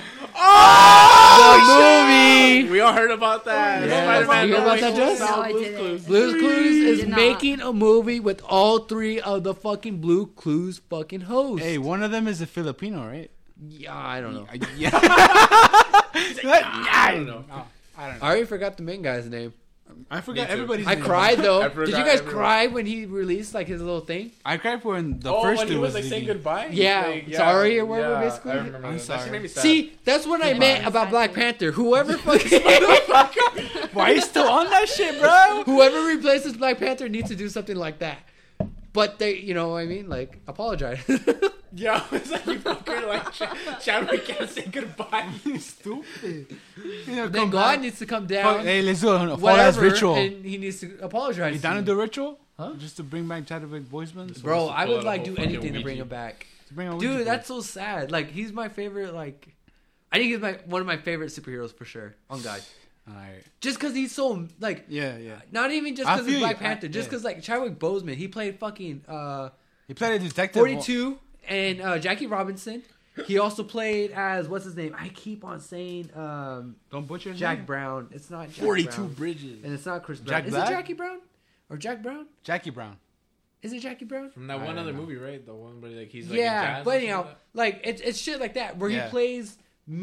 the movie.
We all heard about that.
Yeah.
Spider-Man
You heard
No
about
Way
that,
Home
Jess?
saw
No, I
Blue's
didn't.
Clues.
Blue's Clues is
Did not.
making a movie with all three of the fucking Blue Clues fucking hosts.
Hey, one of them is a Filipino, right?
Uh, yeah, I don't know.
Yeah.
I don't know.
Oh. I already forgot the main guy's name.
I forgot
too.
everybody's.
I
name.
cried though.
I
Did you
forgot
guys
everyone.
cry when he released like his little thing?
I cried for when the
oh,
first
when
dude
he was
was,
like saying
leaving.
goodbye.
Yeah,
Like,
sorry or whatever,
yeah,
basically.
I remember
I'm
that. That
sorry.
shit made me sad.
See, that's what I meant about Black Panther. Whoever fucking
Why are you still on that shit, bro?
whoever replaces Black Panther needs to do something like that. But they, you know, what I mean, like apologize.
yeah, it's like you fucker, like Ch- Chadwick can't say goodbye.
You Stupid. You know,
then
come
God
back.
needs to come down.
Fuck, hey, let's do a whole ass
whatever,
ritual.
and he needs to apologize.
you
to
down to
me.
do a ritual?
Huh?
Just to bring back Chadwick Boseman?
Just
Bro,
wants to
I
pull
would
out a
like
whole
do
fucking
anything to bring
Ouija.
him back.
To bring a Ouija
Dude,
board.
that's so sad. Like he's my favorite. Like, I think he's my one of my favorite superheroes for sure. On God,
Alright.
just because he's so like
Yeah, yeah.
Not even just
I
because
feel
it's
you.
Black
I-
Panther, just
yeah.
because like Chadwick Boseman, he played fucking uh,
He played a detective.
42 and uh, Jackie Robinson. He also played as what's his name? I keep on saying um,
Don't butcher his
Jack
name.
Brown. It's not Jack
42
Brown.
Bridges.
and it's not Chris Brown.
Jack
Is
Black?
it Jackie Brown or Jack Brown?
Jackie Brown.
Is it Jackie Brown?
From that
I
one
don't
other
know.
movie, right? The one where like he's like
yeah,
in jazz
but
and
you
shit
know,
like
like it's it's shit like that where
Yeah.
he plays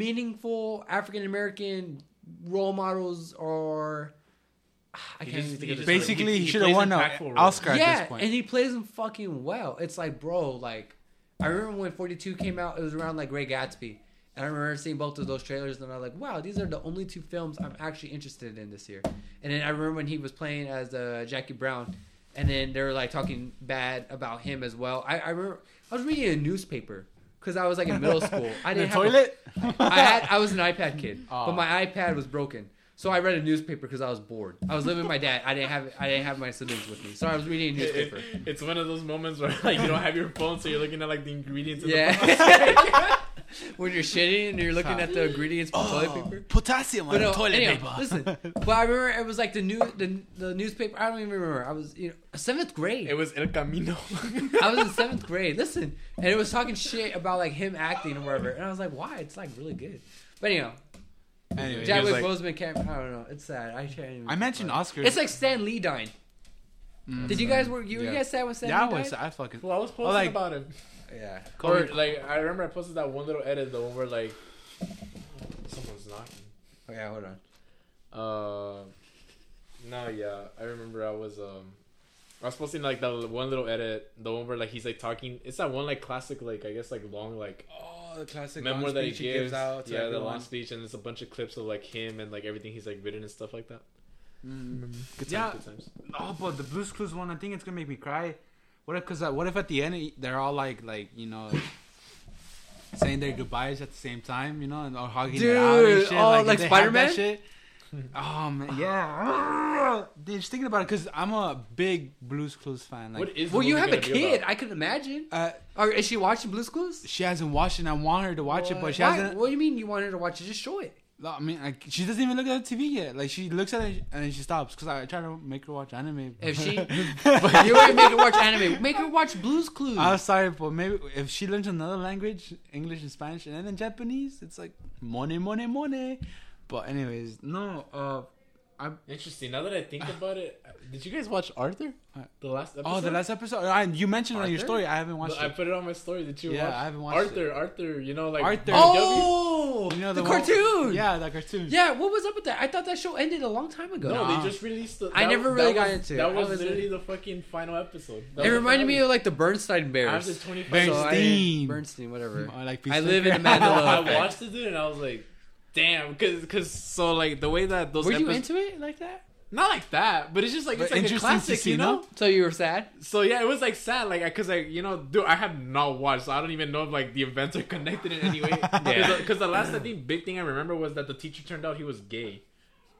meaningful African American role models or I
He
can't
just-
even think
he
of the
just sort
name.
of-
Basically,
he-
he,
he
should have
plays
won
impactful
an
roles.
Oscar
yeah,
at this point.
and he plays them fucking well. It's like, bro, like I remember when Forty Two came out, it was around like Ray Gatsby, and I remember seeing both of those trailers, and I'm like, wow, these are the only two films I'm actually interested in this year. And then I remember when he was playing as uh, Jackie Brown, and then they were like talking bad about him as well. I, I remember I was reading a newspaper because I was like in middle school. I
In the
didn't have a-
toilet?
I had I was an iPad kid,
Aw.
but my iPad was broken. So I read a newspaper because I was bored. I was living with my dad. I didn't have I didn't have my siblings with me, so I was reading a
that. It-
newspaper.
it- it's one of those moments where like you don't have your phone, so you're looking at like the ingredients. in the box.
Yeah. when you're shitting and you're looking at the ingredients for
Oh.
toilet paper.
potassium
But no, anyhow, listen. But I remember it was like the new the, the newspaper. I don't even remember. I was you know seventh grade.
It was El Camino.
I was in seventh grade. Listen, and it was talking shit about like him acting or whatever, and I was like, why? It's like really good. But anyhow,
Anyway,
Jack-
Chadwick
like-
Boseman can't. I don't know. It's sad. I can't even.
I mentioned Oscars.
It's like Stan Lee dying. Did you guys were you, were
Yeah.
you guys sad when Stan
yeah, I
Lee
was.
died?
I fucking.
well, I was posting
like-
about him.
Yeah.
Or like I remember I posted that one little edit, the one where like someone's knocking.
Oh, yeah, hold on.
Uh, no, yeah, I remember I was um, I was posting like the one little edit, the one where like he's like talking. It's that one like classic, like I guess like long like
Oh, the classic
memoir that he gives.
out.
yeah, the long speech, and there's a bunch of clips of like him and like everything he's like written and stuff like that. Good times,
Mm. Yeah.
good times.
Oh, but the Blue's Clues one, I think it's gonna make me cry. What if? Cause uh, what if at the end they're all like, like you know, saying their goodbyes at the same time, you know, and or hugging it out and
Dude,
shit.
oh,
if
like
they have that
Spider-Man?
shit. Oh man, yeah. Dude, just thinking about it, cause I'm a big Blue's Clues fan. Like,
What is the
Well, you
movie
have a
gonna be
kid.
about?
I could imagine.
uh,
Or is she watching Blue's Clues?
she hasn't watched it. and I want her to watch it, but she
Why?
hasn't.
What do you mean you want her to watch it? Just show it.
No, I mean, like, she doesn't even look at the TV yet. Like, she looks at it and then she stops. Cause I try to make her watch anime.
If she, you ain't make her watch anime. Make her watch Blue's Clues.
I'm sorry, but maybe if she learns another language, English and Spanish, and then Japanese, it's like money, money, money. But anyways, no. Uh,
Oh!
Interesting. Now that I think about it, did you guys watch Arthur?
Uh,
The last episode.
oh, the last episode. I, you mentioned on your
Arthur?
story. I haven't watched
I
it.
put it on my story. Did you
Yeah,
watch?
I haven't watched
Arthur, Arthur, you know, like
Arthur.
RW?
oh,
You know
the,
the one-
cartoon.
Yeah, that cartoon.
Yeah, what was up with that? I thought that show ended a long time ago.
No,
Nah.
they just released the.
I never really got
was-
into it. I
That was,
wasn't-
literally the fucking final episode. That
it
was
reminded me
finale.
of like the Bernstein Bears.
After 25
So I-
Bernstein.
Bernstein, whatever.
I like
I live in a
I
Mandela. effect.
watched it dude, and I was like, damn, cause, cause so like the way that those
Were you
episodes-
into it like that?
not like that, but it's just like
But
it's like a
interesting to
classic,
see,
you know.
no?
So you were sad?
So yeah, it was like sad, like I- cause I you know, dude, I have not watched, so I don't even know if like the events are connected in any way. Cause, the, 'cause the last I think big thing I remember was that the teacher turned out he was gay.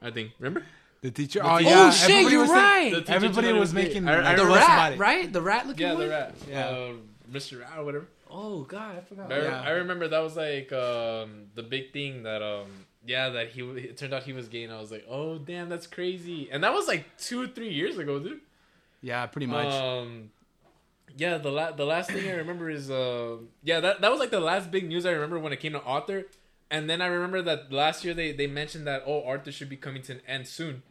I think remember
The teacher.
The
Oh,
teacher.
yeah.
oh shit,
everybody
you're
was thinking-
right.
The teacher
Everybody
told me
was
to repeat.
making.
I- I
like,
the
remember
rat,
somebody.
right? The rat looking
Yeah,
one.
the rat.
Yeah.
Uh, Mr. Rat or whatever.
Oh god, I forgot.
I, re-
Yeah.
I remember that was like um, the big thing that um yeah that he w- it turned out he was gay and I was like oh damn that's crazy and that was like two three years ago dude
Yeah, pretty much.
Uh,
um yeah the la- the last thing I remember is uh yeah that that was like the last big news I remember when it came to Arthur and then I remember that last year they they mentioned that oh Arthur should be coming to an end soon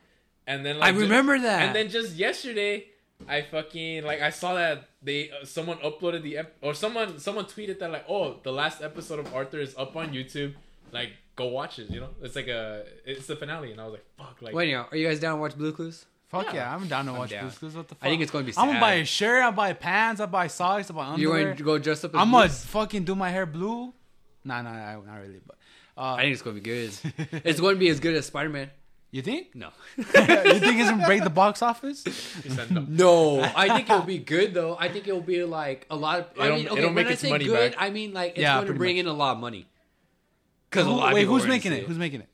and then
I
like ju-
remember that.
and then just yesterday, I fucking like I saw that they uh, someone uploaded the ep- or someone someone tweeted that like oh the last episode of Arthur is up on YouTube, like go watch it. You know, it's like a it's the finale, and I was like fuck like
Wait, now, are you guys down to watch Blue Clues?
Fuck yeah.
yeah.
I'm down to watch
down.
Blue's Clues. What the fuck?
I think it's gonna be
I'm gonna
sad.
buy a shirt. I'll buy pants. I'll buy socks. I'll buy
You're
underwear.
going to go dress up. As
I'm
Blue?
gonna fucking do my hair blue. Nah, nah, I- not really. But
I
uh,
think it's going to be good. it's going to be as good as Spider Man.
you think?
No.
you think it's gonna break the box office?
he said no.
No, I think it'll be good though. I think it'll be like a lot of. I
It'll-
mean, okay,
it'll
when
make
I
its
say
money
good,
back.
I mean like it's
Yeah,
going to
pretty
bring
much.
in a lot of money. Because a
Who,
lot of
wait,
people
who's
are gonna
making
see
it? Who's making it?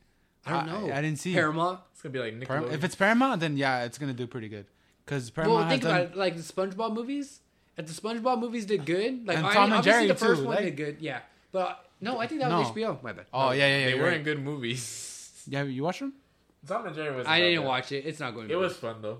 I don't know.
I, didn't see.
Paramount.
It's gonna be like
Param-
Nickelodeon.
if it's Paramount, then yeah, it's gonna do pretty good. Cause Paramount
well, think
has
about
done,
it. Like the SpongeBob movies. If the SpongeBob movies did good, like
And
I,
Tom and
obviously
Jerry,
the first
too,
one
like-
did good. Yeah, but uh, no, I think that was
No.
HBO. My bad.
Oh yeah, yeah, yeah.
they
you're
weren't
right.
good movies.
Yeah, you watch them?
Tom and Jerry was.
I
not
didn't
bad.
watch it. Uh, It's not going to.
It
be
was
good.
fun though.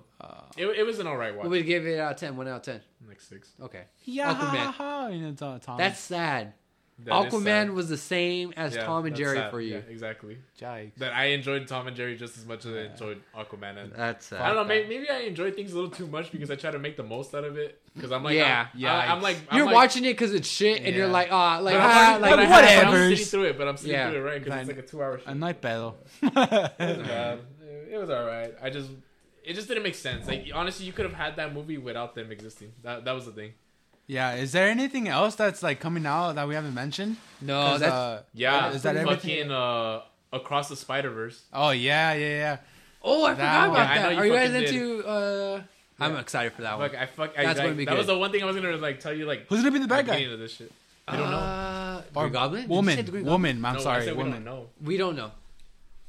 it, it was an alright watch.
We would give it out of ten. One out of ten.
Like six.
Okay,
Yeah,
Aquaman.
ha, ha, ha, Oh, you know, Tom. Tom.
that's sad.
That is
Aquaman
sad.
was the same as
Yeah,
Tom and
that's
Jerry
sad.
for you.
Yeah, exactly.
Jikes.
That I enjoyed Tom and Jerry just as much as I enjoyed Aquaman and
That's sad.
I don't know. Maybe, maybe I enjoy things a little too much because I try to make the most out of it. Because I'm like,
Yeah.
I'm, I, am
Yikes.
like, I'm
You're
like,
watching it because it's shit, and you're
Yeah.
like, ah, like,
but
ah,
I'm already-
like,
but I'm-
whatever.
but I'm sitting
whatevers.
through it, but I'm sitting
Yeah.
through it right because
Fine.
it's like a two-hour show.
A night battle.
It wasn't bad. It was all right. I just, it just didn't make sense. Like honestly, you could have had that movie without them existing. That that was the thing.
yeah. Is there anything else that's like coming out that we haven't mentioned?
No,
'Cause,
that's
uh,
Oh, Yeah,
Is that everything?
fucking uh, across the Spider Verse.
Oh yeah, yeah, yeah.
Oh, I
That
forgot
one.
about
Yeah, I know
that.
you
Are you guys
fucking did.
into? uh I'm excited for that one.
Fuck, I fuck. I,
That's
I,
gonna be
that was
good.
the one thing I was gonna like tell you like.
Who's gonna be the bad
at the
guy?
beginning Of this shit. I don't know.
uh,
Or
Green Goblin? Did you say
Woman.
the Green Goblin?
Woman. I'm
no, I
sorry.
said we
woman.
don't know.
We don't know.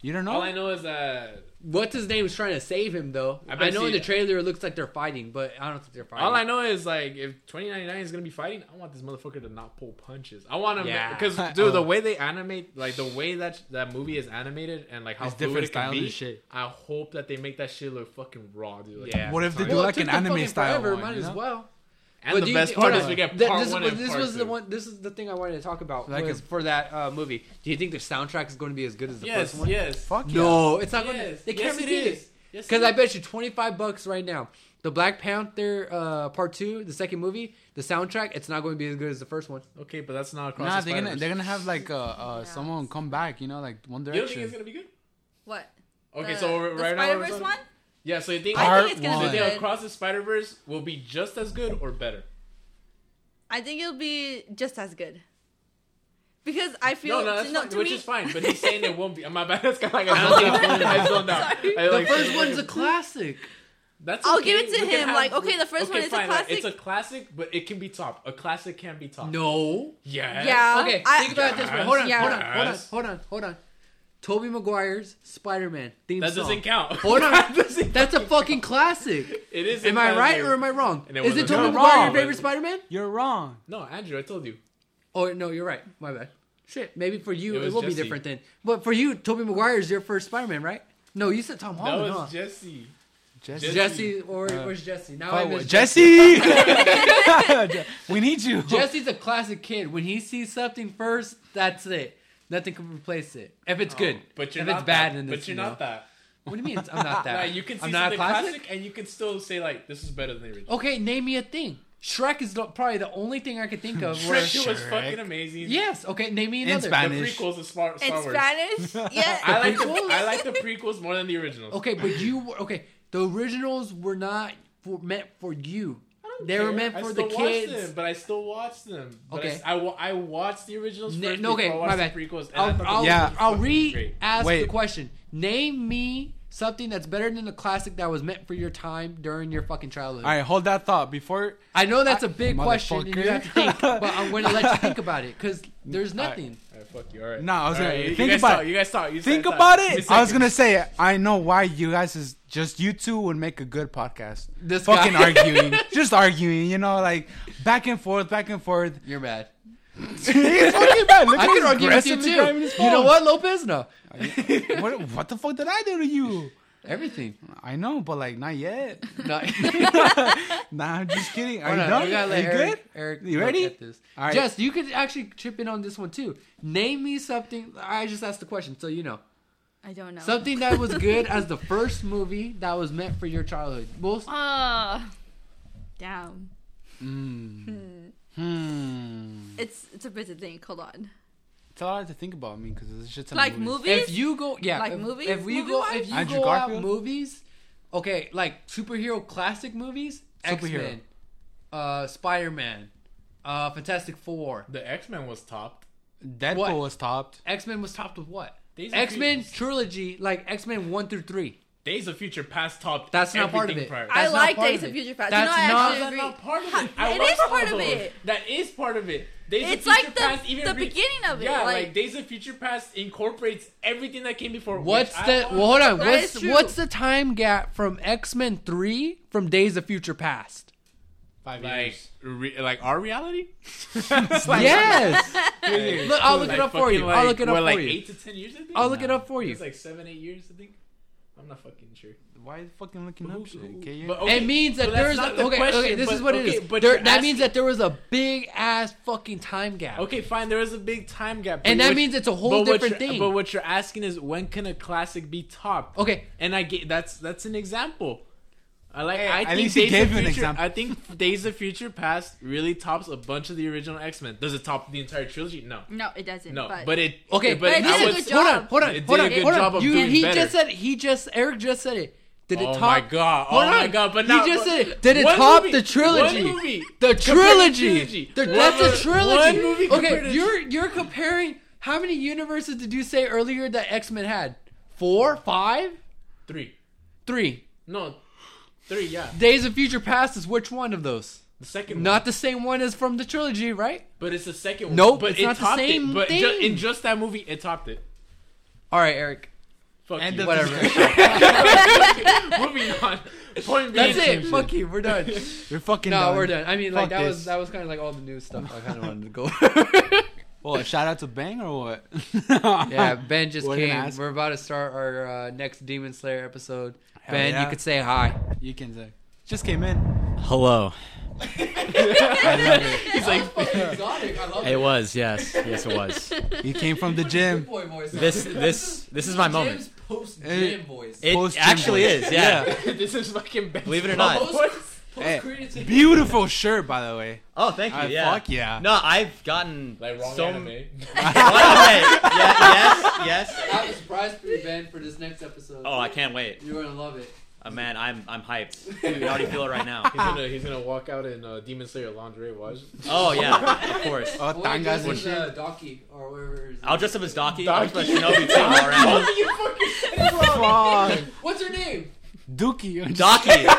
You don't know?
All I know is that
What's his name is trying to save him though.
I
I,
bet
know
see
in the
that.
trailer it looks like they're fighting, but I don't think they're fighting.
All I know is like if 2099 is gonna be fighting, I want this motherfucker to not pull punches. I want him
Yeah.
because dude,
Oh.
the way they animate, like the way that that movie is animated and like how
It's
fluid
different
it can
styles
be.
and shit.
I hope that they make that shit look fucking raw, dude. Like,
Yeah.
What if they do
Well, it
like
took
an
them
anime
fucking
style?
forever,
one,
might
you
as
know?
well.
And
But do
the
you
best
think-
part
hold
is
on.
we get
Th-
part
this
one
was,
and
this
part
was the
two.
one. This is the thing I wanted to talk about
Like
was
a-
for that uh, movie. Do you think the soundtrack is going to be as good as the
Yes,
first one?
yes.
Fuck yeah.
No, it's not going
Yes.
to. They
Yes,
can't
it
repeat
is.
it.
Yes,
Because
it
I
is.
bet you twenty five bucks right now. The Black Panther uh, Part Two, the second movie, the soundtrack. It's not going to be as good as the first one.
Okay, but that's not across.
Nah,
the
they're gonna
Spider-Verse.
they're gonna have like uh, uh
Yeah.
someone come back, you know, like One
You don't think
Direction.
it's gonna be good?
What?
Okay,
the,
so we're-
the
right now we're
Spider-Verse
talking-
one.
Yeah, so you think
I
Part
think it's gonna
so you
be
one.
think
good.
across the Spider Verse will be just as good or better?
I think it'll be just as good. Because I feel
no, no, that's fine,
to
which
me-
is fine. But he's saying it won't be. My bad. That's kind of like I don't think it's going to be. I zoned out.
Sorry.
I, like,
The first one's a classic.
That's
I'll give it to
We can
him, like, okay, the first one is a
like,
classic.
it's a classic, but it can be top. A classic can be top.
No.
Yes.
Yeah.
Okay,
Um, I-
think about it this way. Hold on,
Yeah.
hold on, hold on,
Yes.
hold on, hold on. Toby Maguire's Spider-Man theme
That
song.
doesn't count.
Hold on.
That doesn't-
That's a fucking classic.
it is.
Am
a
I right
classic.
or am I wrong?
And it
Is it
wasn't
Toby
wrong.
Maguire your
Wrong.
favorite Spider-Man?
You're wrong.
No, Andrew, I told you.
Oh no, you're right. My bad. Shit, maybe for you
It
it,
was
will be
Jesse.
different then. But for you, Toby Maguire is your first Spider-Man, right? No, you said Tom
That
Holland.
was
Huh?
Jesse.
Jesse.
Jesse.
Jesse, or where's Jesse? Now I
Oh,
miss
Jesse. we need you.
Jesse's a classic kid. When he sees something first, that's it. Nothing can replace it. If it's good,
Oh, But you're
if
not
it's bad,
That.
then
but
it's,
you're
you know.
not that.
What do you mean? it's- I'm not that.
Nah, you can see
I'm not a
something
classic? Oh,
classic, and you can still say like, this is better than the original.
Okay, name me a thing. Shrek is the, probably the only thing I could think of. where,
Shrek 2 was
Shrek.
fucking amazing.
yes. Okay, name me
In
another.
The
Spanish.
prequels of Star, Star
in
Wars.
Spanish. Yeah.
I like the,
Prequels?
I like the prequels more than the originals.
Okay, but you were- okay. The originals were not for, meant for you. They were
care.
meant
I
for the
still watch
kids.
them, but I still watch them. But
Okay.
I, I, wa- I watched the originals
Na-
first.
no, okay,
before
my
I watched
bad.
The prequels. and I
I'll,
thought
I'll,
they
Yeah.
I'll
were fucking
re
great.
ask the
Wait.
question. Name me something that's better than the classic that was meant for your time during your fucking childhood.
All right, hold that thought before.
I know that's a big
I-
question, and you
motherfucker.
have to think, but I'm going to let you think about it because there's
right.
nothing.
Alright, fuck you. All right.
Nah, I was
All
gonna-
you- you
think
guys
about
talk,
it.
You guys talk. You
Think
guys talk.
about
Give me
it.
a
I was
second.
gonna say I know why you guys is Just you two would make a good podcast.
This
fucking
guy-
arguing, just arguing, you know, like back and forth, back and forth.
You're mad.
He's fucking bad. Look
I
how
could argue with you
aggressively
too.
grabbing his
You know
phone.
what, Lopez? No,
what? What the fuck did I do to you?
everything.
I know, but like not yet.
Not,
Nah, I'm just kidding. Are
Hold
you
on,
done?
We gotta let
you
Eric,
good?
Eric
You
look
ready?
at this.
All right.
Jess, you could actually chip in on this one too. Name me something. I just asked the question, so you know
I don't know.
something that was good as the first movie that was meant for your childhood. Most
Ah, damn.
Hmm.
It's it's a busy thing. Hold on.
It's a lot to think about. I mean, because it's just
Like movies.
if you go, yeah,
Like
if,
movies?
If we
Movie
go,
wise?
if you
Andrew
go out
Garfield?
movies, okay, like superhero classic movies, X
Superhero.
Men, uh, Spider Man, uh, Fantastic Four.
The X Men was topped.
Deadpool
What?
was topped.
X Men was topped with what?
Days of
X Men
Future-
trilogy, like X Men one through three.
Days of Future Past topped.
That's not part of
everything
it.
prior.
I
That's not
like
part
Days
of
of
it.
Future Past.
That's
you know,
not-
I
That's
actually
That's not
agree.
part of it.
It
watched
is
all
part of
those.
it.
That is part of it.
It's
Days of Future
like the-
Past, even
the
re-
beginning of it,
Yeah, like,
like-
Days of Future Past incorporates everything that came before. which
What's
I
the
always-
well? Hold on.
That
What's
is true.
what's the time gap from X Men three from Days of Future Past?
Five
like
years.
re- like our reality?
yes.
Like,
Look, I'll look it up for you.
fucking,
I'll look it up
what,
for
like
you.
Eight to ten years, I think.
I'll look it up for you.
It's like seven, eight years, I think. I'm not fucking sure.
Why are you fucking looking up shit? Okay, yeah.
But, okay,
it means that
but
there
that's
is
not
a,
the
okay,
question,
okay. This
but-
is what
okay,
it is.
But
There-
you're
that means that there was a big ass fucking time gap.
asking- okay, fine. There is a big time gap,
And
but
that
what-
means it's a whole
but what
different
you're-
thing.
But what you're asking is when can a classic be topped?
Okay.
and I get that's that's an example. I like.
Hey,
I
at
think
least he
Days
gave
of
you an
Future,
example.
I think Days of Future Past really tops a bunch of the original X Men. Does it top the entire trilogy? No,
No, it doesn't.
no. But,
but
it
Okay,
but,
it
I
did a
would
good
say-
hold on,
job.
hold on,
It did
hold
a
on,
good
hold
job
on.
of
You,
doing
he
better.
just said he just Eric just said it. Did it
Oh
top?
my God, oh
Hold on.
my God, but now-
he just
but-
said it. Did it
one
top
movie,
the trilogy?
one movie.
The
Compare
trilogy.
trilogy.
The-
One
that's a
movie-
trilogy.
one movie compared
okay,
to-
you're you're comparing. How many universes did you say earlier that X Men had? Four, five,
three.
three.
No, three. Yeah,
Days of Future Past is which one of those?
the second. one.
Not the same one as from the trilogy, right?
But it's the second one.
Nope,
but
it's
it
not the
topped
same
it. But ju-
thing.
in just that movie, it topped it.
All right, Eric.
Fuck
End
you.
of
Whatever.
Moving on. Point
That's
being-
it. Fuck you. We're done.
You're fucking
No,
done.
we're done. I mean, like
Fuck
that was
this.
that was kind of like all the new stuff I kind of wanted to go. over.
Well, a shout out to Bang or what?
yeah, Ben just
We're gonna
came.
ask-
We're about to start our uh, next Demon Slayer episode.
Hell
ben, you
yeah.
could say hi.
You can say. Just came in.
Hello.
He's like exotic. I love
It was, yes. Yes, it was.
He came from the gym.
boy voice.
This this this is my moment.
post
gym
voice.
It
Post-gym
actually
voice.
is, yeah.
this is fucking best.
Believe it or not.
Hey, Beautiful shirt, by the way.
Oh, thank
Uh,
you. Yeah.
Fuck yeah.
No, I've gotten
Like wrong
so
anime.
m- What? Okay. Yeah, yes, yes.
I have a surprise for you, Ben, for this next episode.
Oh, I can't wait.
You're gonna love it.
Uh, man, I'm I'm hyped. You can already feel it right now.
He's gonna he's gonna walk out in uh, Demon Slayer lingerie. Watch.
Oh yeah, of course.
Oh, tangas and shit.
Doki uh, or whatever. His
I'll dress up as Doki. I'll
Doki.
dress up as Shinobi too. All right.
Fuck.
What's her name?
Dookie.
Doki.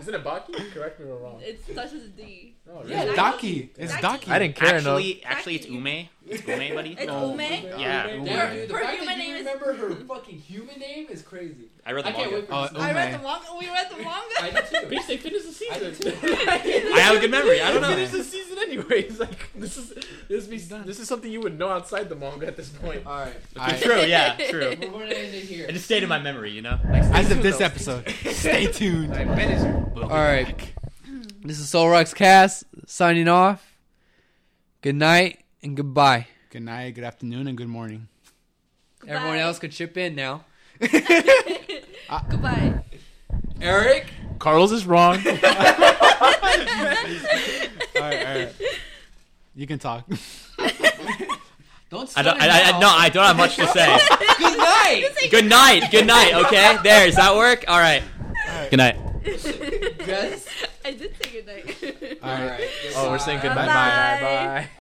Isn't it Baki? Correct me if I'm wrong.
it touches D.
No, really?
Yeah,
Daki. It's
Daki.
Daki.
I didn't care enough.
Actually, actually, it's Ume. It's Ume, buddy.
It's
Oh.
Ume.
Yeah.
Damn, dude, the
Her
fact that
human
you
name is-
remember her fucking human name is crazy.
I read the
I can't
manga.
wait for
Oh,
this.
I read the
Ume.
manga. We read the
I
manga.
did too.
Bitch, they finished the
I
season.
did too.
I have a good memory. I don't
They
know.
finished the season anyways. Like this is this be, this is something you would know outside the manga at this point.
All right,
I-
True. Yeah. True.
we're gonna end it here.
It just stayed in my memory, you know.
As of this episode. Stay tuned.
Like, Ben is
All right, this is Soul Rocks Cast signing off. Good night and goodbye.
Good night, good afternoon, and good morning.
Everyone else could chip in now.
Goodbye.
Eric,
Carlos is wrong.
All right, all right. You can talk.
don't.
I don't.
stutter
I, I, I-
now.
no, I don't have much to say.
Good night.
good night. Good night. Okay. There. Does that work? All right. Good night.
Yes.
I did say good night.
All right.
All right.
oh, we're saying
goodbye.
goodbye.
Bye.
Bye. Bye.